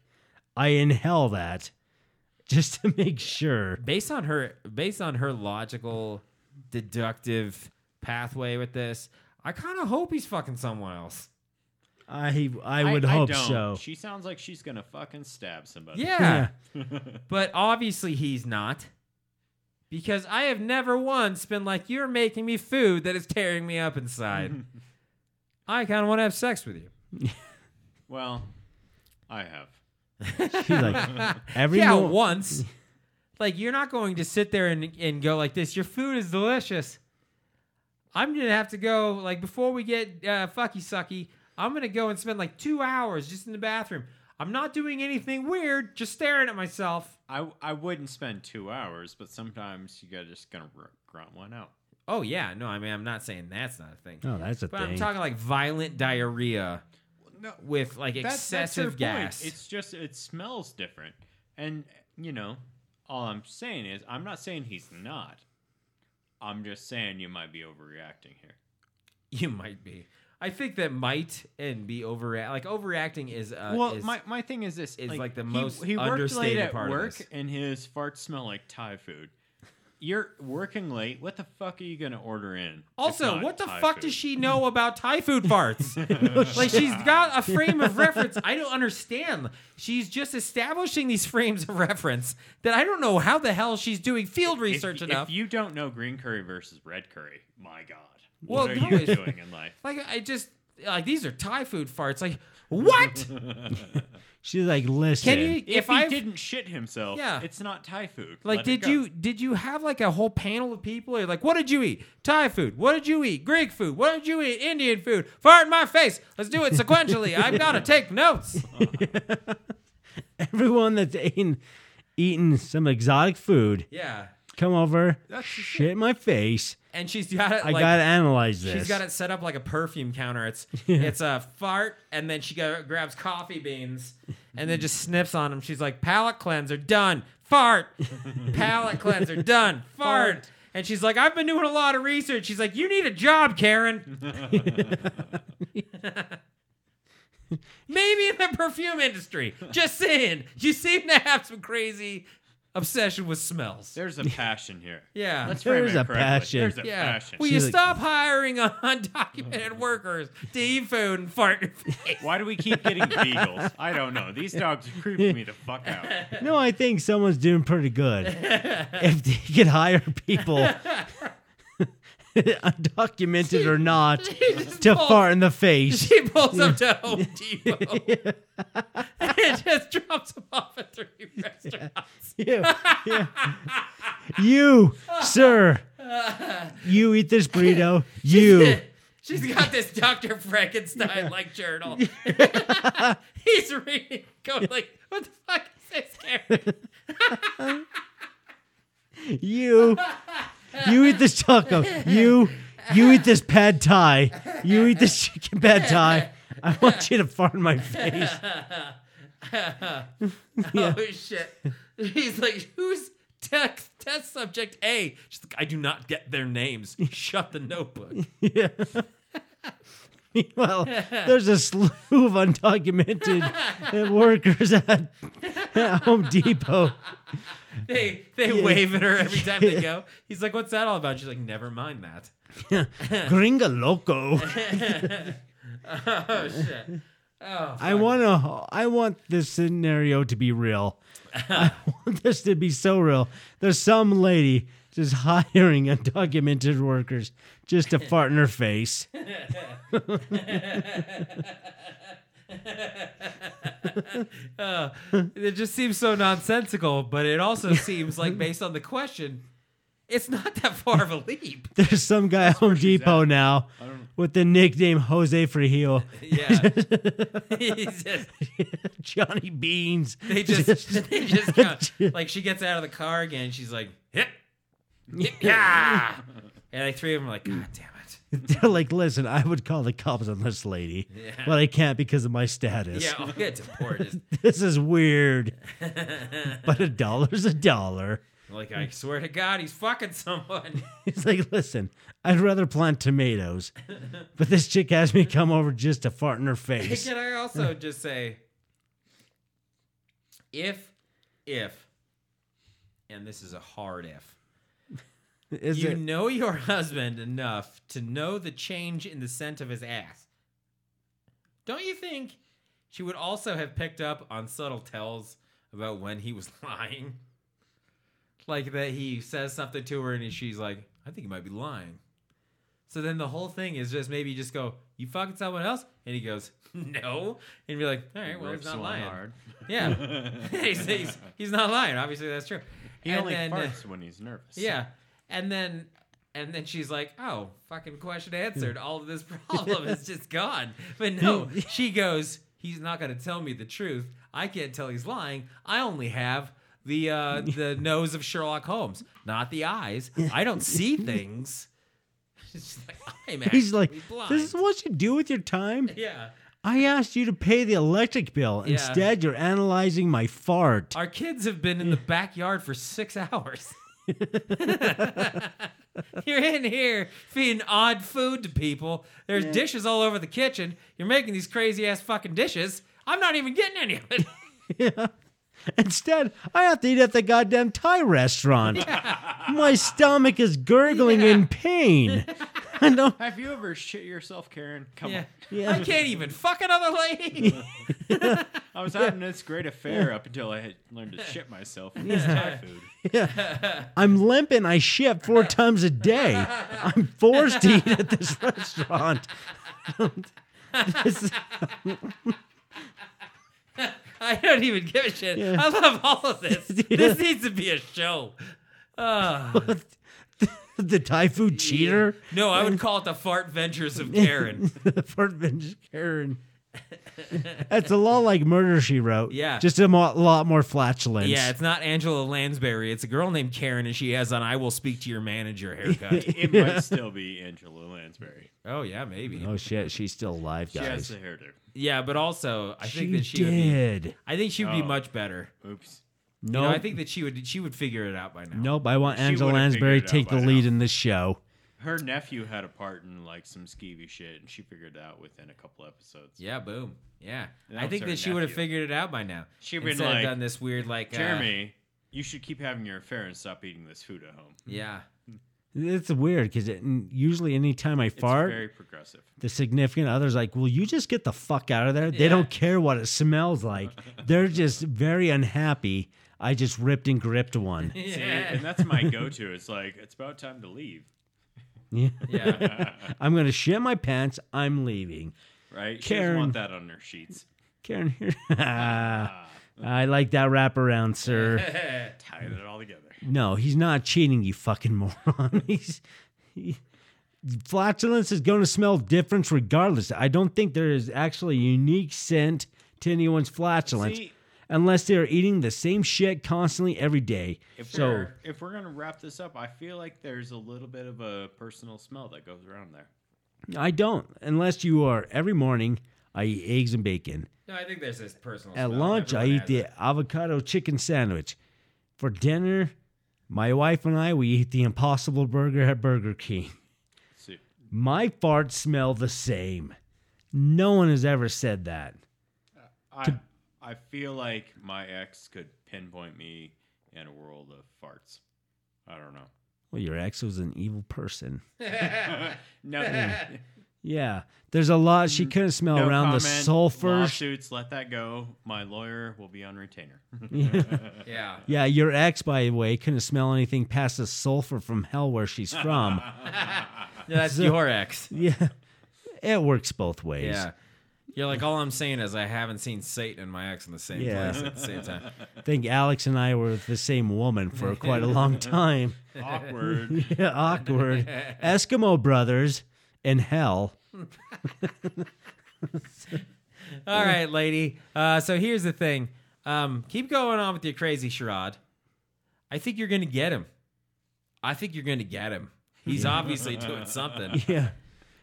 [SPEAKER 6] I inhale that just to make sure.
[SPEAKER 5] based on her based on her logical deductive pathway with this i kind of hope he's fucking someone else
[SPEAKER 6] I I would hope
[SPEAKER 7] don't.
[SPEAKER 6] so.
[SPEAKER 7] She sounds like she's gonna fucking stab somebody.
[SPEAKER 5] yeah, but obviously he's not because i have never once been like you're making me food that is tearing me up inside i kind of want to have sex with you
[SPEAKER 7] Well, I have.
[SPEAKER 6] He's like every
[SPEAKER 5] yeah
[SPEAKER 6] mo-
[SPEAKER 5] once like you're not going to sit there and, and go like this your food is delicious i'm gonna have to go like before we get uh, fucky sucky i'm gonna go and spend like two hours just in the bathroom i'm not doing anything weird just staring at myself
[SPEAKER 7] I I wouldn't spend two hours, but sometimes you gotta just gonna gr- grunt one out.
[SPEAKER 5] oh yeah no i mean i'm not saying that's not a thing
[SPEAKER 6] Oh, that's a
[SPEAKER 5] but i'm
[SPEAKER 6] thing.
[SPEAKER 5] talking like violent diarrhea
[SPEAKER 7] No,
[SPEAKER 5] with like excessive gas
[SPEAKER 7] It's just it smells different, and you know, all I'm saying is I'm not saying he's not. I'm just saying you might be overreacting here.
[SPEAKER 5] you might be i think that might and be overreact like overreacting is uh
[SPEAKER 7] well,
[SPEAKER 5] is-
[SPEAKER 7] my, my thing is this
[SPEAKER 5] is, like, the
[SPEAKER 7] he-
[SPEAKER 5] most
[SPEAKER 7] he, worked late
[SPEAKER 5] understated
[SPEAKER 7] at
[SPEAKER 5] part of
[SPEAKER 7] work,
[SPEAKER 5] this.
[SPEAKER 7] and his farts smell like Thai food. You're working late. What the fuck are you gonna order in? if
[SPEAKER 5] Also,
[SPEAKER 7] not
[SPEAKER 5] what the
[SPEAKER 7] Thai
[SPEAKER 5] fuck
[SPEAKER 7] food?
[SPEAKER 5] does she know about Thai food farts? like she's got a frame of reference I don't understand. She's just establishing these frames of reference that I don't know how the hell she's doing field
[SPEAKER 7] If-
[SPEAKER 5] research
[SPEAKER 7] if,
[SPEAKER 5] enough.
[SPEAKER 7] you don't know green curry versus red curry, my god,
[SPEAKER 5] Well,
[SPEAKER 7] what are
[SPEAKER 5] no,
[SPEAKER 7] you
[SPEAKER 5] it's-
[SPEAKER 7] doing in life?
[SPEAKER 5] like I just like these are Thai food farts. Like what?
[SPEAKER 6] She's like, listen.
[SPEAKER 5] Can you
[SPEAKER 7] if,
[SPEAKER 5] if
[SPEAKER 7] he
[SPEAKER 5] I did
[SPEAKER 7] didn't shit himself,
[SPEAKER 5] Yeah.
[SPEAKER 7] it's not Thai food.
[SPEAKER 5] like
[SPEAKER 7] Let it
[SPEAKER 5] did
[SPEAKER 7] go.
[SPEAKER 5] you did you have like a whole panel of people? You're like, what did you eat? Thai food. What did you eat? Greek food. What did you eat? Indian food. Fart in my face. Let's do it sequentially. I've got to take notes.
[SPEAKER 6] Everyone that's eaten, eaten some exotic food,
[SPEAKER 5] Yeah.
[SPEAKER 6] come over, shit in my face.
[SPEAKER 5] And she's got it.
[SPEAKER 6] I
[SPEAKER 5] like,
[SPEAKER 6] gotta analyze this.
[SPEAKER 5] She's got it set up like a perfume counter. It's it's a fart, and then she go, grabs coffee beans and then just snips on them. She's like, palate cleanser done, fart, palate cleanser done, fart. And she's like, I've been doing a lot of research. She's like, you need a job, Karen. Maybe in the perfume industry. Just saying, you seem to have some crazy obsession with smells.
[SPEAKER 7] There's a passion here.
[SPEAKER 5] Yeah.
[SPEAKER 7] Let's frame
[SPEAKER 6] There's
[SPEAKER 7] it
[SPEAKER 6] a
[SPEAKER 7] correctly.
[SPEAKER 6] passion.
[SPEAKER 7] There's a Mm.
[SPEAKER 5] Yeah.
[SPEAKER 7] passion.
[SPEAKER 5] Will
[SPEAKER 6] She's
[SPEAKER 5] you
[SPEAKER 6] like-
[SPEAKER 5] stop hiring un- undocumented workers to eat food and fart in your face?
[SPEAKER 7] Why do we keep getting beagles? I don't know. These dogs creep me the fuck out.
[SPEAKER 6] No, I think someone's doing pretty good. if they could hire people, undocumented or not,
[SPEAKER 5] just
[SPEAKER 6] to
[SPEAKER 5] pulls-
[SPEAKER 6] fart in the face.
[SPEAKER 5] She pulls up to Home Depot and just drops them off at three restaurants.
[SPEAKER 6] you, yeah. you, sir, you eat this burrito. You.
[SPEAKER 5] She's got this Dr. Frankenstein like journal. He's reading, going like, what the fuck is this, Karen?
[SPEAKER 6] you you eat this taco you you eat this pad thai you eat this chicken pad thai i want you to fart in my face
[SPEAKER 5] Oh, shit. He's like, who's test, test subject A? She's like, I do not get their names. Shut the notebook.
[SPEAKER 6] yeah. meanwhile there's a slew of undocumented workers at, at home depot
[SPEAKER 5] They they wave at her every time they go. He's like, "What's that all about?" She's like, "Never mind that."
[SPEAKER 6] gringa loco
[SPEAKER 5] Oh shit! Oh,
[SPEAKER 6] i want to i want this scenario to be real i want this to be so real there's some lady just hiring undocumented workers just to fart in her face
[SPEAKER 5] Uh, it just seems so nonsensical, but it also seems like, based on the question, It's not that far of a leap.
[SPEAKER 6] There's some guy at Home Depot
[SPEAKER 7] at.
[SPEAKER 6] now with the nickname Jose Frijil.
[SPEAKER 5] Yeah. He's just-
[SPEAKER 6] Johnny Beans.
[SPEAKER 5] they just, they just go, like she gets out of the car again. She's like, hip, hip, yeah. And the three of them are like, God damn it.
[SPEAKER 6] They're like, listen, I would call the cops on this lady,
[SPEAKER 5] Yeah.
[SPEAKER 6] but I can't because of my status.
[SPEAKER 5] Yeah, I'll get deported.
[SPEAKER 6] This is weird, but a dollar's a dollar.
[SPEAKER 5] like, I swear to God, he's fucking someone.
[SPEAKER 6] It's like, listen, I'd rather plant tomatoes, but this chick has me come over just to fart in her face.
[SPEAKER 5] Can I also just say, if, if, and this is a hard if,
[SPEAKER 6] Is
[SPEAKER 5] you
[SPEAKER 6] it-
[SPEAKER 5] know your husband enough to know the change in the scent of his ass. Don't you think she would also have picked up on subtle tells about when he was lying? Like that he says something to her and she's like, I think he might be lying. So then the whole thing is just maybe just go, You fucking someone else? And he goes, No. And be like, All right, well, he's
[SPEAKER 7] Rips
[SPEAKER 5] not
[SPEAKER 7] one
[SPEAKER 5] lying.
[SPEAKER 7] hard.
[SPEAKER 5] Yeah. he's, he's, he's not lying. Obviously, that's true.
[SPEAKER 7] He
[SPEAKER 5] And
[SPEAKER 7] only
[SPEAKER 5] then, uh,
[SPEAKER 7] farts when he's nervous.
[SPEAKER 5] yeah. And then and then she's like, "Oh, fucking question answered. All of this problem is just gone." But no, she goes, "He's not going to tell me the truth. I can't tell he's lying. I only have the uh the nose of Sherlock Holmes, not the eyes. I don't see things." She's like, "I'm
[SPEAKER 6] He's like,
[SPEAKER 5] actually blind."
[SPEAKER 6] this is what you do with your time?
[SPEAKER 5] yeah.
[SPEAKER 6] I asked you to pay the electric bill.
[SPEAKER 5] Yeah.
[SPEAKER 6] Instead, you're analyzing my fart.
[SPEAKER 5] Our kids have been in the backyard for six hours. You're in here feeding odd food to people. There's dishes all over the kitchen. You're making these crazy ass fucking dishes. I'm not even getting any of it.
[SPEAKER 6] Instead, I have to eat at the goddamn Thai restaurant. My stomach is gurgling in pain. I know.
[SPEAKER 7] Have you ever shit yourself, Karen? Come
[SPEAKER 5] Yeah.
[SPEAKER 7] on.
[SPEAKER 5] I can't even fuck another lady.
[SPEAKER 7] I was having this great affair up until I had learned to shit myself. with this Thai food.
[SPEAKER 6] I'm limp and I shit four times a day. I'm forced to eat at this restaurant. This-
[SPEAKER 5] I don't even give a shit. I love all of this. This needs to be a show. Ugh.
[SPEAKER 6] the Thai food cheater.
[SPEAKER 5] no, I would call it the fart ventures of Karen.
[SPEAKER 6] the Fort Venge Karen. That's a lot like Murder She Wrote.
[SPEAKER 5] Yeah.
[SPEAKER 6] Just a mo- lot more flatulence.
[SPEAKER 5] Yeah, it's not Angela Lansbury. It's a girl named Karen, and she has an "I will speak to your manager" haircut.
[SPEAKER 7] It might still be Angela Lansbury.
[SPEAKER 5] oh yeah, maybe.
[SPEAKER 6] oh shit, she's still alive,
[SPEAKER 7] She has
[SPEAKER 6] guys.
[SPEAKER 7] the hairdo.
[SPEAKER 5] Yeah, but also I think that she would be.
[SPEAKER 6] did.
[SPEAKER 5] I think she would be
[SPEAKER 7] Oh.
[SPEAKER 5] much better.
[SPEAKER 7] Oops.
[SPEAKER 5] No,
[SPEAKER 6] No,
[SPEAKER 5] I think that she would. She would figure it out by now.
[SPEAKER 6] Nope, I want
[SPEAKER 7] She
[SPEAKER 6] Angela
[SPEAKER 7] would've
[SPEAKER 6] Lansbury to
[SPEAKER 7] figured it
[SPEAKER 6] take
[SPEAKER 7] out
[SPEAKER 6] the
[SPEAKER 7] by
[SPEAKER 6] lead
[SPEAKER 7] now.
[SPEAKER 6] in this show.
[SPEAKER 7] Her nephew had a part in like some skeevy shit, and she figured it out within a couple episodes.
[SPEAKER 5] Yeah, boom. Yeah,
[SPEAKER 7] That
[SPEAKER 5] I
[SPEAKER 7] was
[SPEAKER 5] think
[SPEAKER 7] her
[SPEAKER 5] that she would have
[SPEAKER 7] nephew.
[SPEAKER 5] figured it out by now.
[SPEAKER 7] She would've
[SPEAKER 5] Instead
[SPEAKER 7] been
[SPEAKER 5] of
[SPEAKER 7] like,
[SPEAKER 5] done this weird like uh,
[SPEAKER 7] Jeremy, you should keep having your affair and stop eating this food at home.
[SPEAKER 5] yeah,
[SPEAKER 6] It's weird because it, usually anytime I
[SPEAKER 7] It's
[SPEAKER 6] fart,
[SPEAKER 7] very progressive.
[SPEAKER 6] the significant other's like, "Will you just get the fuck out of there?" They don't care what it smells like. They're just very unhappy. I just ripped and gripped one.
[SPEAKER 7] See,
[SPEAKER 5] yeah,
[SPEAKER 7] and that's my go-to. It's like it's about time to leave,
[SPEAKER 6] Yeah.
[SPEAKER 5] yeah.
[SPEAKER 6] I'm gonna shit my pants. I'm leaving.
[SPEAKER 7] right? She doesn't want
[SPEAKER 6] Karen.
[SPEAKER 7] that on her sheets.
[SPEAKER 6] Karen here. Ah, I like that wraparound, sir.
[SPEAKER 7] Tie it all together.
[SPEAKER 6] No, he's not cheating, you fucking moron. He's he- flatulence is going to smell different regardless. I don't think there is actually a unique scent to anyone's flatulence
[SPEAKER 7] See,
[SPEAKER 6] unless they are eating the same shit constantly every day.
[SPEAKER 7] if
[SPEAKER 6] So-
[SPEAKER 7] we're if we're gonna wrap this up, I feel like there's a little bit of a personal smell that goes around there.
[SPEAKER 6] I don't, unless you are every morning. I eat eggs and bacon.
[SPEAKER 5] No, I think there's this personal.
[SPEAKER 6] At
[SPEAKER 5] smell.
[SPEAKER 6] lunch, I
[SPEAKER 5] Everyone
[SPEAKER 6] eat
[SPEAKER 5] has
[SPEAKER 6] the
[SPEAKER 5] it.
[SPEAKER 6] avocado chicken sandwich. For dinner, my wife and I we eat the Impossible Burger at Burger King.
[SPEAKER 7] See,
[SPEAKER 6] My farts smell the same. No one has ever said that.
[SPEAKER 7] I I feel like my ex could pinpoint me in a world of farts. I don't know.
[SPEAKER 6] Well, your ex was an evil person.
[SPEAKER 7] No,
[SPEAKER 6] Yeah, there's a lot she couldn't smell
[SPEAKER 7] Mm, no
[SPEAKER 6] around
[SPEAKER 7] comment.
[SPEAKER 6] the sulfur.
[SPEAKER 7] Lawsuits, let that go. My lawyer will be on retainer.
[SPEAKER 5] yeah.
[SPEAKER 6] Yeah, your ex, by the way, couldn't smell anything past the sulfur from hell where she's from.
[SPEAKER 5] No, that's your ex.
[SPEAKER 6] yeah, it works both ways.
[SPEAKER 5] Yeah. You're like, all I'm saying is I haven't seen Satan and my ex in the same
[SPEAKER 6] Yeah.
[SPEAKER 5] place at the same time.
[SPEAKER 6] I think Alex and I were with the same woman for quite a long time.
[SPEAKER 7] Awkward.
[SPEAKER 6] Yeah, awkward. Eskimo brothers in hell.
[SPEAKER 5] All right, lady. Uh, so here's the thing. Um, keep going on with your crazy charade. I think you're gonna get him. I think you're gonna get him. He's obviously doing something.
[SPEAKER 6] Yeah.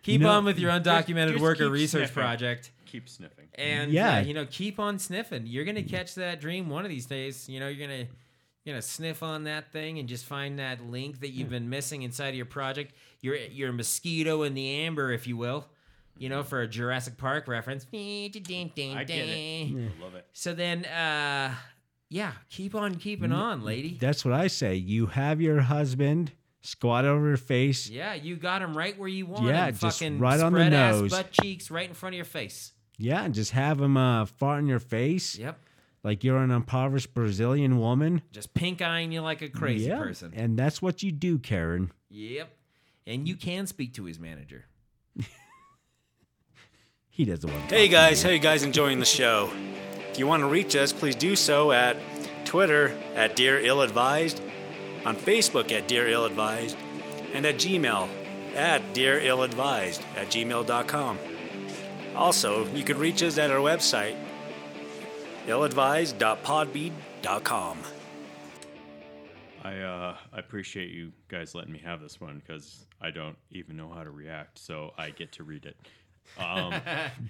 [SPEAKER 5] Keep
[SPEAKER 6] No.
[SPEAKER 5] on with your undocumented
[SPEAKER 7] just
[SPEAKER 5] worker
[SPEAKER 7] keep
[SPEAKER 5] research
[SPEAKER 7] sniffing.
[SPEAKER 5] project,
[SPEAKER 7] Keep sniffing.
[SPEAKER 5] and yeah.
[SPEAKER 6] Yeah.
[SPEAKER 5] you know, keep on sniffing. You're gonna catch that dream one of these days. You know, you're gonna you're gonna sniff on that thing and just find that link that
[SPEAKER 7] Hmm.
[SPEAKER 5] you've been missing inside of your project. You're you're a mosquito in the amber, if you will. You know, for a Jurassic Park reference. I get
[SPEAKER 7] I get it. I love it.
[SPEAKER 5] so then, uh, yeah, keep on keeping on, lady.
[SPEAKER 6] That's what I say. You have your husband squat over your face.
[SPEAKER 5] Yeah, you got him right where you want.
[SPEAKER 6] Yeah,
[SPEAKER 5] him.
[SPEAKER 6] just
[SPEAKER 5] fucking
[SPEAKER 6] right on the
[SPEAKER 5] spread ass
[SPEAKER 6] nose.
[SPEAKER 5] butt cheeks right in front of your face.
[SPEAKER 6] Yeah, and just have him uh, fart in your face
[SPEAKER 5] Yep,
[SPEAKER 6] like you're an impoverished Brazilian woman.
[SPEAKER 5] just pink eyeing you like a crazy
[SPEAKER 6] yeah.
[SPEAKER 5] person.
[SPEAKER 6] And that's what you do, Karen.
[SPEAKER 5] Yep, and you can speak to his manager.
[SPEAKER 6] He doesn't want to.
[SPEAKER 8] Hey guys, how you guys enjoying the show? If you want to reach us, please do so at Twitter at Dear Ill Advised, on Facebook at Dear Ill Advised, and at Gmail at Dear Ill Advised at gmail.com. Also, you could reach us at our website, illadvised.podbean.com.
[SPEAKER 7] I uh, I appreciate you guys letting me have this one because I don't even know how to react, so I get to read it. Um,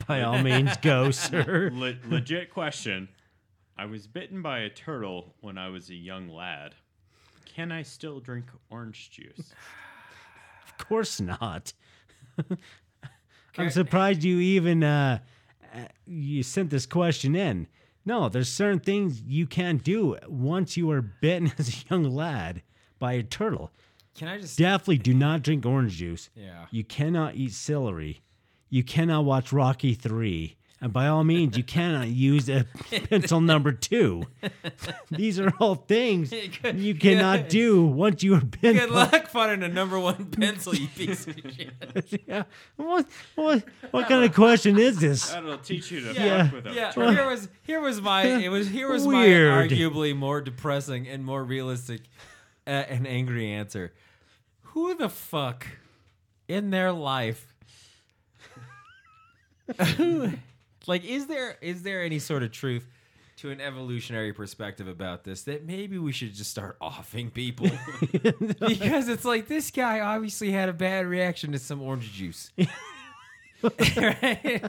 [SPEAKER 6] By all means, go, sir.
[SPEAKER 7] le- legit question: I was bitten by a turtle when I was a young lad. Can I still drink orange juice?
[SPEAKER 6] Of course not. I'm surprised you even uh, uh, you sent this question in. No, there's certain things you can't do once you are bitten as a young lad by a turtle.
[SPEAKER 5] Can I just?
[SPEAKER 6] Definitely do not drink orange juice.
[SPEAKER 5] Yeah.
[SPEAKER 6] You cannot eat celery. You cannot watch Rocky 3. And by all means, you cannot use a pencil number 2. These are all things you cannot do once you are bitten.
[SPEAKER 5] Good
[SPEAKER 6] by-
[SPEAKER 5] luck finding a number one pencil, you piece of shit.
[SPEAKER 6] yeah. What what what kind of question is
[SPEAKER 5] Uh,
[SPEAKER 6] this?
[SPEAKER 7] That'll teach you to
[SPEAKER 6] Yeah.
[SPEAKER 7] fuck with a
[SPEAKER 5] Yeah,
[SPEAKER 7] turtle.
[SPEAKER 5] here was here was my it was here was
[SPEAKER 6] Weird.
[SPEAKER 5] my arguably more depressing and more realistic uh, and angry answer. Who the fuck in their life? like, is there is there any sort of truth to an evolutionary perspective about this that maybe we should just start offing people because it's like this guy obviously had a bad reaction to some orange juice. Right?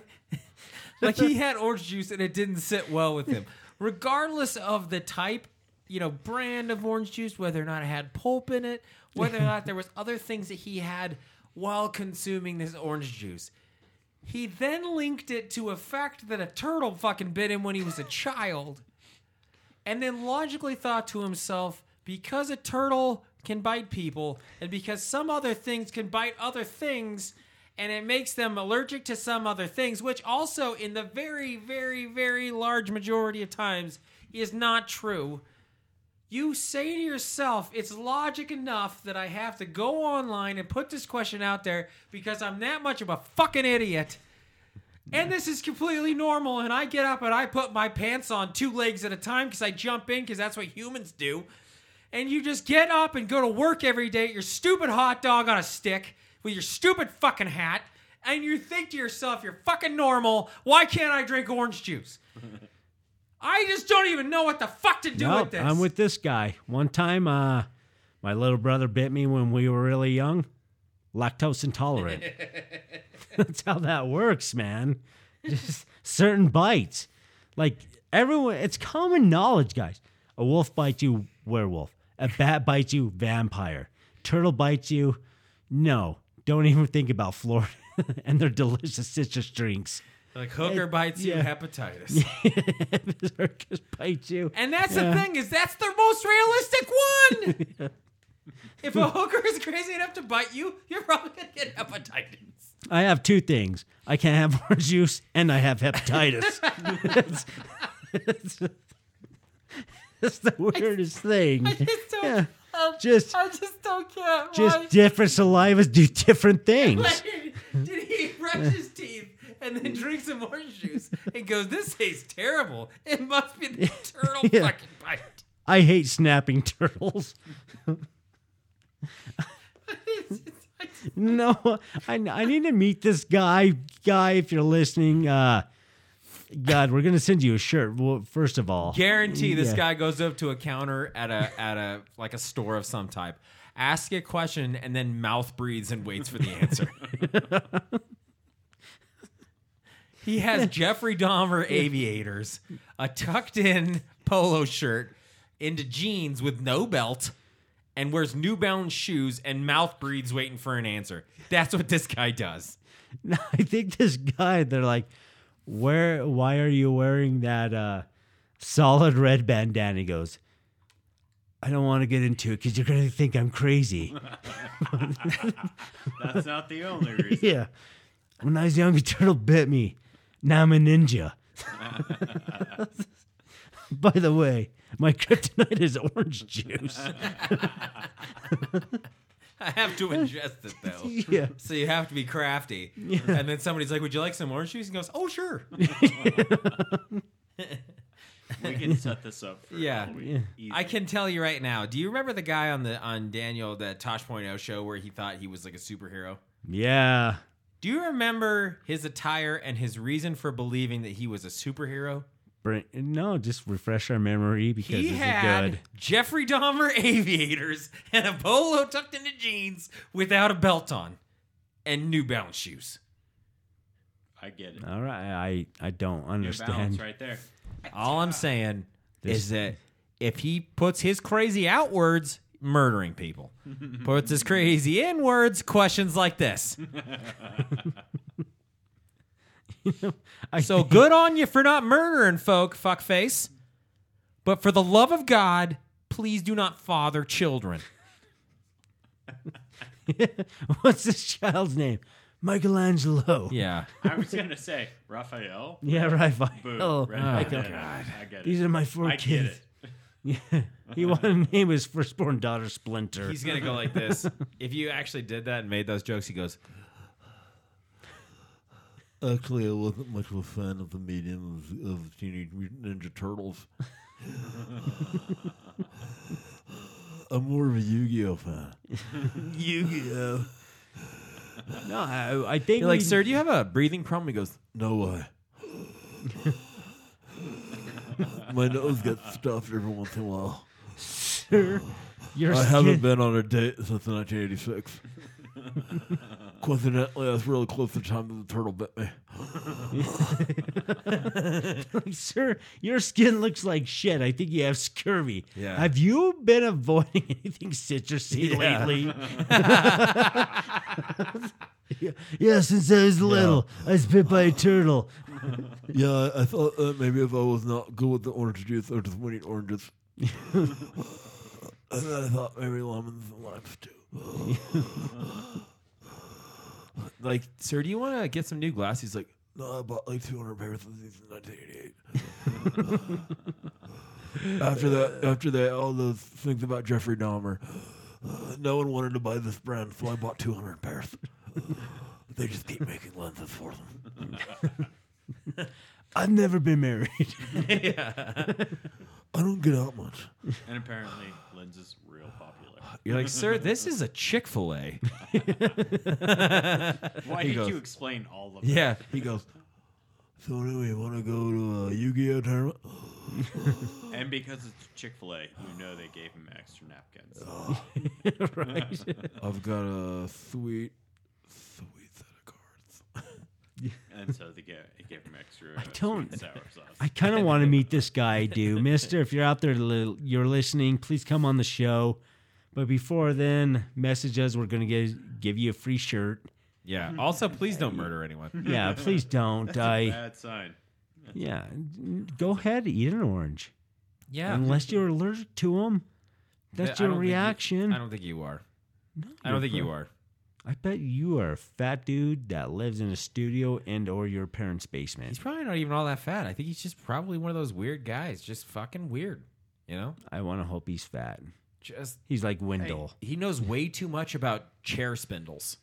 [SPEAKER 5] like he had orange juice and it didn't sit well with him. Regardless of the type, you know, brand of orange juice, whether or not it had pulp in it, whether or not there was other things that he had while consuming this orange juice. He then linked it to a fact that a turtle fucking bit him when he was a child. And then logically thought to himself, because a turtle can bite people, and because some other things can bite other things, and it makes them allergic to some other things, which also, in the very, very, very large majority of times, is not true. You say to yourself, it's logic enough that I have to go online and put this question out there because I'm that much of a fucking idiot. And this is completely normal. And I get up and I put my pants on two legs at a time because I jump in because that's what humans do. And you just get up and go to work every day, at your stupid hot dog on a stick with your stupid fucking hat. And you think to yourself, you're fucking normal. Why can't I drink orange juice? I just don't even know what the fuck to do with
[SPEAKER 6] Nope,
[SPEAKER 5] this.
[SPEAKER 6] I'm with this guy. One time uh my little brother bit me when we were really young. Lactose intolerant. That's how that works, man. Just certain bites. Like everyone it's common knowledge, guys. A wolf bites you, werewolf. A bat bites you, vampire. Turtle bites you. No, don't even think about Florida and their delicious citrus drinks.
[SPEAKER 5] Like hooker bites you,
[SPEAKER 6] yeah.
[SPEAKER 5] hepatitis.
[SPEAKER 6] circus bites you.
[SPEAKER 5] And that's the thing is that's the most realistic one. if a hooker is crazy enough to bite you, you're probably gonna get hepatitis.
[SPEAKER 6] I have two things. I can't have orange juice and I have hepatitis. it's, it's- it's the weirdest thing.
[SPEAKER 5] I just don't.
[SPEAKER 6] Yeah.
[SPEAKER 5] I,
[SPEAKER 6] Just-
[SPEAKER 5] I just don't care.
[SPEAKER 6] Just
[SPEAKER 5] why-
[SPEAKER 6] different salivas do different things.
[SPEAKER 5] Like, did he brush his teeth and then drinks some orange juice and goes, "This tastes terrible. It must be the turtle
[SPEAKER 6] Yeah.
[SPEAKER 5] fucking bite."
[SPEAKER 6] I hate snapping turtles. no, I, I need to meet this guy. Guy, if you're listening, uh, God, we're gonna send you a shirt. Well, first of all,
[SPEAKER 5] Guarantee this
[SPEAKER 6] Yeah.
[SPEAKER 5] guy goes up to a counter at a at a like a store of some type, asks a question, and then mouth breathes and waits for the answer. he has Jeffrey Dahmer aviators, a tucked in polo shirt, into jeans with no belt, and wears New Balance shoes and mouth breathes waiting for an answer. That's what this guy does.
[SPEAKER 6] I think this guy. They're like, where? Why are you wearing that uh, solid red bandana? He goes. I don't want to get into it because you're gonna think I'm crazy.
[SPEAKER 7] That's not the only reason.
[SPEAKER 6] yeah. When I was young, a turtle bit me. Now I'm a ninja. By the way, my kryptonite is orange juice.
[SPEAKER 5] I have to ingest it though.
[SPEAKER 6] yeah.
[SPEAKER 5] So you have to be crafty. And then somebody's like, Would you like some orange juice? And he goes, Oh, sure.
[SPEAKER 7] We can set this up. For
[SPEAKER 5] Yeah.
[SPEAKER 7] Halloween.
[SPEAKER 5] I can tell you right now. Do you remember the guy on the on Daniel the Tosh.0 show where he thought he was like a superhero?
[SPEAKER 6] Yeah.
[SPEAKER 5] Do you remember his attire and his reason for believing that he was a superhero?
[SPEAKER 6] Bring, no, just refresh our memory because
[SPEAKER 5] He
[SPEAKER 6] this
[SPEAKER 5] had
[SPEAKER 6] is good.
[SPEAKER 5] Jeffrey Dahmer aviators and a polo tucked into jeans without a belt on and New Balance shoes.
[SPEAKER 7] I get it.
[SPEAKER 6] All right. I, I don't
[SPEAKER 7] Your balance
[SPEAKER 6] understand.
[SPEAKER 7] right there.
[SPEAKER 5] All I'm saying
[SPEAKER 6] This-
[SPEAKER 5] is that if he puts his crazy outwards, murdering people, puts his crazy inwards, questions like this.
[SPEAKER 6] I,
[SPEAKER 5] So good on you for not murdering folk, fuckface. But for the love of God, please do not father children.
[SPEAKER 6] What's this child's name? Michelangelo.
[SPEAKER 5] Yeah.
[SPEAKER 7] I was gonna say Raphael.
[SPEAKER 6] Yeah, right. Fine.
[SPEAKER 7] Boom.
[SPEAKER 6] Oh,
[SPEAKER 7] Right
[SPEAKER 6] I
[SPEAKER 7] there.
[SPEAKER 6] don't-
[SPEAKER 7] I get it.
[SPEAKER 6] These are my four
[SPEAKER 7] I get
[SPEAKER 6] kids.
[SPEAKER 7] it.
[SPEAKER 6] He wanted to name his firstborn daughter Splinter.
[SPEAKER 5] He's going to go like this. If you actually did that and made those jokes, he goes,
[SPEAKER 9] Actually, I wasn't much of a fan of the medium of, of Teenage Mutant Ninja Turtles. I'm more of a Yu-Gi-Oh fan. Yu-Gi-Oh.
[SPEAKER 6] no, I, I think
[SPEAKER 5] You're like,
[SPEAKER 6] we-
[SPEAKER 5] sir, do you have a breathing problem? He goes,
[SPEAKER 9] No way. My nose gets stuffed every once in a while.
[SPEAKER 6] Sir, your
[SPEAKER 9] I
[SPEAKER 6] skin-
[SPEAKER 9] haven't been on a date since 1986. Coincidentally, that's really close to the time that the turtle bit me.
[SPEAKER 6] sir, your skin looks like shit. I think you have scurvy.
[SPEAKER 9] Yeah.
[SPEAKER 6] Have you been avoiding anything citrusy
[SPEAKER 9] Yeah.
[SPEAKER 6] lately? yeah. since I was little, I was bit by a turtle.
[SPEAKER 9] Yeah, I- I thought uh, maybe if I was not good with the orange juice, I just would eat oranges. and then I thought maybe lemons and limes too.
[SPEAKER 5] like, sir, do you want to get some new glasses? He's like,
[SPEAKER 9] No, I bought like 200 pairs of these in 1988. after that, after that, all those things about Jeffrey Dahmer, uh, no one wanted to buy this brand, so I bought 200 pairs. they just keep making lenses for them.
[SPEAKER 6] I've never been married.
[SPEAKER 9] I don't get out much.
[SPEAKER 7] And apparently, Lens is real popular.
[SPEAKER 5] You're like, sir, this is a Chick fil A.
[SPEAKER 7] Why did you explain all of that?
[SPEAKER 5] Yeah.
[SPEAKER 9] He goes, so anyway, you want to go to a Yu-Gi-Oh tournament?
[SPEAKER 7] And because it's Chick Fil A, you know they gave him extra napkins.
[SPEAKER 9] I've got a sweet, sweet set of cards.
[SPEAKER 7] And so they gave, they gave him extra. I
[SPEAKER 6] don't-
[SPEAKER 7] Sour sauce.
[SPEAKER 6] I kind of want to meet this guy, I do. Mister, if you're out there, li- you're listening, please come on the show. But before then, message us. We're going to give you a free shirt.
[SPEAKER 5] Yeah. Also, please don't murder anyone.
[SPEAKER 6] Yeah, please don't. I.
[SPEAKER 7] Bad sign.
[SPEAKER 6] Yeah, n- go ahead, eat an orange.
[SPEAKER 5] Yeah.
[SPEAKER 6] Unless you're allergic to them, that's
[SPEAKER 5] I
[SPEAKER 6] your
[SPEAKER 5] don't think you-
[SPEAKER 6] reaction.
[SPEAKER 5] I don't think you are. I don't think you are.
[SPEAKER 6] I bet you are a fat dude that lives in a studio and or your parents'
[SPEAKER 5] He's
[SPEAKER 6] basement.
[SPEAKER 5] probably not even all that fat. I think he's just probably one of those weird guys, just fucking weird. You know,
[SPEAKER 6] I want to hope he's fat.
[SPEAKER 5] just
[SPEAKER 6] He's like Wendell.
[SPEAKER 5] he knows way too much about chair spindles.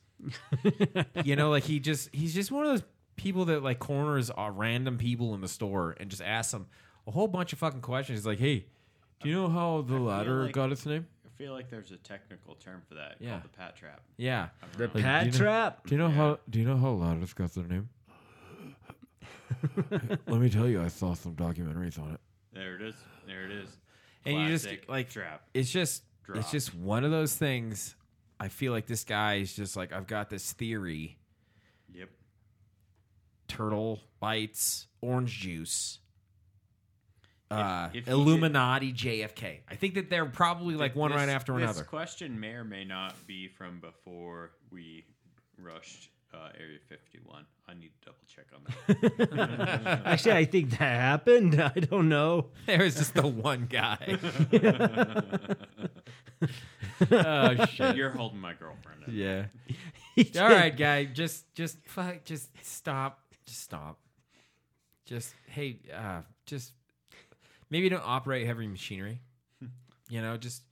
[SPEAKER 5] you know, like he just he's just one of those people that like corners are random people in the store and just asks them a whole bunch of fucking questions. He's like, hey, do you know how the ladder
[SPEAKER 7] like-
[SPEAKER 5] got its name?
[SPEAKER 7] I feel like there's a technical term for that
[SPEAKER 5] Yeah.
[SPEAKER 7] called the pat trap.
[SPEAKER 5] Yeah.
[SPEAKER 6] The
[SPEAKER 5] do
[SPEAKER 6] Pat
[SPEAKER 5] you know-
[SPEAKER 6] Trap.
[SPEAKER 5] Do you know how? Do you know how ladders got their name?
[SPEAKER 9] Let me tell you, I saw some documentaries on it.
[SPEAKER 7] There it is. There it is.
[SPEAKER 5] And you just,
[SPEAKER 7] Classic
[SPEAKER 5] like-
[SPEAKER 7] trap.
[SPEAKER 5] It's just
[SPEAKER 7] Drop.
[SPEAKER 5] it's just one of those things. I feel like this guy is just like I've got this theory:
[SPEAKER 7] Yep.
[SPEAKER 5] turtle bites orange juice. uh,
[SPEAKER 7] if he did-
[SPEAKER 5] Illuminati JFK. I think that they're probably like one
[SPEAKER 7] This-
[SPEAKER 5] right after
[SPEAKER 7] this
[SPEAKER 5] another.
[SPEAKER 7] question may or may not be from before we rushed uh, Area 51. I need to double check on that.
[SPEAKER 6] Actually, I think that happened. I don't know.
[SPEAKER 5] There is just the one guy. oh shit!
[SPEAKER 7] You're holding my girlfriend. up.
[SPEAKER 5] Yeah. All right, guy. Just, just, fuck. Just stop. Just stop. Just, hey, uh, just maybe don't operate heavy machinery. You know, just,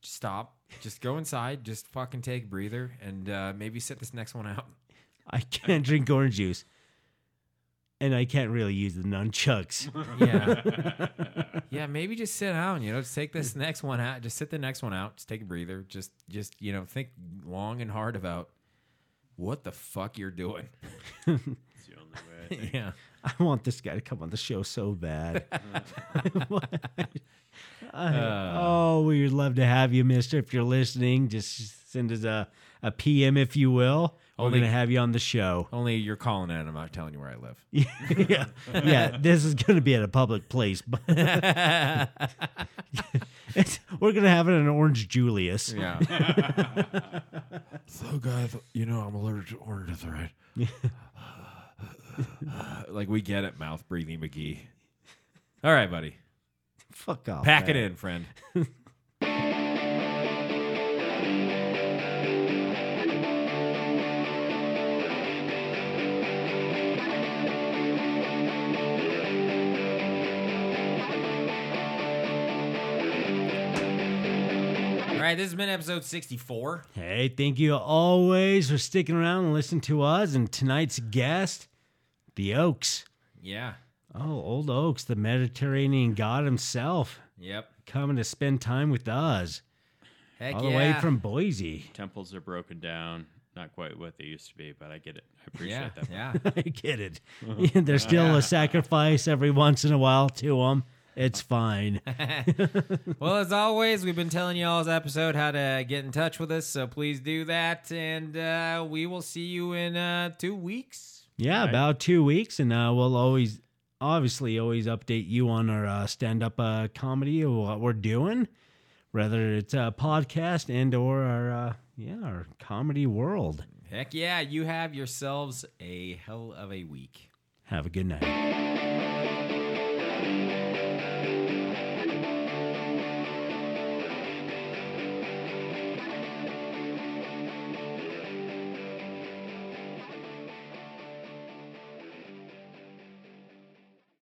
[SPEAKER 5] just stop. Just go inside. Just fucking take a breather and uh, maybe sit this next one out.
[SPEAKER 6] I can't drink orange juice. And I can't really use the nunchucks.
[SPEAKER 5] Yeah. yeah, maybe just sit down, you know, just take this next one out. Just sit the next one out. Just take a breather. Just just, you know, think long and hard about what the fuck you're doing.
[SPEAKER 7] It's the only way. I think.
[SPEAKER 5] yeah.
[SPEAKER 6] I want this guy to come on the show so bad. I- oh, we would love to have you, mister. If you're listening, just send us a, a PM, if you will. We're
[SPEAKER 5] Only-
[SPEAKER 6] going to have you on the show.
[SPEAKER 5] Only you're calling it. I'm not telling you where I live.
[SPEAKER 6] yeah, yeah. This is going to be at a public place, but it's, we're going to have it in Orange Julius.
[SPEAKER 5] Yeah.
[SPEAKER 9] So, guys, you know I'm allergic to oranges, right?
[SPEAKER 5] like we get it, mouth breathing McGee. All right, buddy.
[SPEAKER 6] Fuck off.
[SPEAKER 5] Pack
[SPEAKER 6] man.
[SPEAKER 5] it in, friend. All right, this has been episode 64.
[SPEAKER 6] Hey, thank you always for sticking around and listening to us and tonight's guest, the Oaks.
[SPEAKER 5] Yeah.
[SPEAKER 6] Oh, old Oaks, the Mediterranean god himself,
[SPEAKER 5] Yep.
[SPEAKER 6] coming to spend time with us,
[SPEAKER 5] Heck
[SPEAKER 6] all the
[SPEAKER 5] yeah.
[SPEAKER 6] way from Boise.
[SPEAKER 7] Temples are broken down. Not quite what they used to be, but I get it. I appreciate
[SPEAKER 5] yeah, yeah.
[SPEAKER 7] that.
[SPEAKER 6] I get it. There's still a sacrifice every once in a while to him. It's fine.
[SPEAKER 5] Well, as always, we've been telling you all this episode how to get in touch with us, so please do that, and uh, we will see you in uh, two weeks.
[SPEAKER 6] Yeah, about two weeks, and uh, we'll always, obviously, always update you on our uh, stand-up uh, comedy of what we're doing, whether it's a podcast and or our uh, yeah our comedy world.
[SPEAKER 5] Heck yeah, you have yourselves a hell of a week.
[SPEAKER 6] Have a good night.